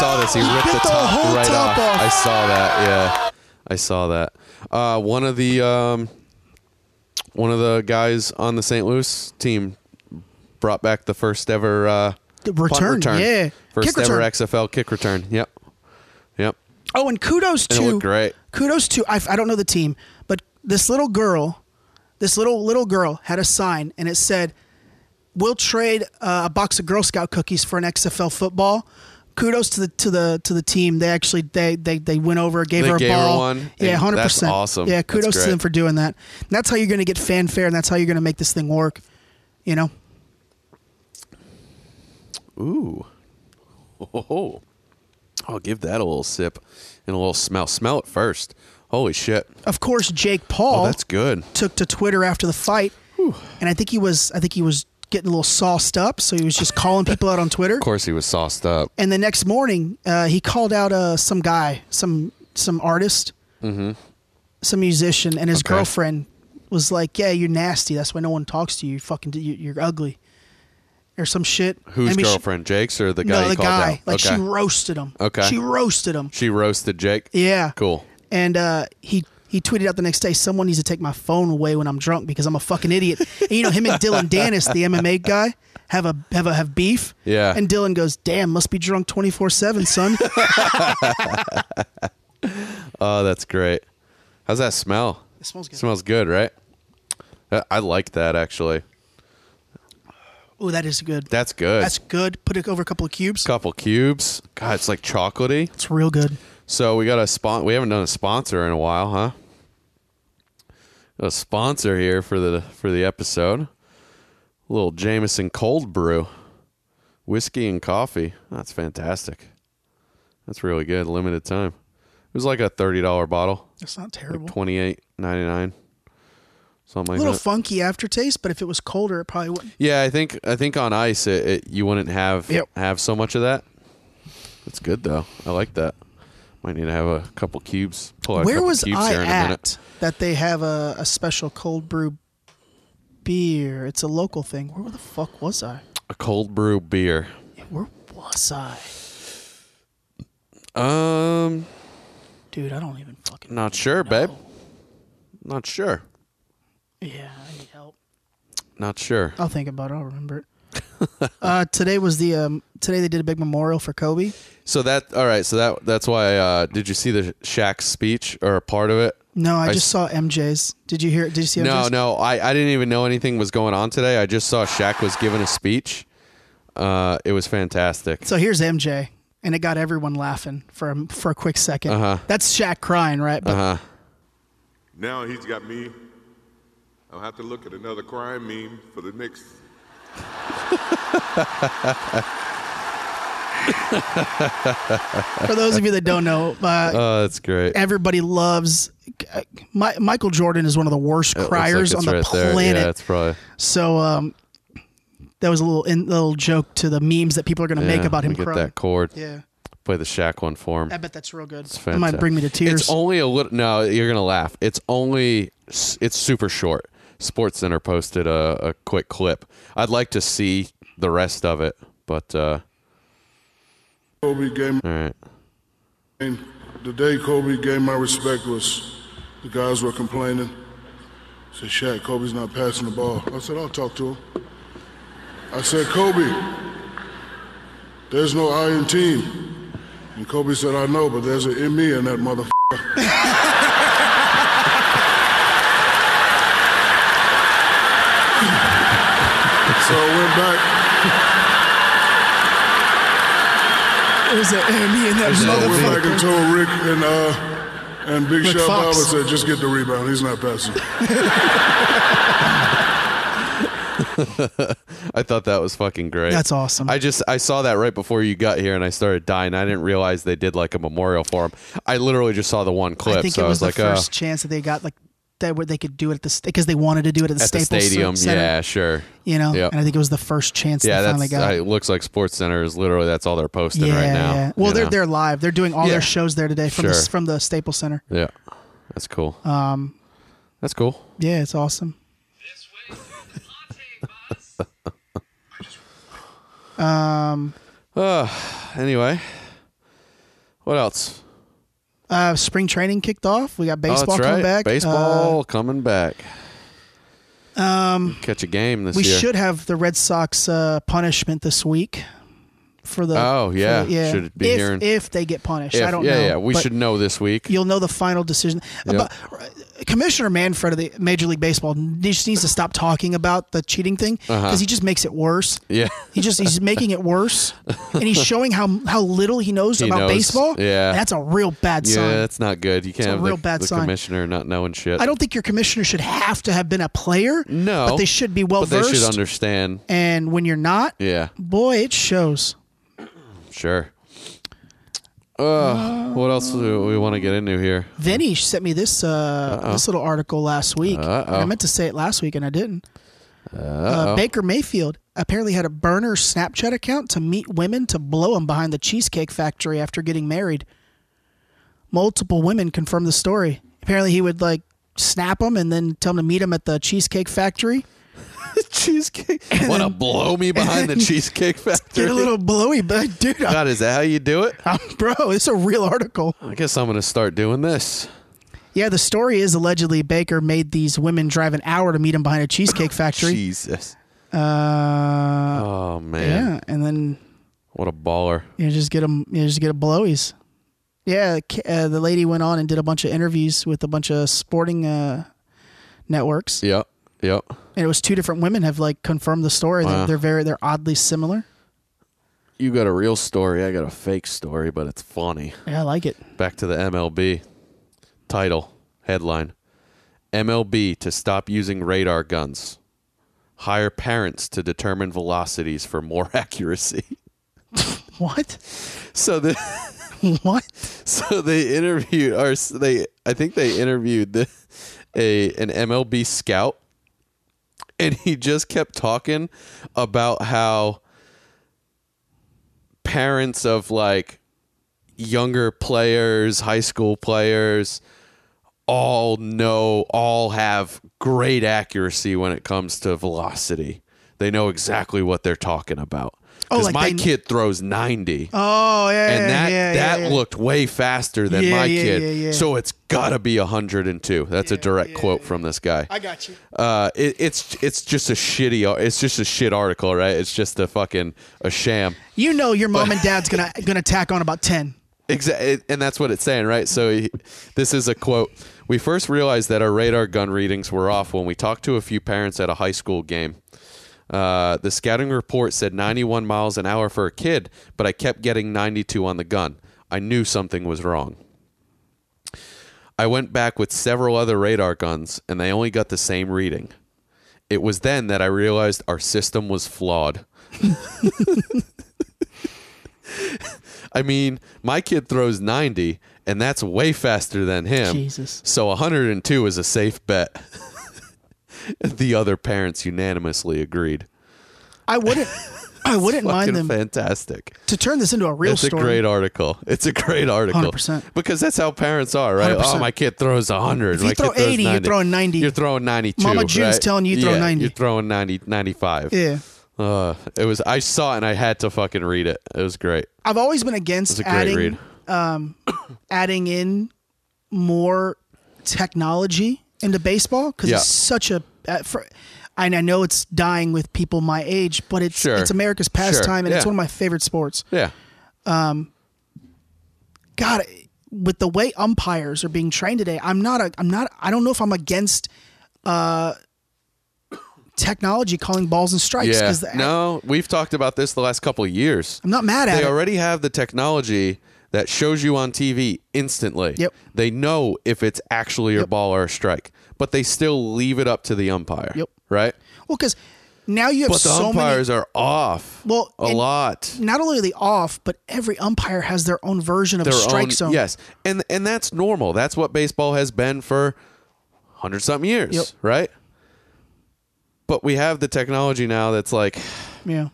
S7: saw this. He ripped
S2: bit
S7: the
S2: the
S7: top
S2: whole
S7: right
S2: top
S7: off.
S2: off.
S7: I saw that. Yeah, I saw that. Uh, one of the um, one of the guys on the St. Louis team brought back the first ever uh,
S2: The
S7: punt
S2: return,
S7: return.
S2: yeah.
S7: First
S2: Kick
S7: ever
S2: return.
S7: XFL kick return. Yep. Yep.
S2: Oh, and kudos
S7: And it
S2: to
S7: looked great.
S2: Kudos to I, I don't know the team, but this little girl, this little little girl had a sign and it said, "We'll trade uh, a box of Girl Scout cookies for an XFL football." Kudos to the to the to the team. They actually they they, they went over, gave
S7: They
S2: her a
S7: gave her
S2: ball.
S7: one,
S2: Yeah,
S7: and
S2: hundred
S7: that's
S2: percent.
S7: awesome.
S2: Yeah,
S7: That's
S2: kudos to
S7: great.
S2: them for doing that. And that's how you're going to get fanfare, and that's how you're going to make this thing work. You know,
S7: Ooh. Oh. I'll give that a little sip and a little smell. Smell it first. Holy shit.
S2: of course, Jake Paul.
S7: Oh, that's good.
S2: took to Twitter after the fight, and I think he was I think he was getting a little sauced up, so he was just calling people out on Twitter.
S7: Of course, he was sauced up.
S2: And the next morning, uh, he called out uh, some guy, some some artist, some musician, and his
S7: Mm-hmm. Okay.
S2: girlfriend was like, "Yeah, you're nasty. That's why no one talks to you. You fucking you, you're ugly." Or some shit.
S7: Whose
S2: I mean, she-
S7: girlfriend, Jake's or the guy?
S2: no,
S7: he
S2: the
S7: called
S2: guy.
S7: Out?
S2: Like
S7: okay.
S2: she roasted him.
S7: Okay.
S2: She roasted him.
S7: She roasted Jake.
S2: Yeah.
S7: Cool.
S2: And uh, he he tweeted out the next day, someone needs to take my phone away when I'm drunk because I'm a fucking idiot. and, you know, him and Dylan Dennis, the MMA guy, have a have a have beef.
S7: Yeah.
S2: And Dylan goes, "Damn, must be drunk 24 seven, son."
S7: Oh, that's great. How's that smell?
S2: it smells good.
S7: Smells good, right? Uh, I like that actually.
S2: Oh, that is good.
S7: That's good.
S2: That's good. Put it over a couple of cubes.
S7: couple cubes. God, it's like chocolatey.
S2: It's real good.
S7: So we got a spon. We haven't done a sponsor in a while, huh? Got a sponsor here for the for the episode. little Jameson cold brew, whiskey and coffee. That's fantastic. That's really good. Limited time. It was like a thirty dollar bottle,
S2: It's not
S7: like
S2: terrible.
S7: twenty eight ninety nine, something
S2: a
S7: like
S2: little
S7: that.
S2: funky aftertaste, but if it was colder, it probably wouldn't.
S7: yeah, I think I think on ice it, it you wouldn't have
S2: Yep.
S7: have so much of that. That's good though. I like that. Might need to have a couple cubes. Pull out a
S2: Where
S7: couple
S2: was
S7: cubes
S2: I
S7: here in a minute.
S2: at that they have a, a special cold brew beer? It's a local thing. Where the fuck was I?
S7: A cold brew beer.
S2: Where was I?
S7: Um,
S2: Dude, I don't even fucking.
S7: not sure, babe. Not sure.
S2: Yeah, I need help.
S7: Not sure.
S2: I'll think about it. I'll remember it. uh, today was the um, today they did a big memorial for Kobe.
S7: So that all right. So that that's why. Uh, did you see the Shaq's speech or a part of it?
S2: No, I,
S7: I
S2: just
S7: s-
S2: saw MJ's. Did you hear? Did you see?
S7: No,
S2: MJ's?
S7: no. I I didn't even know anything was going on today. I just saw Shaq was giving a speech. Uh, it was fantastic.
S2: So here's MJ, and it got everyone laughing for a, for a quick 2nd
S7: Uh-huh.
S2: That's Shaq crying, right? But
S9: Now he's got me. I'll have to look at another crime meme for the next.
S2: for those of you that don't know, uh,
S7: Oh, that's great.
S2: everybody loves. My, Michael Jordan is one of the worst
S7: It looks like
S2: criers
S7: it's
S2: on the
S7: right there.
S2: planet.
S7: Yeah, it's probably.
S2: So um, that was a little in, little joke to the memes that people are going to make
S7: yeah,
S2: about
S7: let
S2: him
S7: me Get
S2: crying.
S7: that chord.
S2: Yeah,
S7: Play the Shaq one for him.
S2: I bet that's real good. It
S7: Fantastic.
S2: might bring me to tears.
S7: It's only a little. No, you're gonna laugh. It's only. It's super short. Sports Center posted a, a quick clip. I'd like to see the rest of it, but uh,
S9: Kobe gave
S7: all right.
S9: my, the day Kobe gave my respect was the guys were complaining. said, Shaq, Kobe's not passing the ball. I said, I'll talk to him. I said, Kobe, There's no I in team. And Kobe said, I know, but there's an in me in that motherfucker. so I went back.
S2: There's an enemy in that
S9: So I went back
S2: motherfucker.
S9: and told Rick and uh and Big
S2: Rick
S9: Shot Bob
S2: Fox.
S9: said, just get the rebound. He's not passing.
S7: I thought that was fucking great.
S2: That's awesome.
S7: I just I saw that right before you got here, and I started dying. I didn't realize they did like a memorial for him. I literally just saw the one clip,
S2: I think
S7: so
S2: it was,
S7: I was
S2: the
S7: like, uh,
S2: first chance that they got like that where they could do it at the because they wanted to do it at the
S7: oh, at the
S2: Staples
S7: stadium,
S2: Center,
S7: yeah, sure,
S2: you know,
S7: yeah.
S2: and I think it was the first chance
S7: yeah.
S2: they finally
S7: That's
S2: got.
S7: uh, it looks like Sports Center is literally that's all they're posting
S2: yeah,
S7: right now.
S2: yeah. Well,
S7: you
S2: they're
S7: know?
S2: they're live. They're doing all
S7: Yeah.
S2: their shows there today from the,
S7: Sure.
S2: from the Staples Center.
S7: yeah, that's cool. Um, that's cool.
S2: Yeah, it's awesome.
S7: Anyway, what else?
S2: Uh, spring training kicked off. We got
S7: Oh,
S2: baseball
S7: that's
S2: coming
S7: right.
S2: back. uh,
S7: Baseball coming back. Um, catch a game
S2: Uh,
S7: this
S2: we
S7: year.
S2: should have the Red Sox uh, punishment this week for the.
S7: Oh,
S2: for
S7: yeah.
S2: the- yeah.
S7: Should be
S2: if,
S7: hearing-
S2: if they get punished.
S7: If-
S2: I don't
S7: yeah,
S2: know.
S7: yeah, we
S2: but
S7: should know this week.
S2: You'll know the final decision.
S7: Yep.
S2: But uh, Commissioner Manfred of the Major League Baseball just needs to stop talking about the cheating thing because he just makes it worse.
S7: Uh-huh. Yeah.
S2: He just he's making it worse, and he's showing how how little he knows
S7: He
S2: about
S7: knows.
S2: baseball.
S7: Yeah.
S2: that's a real bad
S7: Yeah,
S2: sign.
S7: that's not good. You can't
S2: a
S7: have
S2: real
S7: the,
S2: bad
S7: the
S2: sign.
S7: commissioner not knowing shit.
S2: I don't think your commissioner should have to have been a player.
S7: No,
S2: but they should be well
S7: But they should
S2: versed.
S7: understand.
S2: and when you're not,
S7: Yeah,
S2: boy, it shows.
S7: sure. Uh, what else do we want to get into here?
S2: Vinny sent me this uh, this little article last week. And I meant to say it last week and I didn't. Uh, Baker Mayfield apparently had a burner Snapchat account to meet women to blow him behind the Cheesecake Factory after getting married. Multiple women confirmed the story. Apparently, he would like snap them and then tell them to meet him at the Cheesecake Factory.
S7: cheesecake. Want to blow me behind the cheesecake factory?
S2: Get a little blowy, but dude, I-
S7: God, is that how you do it?
S2: bro, it's a real article.
S7: I guess I'm gonna start doing this.
S2: Yeah, the story is allegedly Baker made these women drive an hour to meet him behind a cheesecake factory.
S7: Jesus.
S2: Uh,
S7: Oh man,
S2: yeah, and then
S7: what a baller.
S2: you just get them, you just get a blowies. Yeah, the ki- uh, the lady went on and did a bunch of interviews with a bunch of sporting uh, networks,
S7: Yep, yep.
S2: and it was two different women have like confirmed the story. They're, they're very, they're oddly similar.
S7: You got a real story. I got a fake story, but it's funny.
S2: Yeah, I like it.
S7: Back to the MLB. Title, headline MLB to stop using radar guns. Hire parents to determine velocities for more accuracy.
S2: What?
S7: So the
S2: What?
S7: so they interviewed or s- they I think they interviewed the, a an MLB scout and he just kept talking about how parents of like younger players, high school players all know all have great accuracy when it comes to velocity. They know exactly what they're talking about.
S2: Oh,
S7: Because
S2: like
S7: my
S2: they-
S7: kid throws 90
S2: Oh yeah,
S7: and that
S2: yeah, yeah,
S7: that
S2: yeah.
S7: looked way faster than
S2: Yeah,
S7: my
S2: yeah,
S7: kid.
S2: yeah, yeah.
S7: So it's gotta be hundred and two. That's a direct quote from this guy.
S2: I got you.
S7: Uh, it, it's it's just a shitty. ar- It's just a shit article, right? It's just a fucking a sham.
S2: You know your mom and dad's gonna gonna tack on about ten.
S7: Exactly, and that's what it's saying, right? So, he, this is a quote. We first realized that our radar gun readings were off when we talked to a few parents at a high school game. Uh, the scouting report said 91 miles an hour for a kid, but I kept getting 92 on the gun. I knew something was wrong. I went back with several other radar guns, and they only got the same reading. It was then that I realized our system was flawed. I mean, my kid throws 90, and that's way faster than him.
S2: Jesus.
S7: So 102 is a safe bet. the other parents unanimously agreed.
S2: I wouldn't. I wouldn't mind
S7: Fucking
S2: them
S7: fantastic.
S2: to turn this into a real
S7: it's
S2: story.
S7: a great article. It's a great article.
S2: 100%.
S7: Because that's how parents are, right?
S2: 100%.
S7: Oh, my kid throws 100.
S2: you
S7: my
S2: throw
S7: kid throws
S2: 80, you're
S7: 90.
S2: throwing 90.
S7: You're throwing 92.
S2: Mama June's
S7: right?
S2: telling you throw
S7: Yeah,
S2: 90.
S7: You're throwing 90, 95.
S2: Yeah.
S7: Uh, it was. I saw it and I had to fucking read it. It was great.
S2: I've always been against
S7: It's a great
S2: adding um,
S7: read.
S2: adding in more technology into baseball because
S7: Yeah.
S2: it's such a. At, uh, for, And I know it's dying with people my age, but it's
S7: Sure.
S2: it's America's pastime, and it's
S7: Yeah.
S2: one of my favorite sports.
S7: Yeah.
S2: God, with the way umpires are being trained today, I'm not a, I'm not, I don't know if I'm against uh, technology calling balls and strikes
S7: Yeah.
S2: because
S7: No, we've talked about this the last couple of years.
S2: I'm not mad at
S7: They
S2: it.
S7: already have the technology that shows you on TV instantly.
S2: Yep.
S7: They know if it's actually a ball or a strike, but they still leave it up to the umpire.
S2: Yep.
S7: Right?
S2: well, because now you have
S7: But the
S2: so many.
S7: umpires are off
S2: Well,
S7: a
S2: and
S7: lot.
S2: Not only are they off, but every umpire has their own version of a
S7: Their
S2: strike
S7: own,
S2: zone.
S7: Yes. And and that's normal. That's what baseball has been for hundred something years,
S2: Yep.
S7: right? But we have the technology now that's like
S2: Yeah.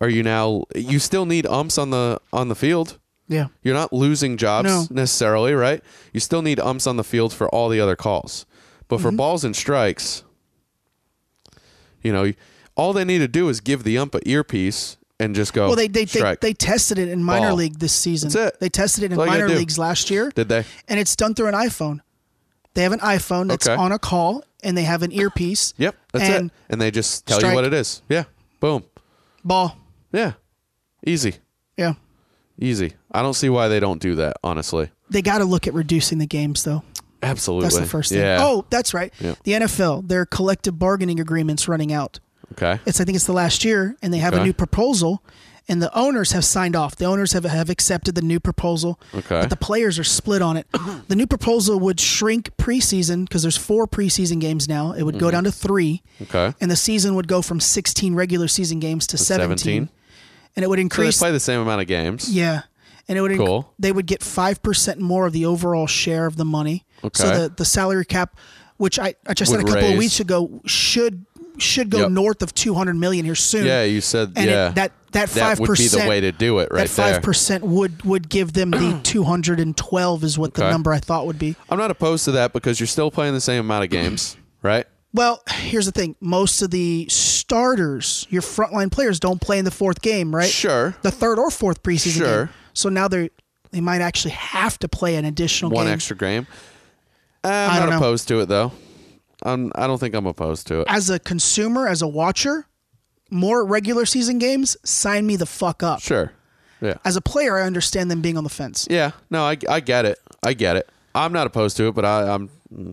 S7: are you now you still need umps on the on the field
S2: Yeah.
S7: you're not losing jobs
S2: No.
S7: necessarily right you still need umps on the field for all the other calls but
S2: Mm-hmm.
S7: for balls and strikes you know all they need to do is give the ump a earpiece and just go
S2: Well, they they, they
S7: Oh, strike.
S2: they tested it in minor
S7: Ball.
S2: league this season.
S7: That's it.
S2: They tested it in
S7: That's all you gotta
S2: minor
S7: do.
S2: leagues last year.
S7: did they
S2: and it's done through an iPhone. They have an iPhone that's
S7: Okay.
S2: on a call, and they have an earpiece.
S7: yep that's
S2: and
S7: it and they just tell
S2: strike.
S7: you what it is yeah boom
S2: Ball.
S7: yeah easy
S2: Yeah,
S7: easy i don't see why they don't do that honestly
S2: they got to look at reducing the games, though.
S7: absolutely
S2: That's the first thing.
S7: yeah.
S2: Oh, that's right.
S7: Yeah.
S2: The NFL, their collective bargaining agreements running out.
S7: okay
S2: It's I think it's the last year, and they have a
S7: Okay.
S2: new proposal, and the owners have signed off. The owners have have accepted the new proposal.
S7: Okay.
S2: But the players are split on it. the new proposal would shrink preseason because there's four preseason games now. It would go down to three.
S7: Mm-hmm. okay
S2: and the season would go from 16 regular season games to 17,
S7: 17?
S2: and it
S7: so
S2: would
S7: they
S2: increase
S7: play the same amount of games
S2: yeah and it would inc-
S7: Cool.
S2: they would get 5% more of the overall share of the money so
S7: Okay.
S2: the, the salary cap which i, I just said a
S7: Would
S2: couple of
S7: raise.
S2: weeks ago should should go
S7: Yep.
S2: north of 200 million here soon
S7: Yeah, you said
S2: and it-
S7: yeah.
S2: that that 5%
S7: that would be the way to do it right
S2: that five
S7: there.
S2: percent would would give them the two hundred and twelve is what the
S7: Okay.
S2: number I thought would be.
S7: I'm not opposed to that because you're still playing the same amount of games, right?
S2: Well, here's the thing: most of the starters, your frontline players, don't play in the fourth game, right?
S7: Sure.
S2: the third or fourth preseason
S7: Sure.
S2: game. So now they they might actually have to play an additional
S7: One
S2: game.
S7: extra game. Eh, I'm
S2: don't
S7: not
S2: know.
S7: opposed to it though. I'm I don't think I'm opposed to it.
S2: As a consumer, as a watcher, more regular season games, sign me the fuck up.
S7: Sure. Yeah.
S2: As a player, I understand them being on the fence.
S7: Yeah. No, I, I get it. I get it. I'm not opposed to it, but I I'm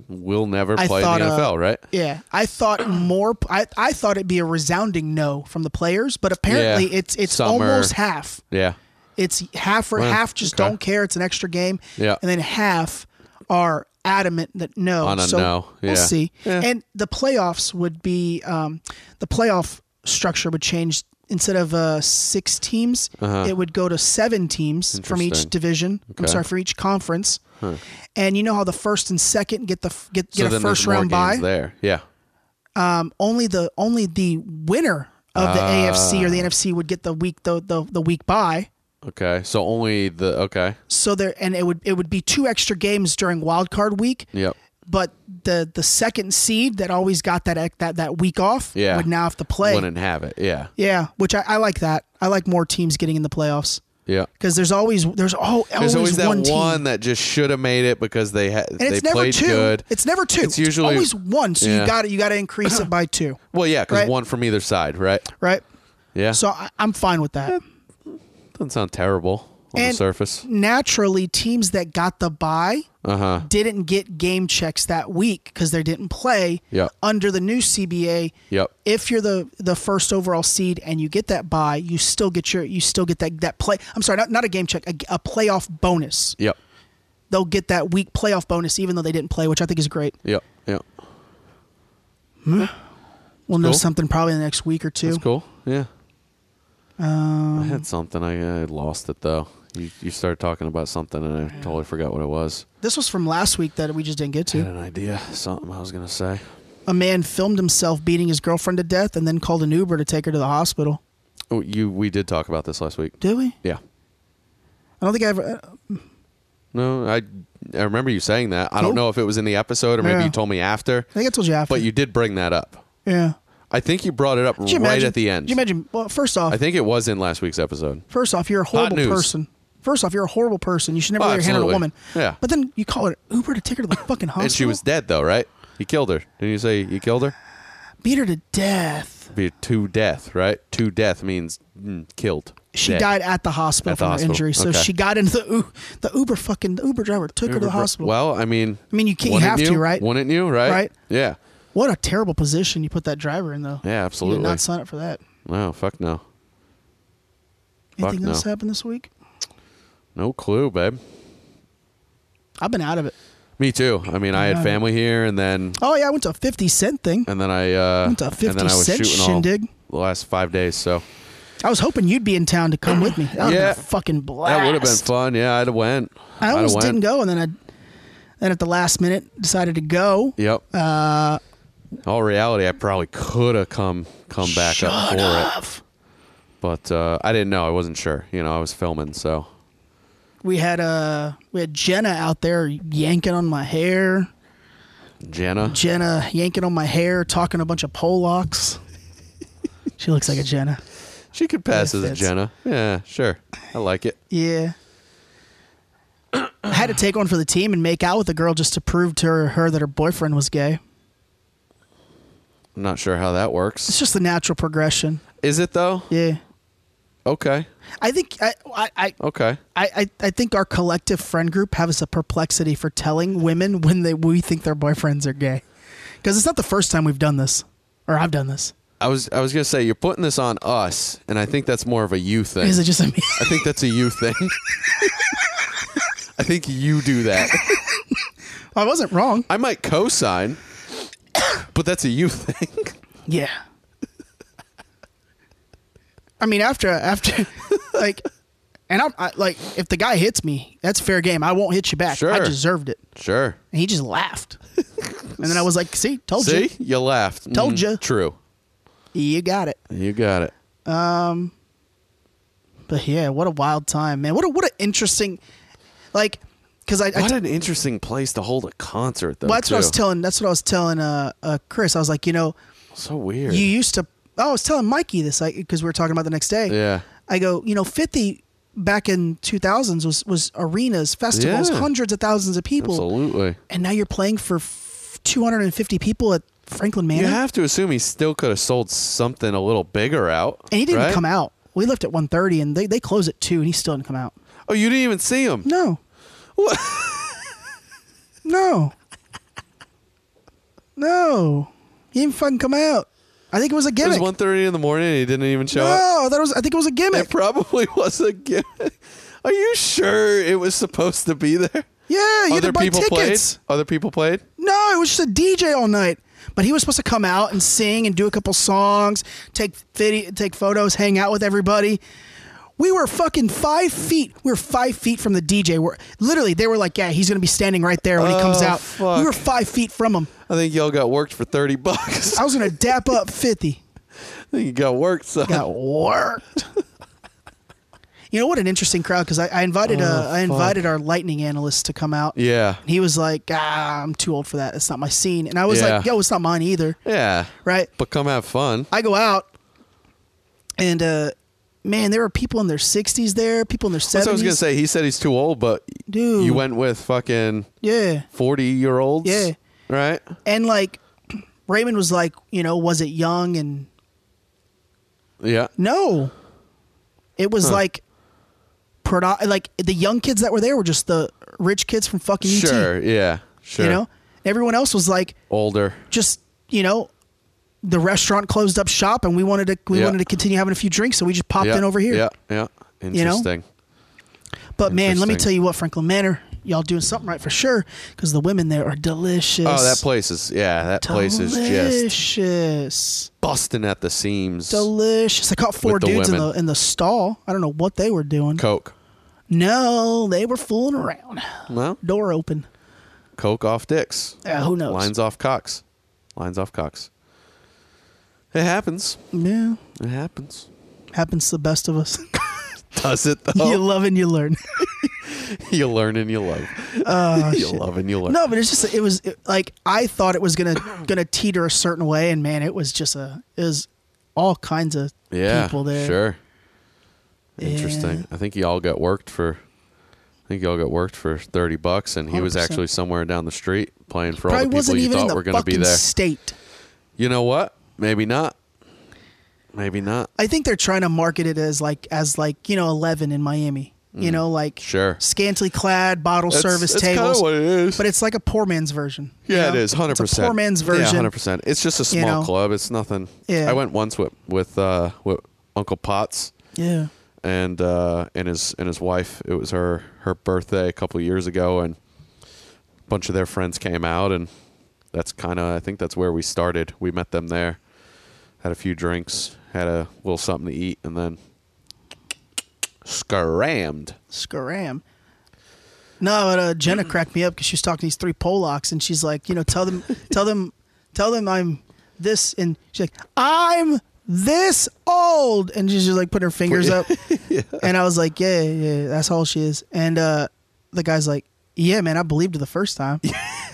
S7: will never
S2: I
S7: play
S2: thought,
S7: in
S2: uh,
S7: the NFL, right?
S2: Yeah, I thought more. I, I thought it'd be a resounding no from the players, but apparently
S7: Yeah.
S2: it's it's
S7: Some are-
S2: almost half.
S7: Yeah.
S2: It's half or
S7: Well,
S2: half just
S7: okay.
S2: don't care. It's an extra game.
S7: Yeah.
S2: And then half are adamant that no.
S7: On a
S2: so
S7: no,
S2: We'll
S7: yeah.
S2: see.
S7: Yeah.
S2: And the playoffs would be um, the playoff structure would change. Instead of uh, six teams, it would go to seven teams from
S7: Uh-huh.
S2: each
S7: Interesting.
S2: division. I'm
S7: Okay.
S2: sorry, from each conference. And you know how the first and second get the f- get
S7: So
S2: get a
S7: then there's
S2: first
S7: more
S2: round bye.
S7: games there. Yeah.
S2: Only the only the winner of the
S7: Ah.
S2: AFC or the NFC would get the week the the, the week bye.
S7: Okay. So only the okay.
S2: So there, and it would it would be two extra games during Wild Card Week.
S7: Yep.
S2: But the the second seed that always got that ec- that that week off
S7: Yeah.
S2: would now have to play.
S7: Wouldn't have it. Yeah.
S2: Yeah, which I, I like that. I like more teams getting in the playoffs
S7: Yeah.
S2: because there's always there's al- always,
S7: There's always that
S2: one
S7: one,
S2: team.
S7: that just should have made it because they had
S2: and
S7: they
S2: it's never
S7: played
S2: two.
S7: good.
S2: It's never two.
S7: It's usually-
S2: always one. So you
S7: Yeah.
S2: got to you got to increase it by two,
S7: Well, yeah, because
S2: Right.
S7: one from either side, right?
S2: right?
S7: Yeah.
S2: So I, I'm fine with that.
S7: doesn't sound terrible on
S2: And-
S7: the surface.
S2: Naturally, teams that got the bye
S7: Uh huh.
S2: didn't get game checks that week because they didn't play
S7: Yeah.
S2: under the new CBA.
S7: Yep.
S2: If you're the the first overall seed and you get that bye, you still get your you still get that that play. I'm sorry, not not a game check, a, a playoff bonus.
S7: Yep.
S2: They'll get that week playoff bonus even though they didn't play, which I think is great.
S7: Yep. Yep.
S2: We'll know
S7: Cool.
S2: something probably in the next week or two. Um,
S7: That's cool. Yeah. I had something. I, I lost it though. You you started talking about something and I totally forgot what it was.
S2: This was from last week that we just didn't get
S7: I
S2: to.
S7: had an idea. Something I was gonna say.
S2: A man filmed himself beating his girlfriend to death and then called an Uber to take her to the hospital.
S7: Oh, you we did talk about this last week.
S2: Did we?
S7: Yeah.
S2: I don't think I ever.
S7: No, I I remember you saying that. I
S2: Cool.
S7: don't know if it was in the episode or maybe
S2: Yeah.
S7: you told me after,
S2: I think I told you after.
S7: but you did bring that up.
S2: yeah.
S7: I think you brought it up
S2: Could you
S7: right
S2: imagine-
S7: at the end.
S2: could you imagine? Well, first off,
S7: I think it was in last week's episode.
S2: First off, you're a horrible
S7: news.
S2: person. First off, you're a horrible person. You should never
S7: Oh,
S2: lay your hand on a
S7: absolutely.
S2: woman.
S7: Yeah.
S2: But then you call it Uber to take her to the fucking hospital.
S7: And she was dead though, right? You killed her. Didn't you say you killed her?
S2: Beat her to death.
S7: Be to death, right? To death means mm, killed.
S2: She
S7: Dead.
S2: died at the hospital
S7: At the
S2: from
S7: hospital,
S2: her injury, so
S7: okay.
S2: she got into the U- the Uber fucking the Uber driver took her to the
S7: Uber-
S2: hospital.
S7: Well, I mean,
S2: I mean, you can't- you
S7: wouldn't
S2: have to, right?
S7: Wouldn't you, right?
S2: Right.
S7: Yeah.
S2: what a terrible position you put that driver in, though.
S7: Yeah,
S2: You
S7: absolutely.
S2: did not sign up for that.
S7: No, fuck no. Fuck
S2: Anything else
S7: no.
S2: happened this week?
S7: No clue, babe.
S2: I've been out of it.
S7: Me too. I mean, I
S2: Yeah.
S7: had family here, and then
S2: Oh yeah, I went to a fifty cent thing.
S7: and then I uh,
S2: Went to a
S7: and then I
S2: 50
S7: was
S2: cent
S7: shooting all
S2: shindig.
S7: the last five days. So
S2: I was hoping you'd be in town to come with me. That would
S7: Yeah.
S2: have been a fucking blast.
S7: that would have been fun. Yeah, I'd have went. I'd
S2: I
S7: have
S2: almost
S7: went.
S2: didn't go, and then I, then at the last minute decided to go.
S7: Yep. Uh, all reality, I probably could have come come back up for it, but uh, I didn't know. I wasn't sure. You know, I was filming, so
S2: We had uh we had Jenna out there yanking on my hair.
S7: Jenna.
S2: Jenna yanking on my hair, talking a bunch of Polacks. she looks like a Jenna.
S7: She could pass as a
S2: fits.
S7: Jenna. Yeah, sure. I like it.
S2: Yeah. I had to take one for the team and make out with the girl just to prove to her, her that her boyfriend was gay.
S7: I'm not sure how that
S2: It's
S7: works.
S2: just the natural progression.
S7: Is it though?
S2: Yeah.
S7: Okay.
S2: I think I I, I
S7: Okay.
S2: I, I, I think our collective friend group has a perplexity for telling women when they we think their boyfriends are gay, because it's not the first time we've done this, or I've done this.
S7: I was I was gonna say you're putting this on us, and I think that's more of a you thing.
S2: Is it just a me?
S7: I think that's a you thing. I think you do that.
S2: I wasn't wrong.
S7: I might co-sign, but that's a you thing.
S2: Yeah. I mean, after after, like, and I'm I, like, if the guy hits me, that's fair game. I won't hit you back. I
S7: Sure.
S2: deserved it.
S7: Sure.
S2: And he just laughed. and then I was like, "See, told
S7: See, you laughed.
S2: Told
S7: Mm,
S2: ya.
S7: True.
S2: you, you got it."
S7: You got it.
S2: But yeah, what a wild time, man. What a what an interesting, like, because I, I
S7: What an interesting place to hold a concert, though.
S2: Well, that's what I was
S7: too.
S2: telling. That's what I was telling uh, uh, Chris. I was like, you know,
S7: So weird.
S2: you used to. oh, I was telling Mikey this because we were talking about the next day.
S7: yeah.
S2: I go, you know, fifty back in two thousands was was arenas, festivals,
S7: Yeah.
S2: hundreds of thousands of people,
S7: Absolutely.
S2: and now you're playing for f- two hundred and fifty people at Franklin Manor,
S7: You have to assume he still could have sold something a little bigger out.
S2: and he didn't
S7: right?
S2: come out. We left at one thirty, and they they close at two, and he still didn't come out.
S7: Oh, you didn't even see him.
S2: No. no. No. He didn't fucking come out. I think it was a
S7: It was
S2: gimmick.
S7: 1.30 in the morning and he didn't even show
S2: no,
S7: up.
S2: I thought it was. I think it was a
S7: It
S2: gimmick.
S7: probably was a gimmick. Are you sure it was supposed to be there?
S2: yeah, you had
S7: Other
S2: to buy
S7: people
S2: tickets.
S7: played. Other people played.
S2: No, it was just a DJ all night. But he was supposed to come out and sing and do a couple songs, take video, take photos, hang out with everybody. We were fucking five feet. We were five feet from the DJ. We're literally they were like, "Yeah, he's gonna be standing right there when he comes
S7: Oh,
S2: out." We
S7: fuck.
S2: were five feet from him.
S7: I think y'all got worked for thirty bucks.
S2: I
S7: I
S2: was gonna dap up fifty.
S7: think you got worked. So.
S2: got worked. you know what an interesting crowd because I, I invited uh, I invited our lightning analyst to come out.
S7: Oh, Yeah.
S2: And he was like, ah, I'm too old for that. It's not my scene. And I was like,
S7: Yeah.
S2: yo, it's not mine either.
S7: Yeah.
S2: Right.
S7: But come have fun.
S2: I go out and uh man, there were people in their sixties there, people in their
S7: That's
S2: seventies.
S7: what I was gonna say. He said he's too old, but
S2: Dude.
S7: you went with fucking
S2: Yeah.
S7: forty-year-olds.
S2: Yeah.
S7: Right.
S2: And like Raymond was like, you know, was it young and
S7: Yeah.
S2: No. It was like prodo- like the young kids that were there were just the rich kids from fucking UT.
S7: Sure. Yeah. Sure.
S2: You know? Everyone else was like
S7: Older.
S2: just, you know, the restaurant closed up shop and we wanted to we
S7: Yeah.
S2: wanted to continue having a few drinks, so we just popped
S7: yeah.
S2: in over here.
S7: Yeah. Yeah.
S2: know?
S7: Interesting.
S2: But man, let me
S7: Interesting.
S2: tell you what, Franklin Manor, y'all doing something right for sure, because the women there are delicious.
S7: Oh, that place is yeah. That place is just
S2: delicious,
S7: busting at the seams.
S2: delicious. I caught four
S7: With the
S2: dudes in the
S7: women.
S2: in the stall. I don't know what they were doing.
S7: Coke.
S2: no, they were fooling around.
S7: Well,
S2: Door open.
S7: Coke off dicks.
S2: Yeah, who knows?
S7: Lines off cocks. Lines off cocks. It happens.
S2: Yeah,
S7: It happens.
S2: happens to the best of us.
S7: Does it
S2: you
S7: though?
S2: love and you learn.
S7: you learn and you love. you love and you learn.
S2: Ah, no, but it's just it was it, like I thought it was gonna gonna teeter a certain way, and man, it was just a it was all kinds of
S7: yeah.
S2: people there.
S7: Sure. Interesting. I think y'all got worked for. I think y'all got worked for thirty bucks, and he was
S2: 100%.
S7: actually somewhere down the street playing for all
S2: Probably
S7: the people
S2: wasn't
S7: you
S2: even in
S7: thought
S2: the
S7: were going to
S2: fucking
S7: be there.
S2: state.
S7: You know what? Maybe not. Maybe not.
S2: I think they're trying to market it as like as like you know eleven in Miami. You know, like
S7: Mm. Sure.
S2: scantily clad bottle
S7: That's-
S2: service
S7: that's kinda
S2: tables.
S7: what it is.
S2: But it's like a poor man's version. you
S7: Yeah,
S2: know?
S7: it is. Hundred
S2: It's a
S7: percent.
S2: poor man's
S7: Yeah,
S2: version.
S7: hundred percent. It's just a small
S2: you know?
S7: club. It's nothing.
S2: Yeah.
S7: I went once with with uh, with Uncle Potts
S2: Yeah.
S7: and uh, and his and his wife. It was her her birthday a couple years ago, and a bunch of their friends came out, and that's kind of I think that's where we started. We met them there, had a few drinks, had a little something to eat, and then scrammed.
S2: Scram. No, but uh, Jenna cracked me up because she was talking to these three Polacks, and she's like, you know, tell them, tell them, tell them I'm this, and she's like, I'm this old, and she's just like putting her fingers up, and I was like, yeah, yeah, yeah, that's all she is, and uh, the guy's like, yeah, man, I believed her the first time.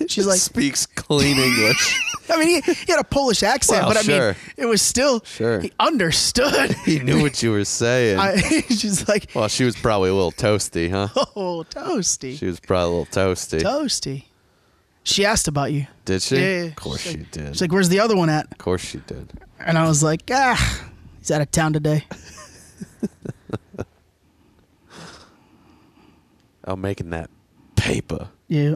S2: She's like,
S7: speaks clean English.
S2: I mean, he, he had a Polish accent,
S7: Well,
S2: but I
S7: sure.
S2: mean, it was still
S7: Sure.
S2: he understood.
S7: he knew what you were saying.
S2: I, she's like,
S7: well, she was probably a little toasty, huh?
S2: oh, toasty,
S7: She was probably a little toasty.
S2: toasty. She asked about you.
S7: did she?
S2: Yeah.
S7: Of course she did.
S2: She's like, "Where's the other one at?"
S7: of course she did.
S2: And I was like, "Ah, he's out of town today."
S7: I'm making that paper.
S2: Yeah,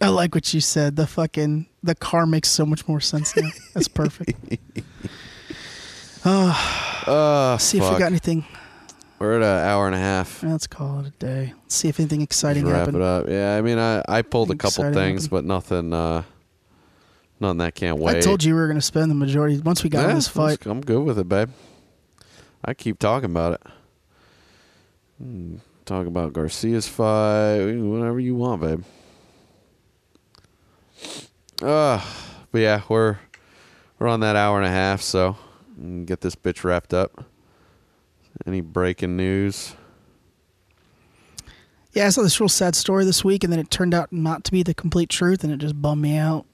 S2: I like what you said. The fucking the car makes so much more sense now. That's perfect.
S7: Uh,
S2: See if
S7: fuck.
S2: we got anything.
S7: We're at an hour and a half.
S2: Let's call it a day. Let's see if anything exciting
S7: Let's wrap
S2: happened.
S7: it up. Yeah, I mean, I, I pulled a
S2: Anything
S7: couple
S2: exciting
S7: things,
S2: happened?
S7: but nothing, uh, nothing that can't wait.
S2: I told you we were gonna spend the majority once we got
S7: Yeah,
S2: in this fight.
S7: I'm good with it, babe. I keep talking about it. Hmm, Talk about Garcia's fight, whatever you want, babe. Uh, but yeah, we're we're on that hour and a half, so we can get this bitch wrapped up. Any breaking news?
S2: Yeah, I saw this real sad story this week, and then it turned out not to be the complete truth, and it just bummed me out.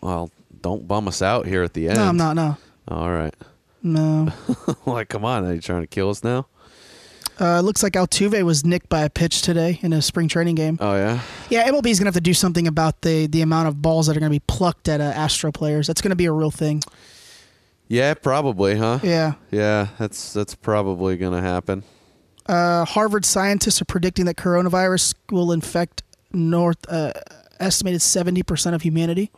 S7: Well, don't bum us out here at the end.
S2: No, I'm not. No,
S7: All right.
S2: no.
S7: like, come on, are you trying to kill us now?
S2: Uh, looks like Altuve was nicked by a pitch today in a spring training game.
S7: Oh yeah.
S2: Yeah, MLB is gonna have to do something about the the amount of balls that are gonna be plucked at uh, Astro players. That's gonna be a real thing.
S7: Yeah, probably, huh?
S2: Yeah,
S7: Yeah, that's that's probably gonna happen.
S2: uh, Harvard scientists are predicting that coronavirus will infect north uh, estimated seventy percent of humanity.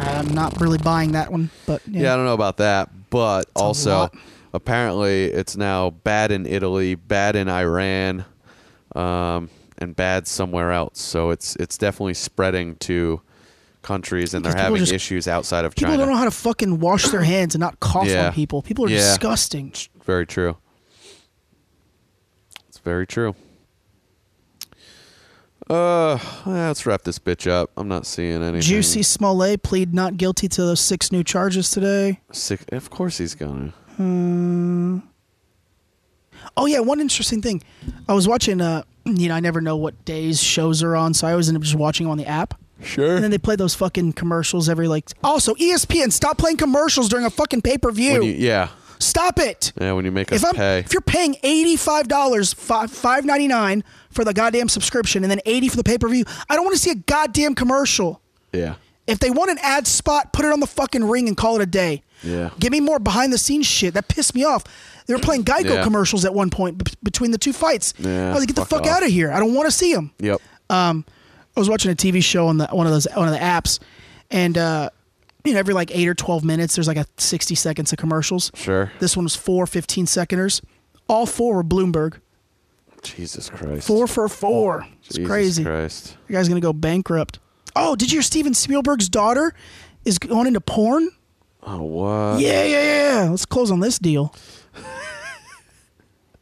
S2: I'm not really buying that one, but yeah.
S7: Yeah, I don't know about that, but
S2: a
S7: also
S2: lot.
S7: apparently it's now bad in Italy, bad in Iran, um, and bad somewhere else. So it's it's definitely spreading to countries, and they're
S2: Because people
S7: having
S2: just-
S7: issues outside of
S2: people
S7: China.
S2: don't know how to fucking wash their hands and not cough
S7: Yeah.
S2: on people. People are
S7: Yeah.
S2: disgusting.
S7: Very true. It's very true. Uh, let's wrap this bitch up. I'm not seeing anything.
S2: Juicy Smollett plead not guilty to those six new charges today.
S7: Sick. Of course he's gonna.
S2: Oh yeah, one interesting thing. I was watching. Uh, you know, I never know what days shows are on, so I always end up just watching them on the app.
S7: Sure.
S2: And then they play those fucking commercials every like. Also, E ESPN, stop playing commercials during a fucking pay per
S7: When
S2: view.
S7: you, yeah.
S2: stop it.
S7: Yeah. When you make us
S2: If I'm
S7: pay.
S2: if you're paying eighty five dollars five five ninety nine for the goddamn subscription and then eighty for the pay per view, I don't want to see a goddamn commercial.
S7: yeah.
S2: If they want an ad spot, put it on the fucking ring and call it a day.
S7: Yeah.
S2: Give me more behind the scenes shit. That pissed me off. They were playing Geico
S7: Yeah.
S2: commercials at one point b- between the two fights.
S7: Yeah,
S2: I was like, get the
S7: fuck
S2: fuck
S7: off.
S2: out of here. I don't want to see them.
S7: Yep.
S2: I was watching a TV show on the one of those one of the apps, and uh, you know every like eight or twelve minutes there's like a sixty seconds of commercials.
S7: Sure.
S2: This one was four 15 seconders. All four were Bloomberg.
S7: Jesus Christ.
S2: Four for four.
S7: Oh,
S2: It's
S7: Jesus
S2: crazy.
S7: Christ.
S2: You guys gonna go bankrupt. Oh, did you hear Steven Spielberg's daughter is going into porn?
S7: Oh what?
S2: Yeah, yeah, yeah. Let's close on this deal.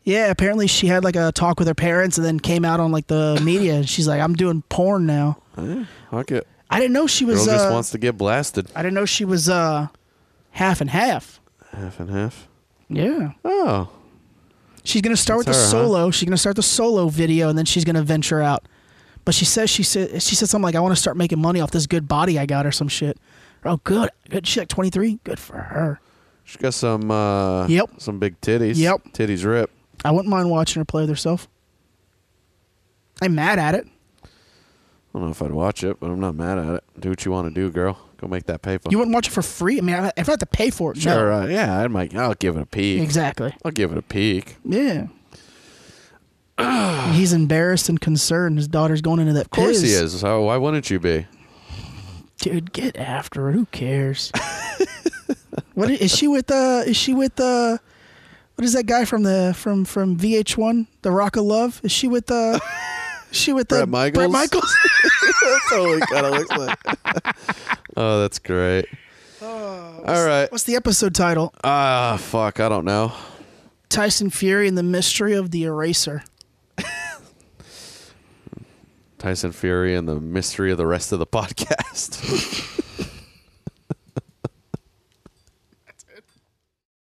S2: yeah, apparently she had like a talk with her parents and then came out on like the media and she's like, I'm doing porn now.
S7: Fuck it.
S2: I didn't know she
S7: Girl
S2: was
S7: just
S2: uh,
S7: wants to get blasted.
S2: I didn't know she was uh half and half.
S7: Half and half.
S2: Yeah.
S7: Oh.
S2: She's gonna start with
S7: That's
S2: the
S7: her, huh?
S2: solo. She's gonna start the solo video, and then she's gonna venture out. But she says she said she said something like, "I want to start making money off this good body I got," or some shit. Oh, good, good. She's like twenty three. Good for her.
S7: She got some uh
S2: Yep.
S7: some big titties.
S2: Yep.
S7: Titties rip.
S2: I wouldn't mind watching her play with herself. I'm mad at it.
S7: don't know if I'd watch it, but I'm not mad at it. Do what you want to do, girl. Go make that pay for.
S2: You wouldn't watch it for free. I mean, I- if I had to pay for it, no.
S7: Sure. Uh, yeah, I might. I'll give it a peek.
S2: Exactly.
S7: I'll give it a peek.
S2: Yeah. He's embarrassed and concerned. His daughter's going into that.
S7: Of course he is. So why wouldn't you be?
S2: Dude, get after it. Who cares? what i- is she with? Uh, is she with? Uh, what is that guy from the from from VH1, The Rock of Love? Is she with? Uh, is she with the
S7: Bret Michaels?
S2: Bret Michaels?
S7: That's totally kind of looks like. oh, that's great.
S2: Oh,
S7: All right.
S2: What's the episode title?
S7: Ah, fuck. I don't know.
S2: Tyson Fury and the Mystery of the Eraser.
S7: Tyson Fury and the mystery of the rest of the podcast.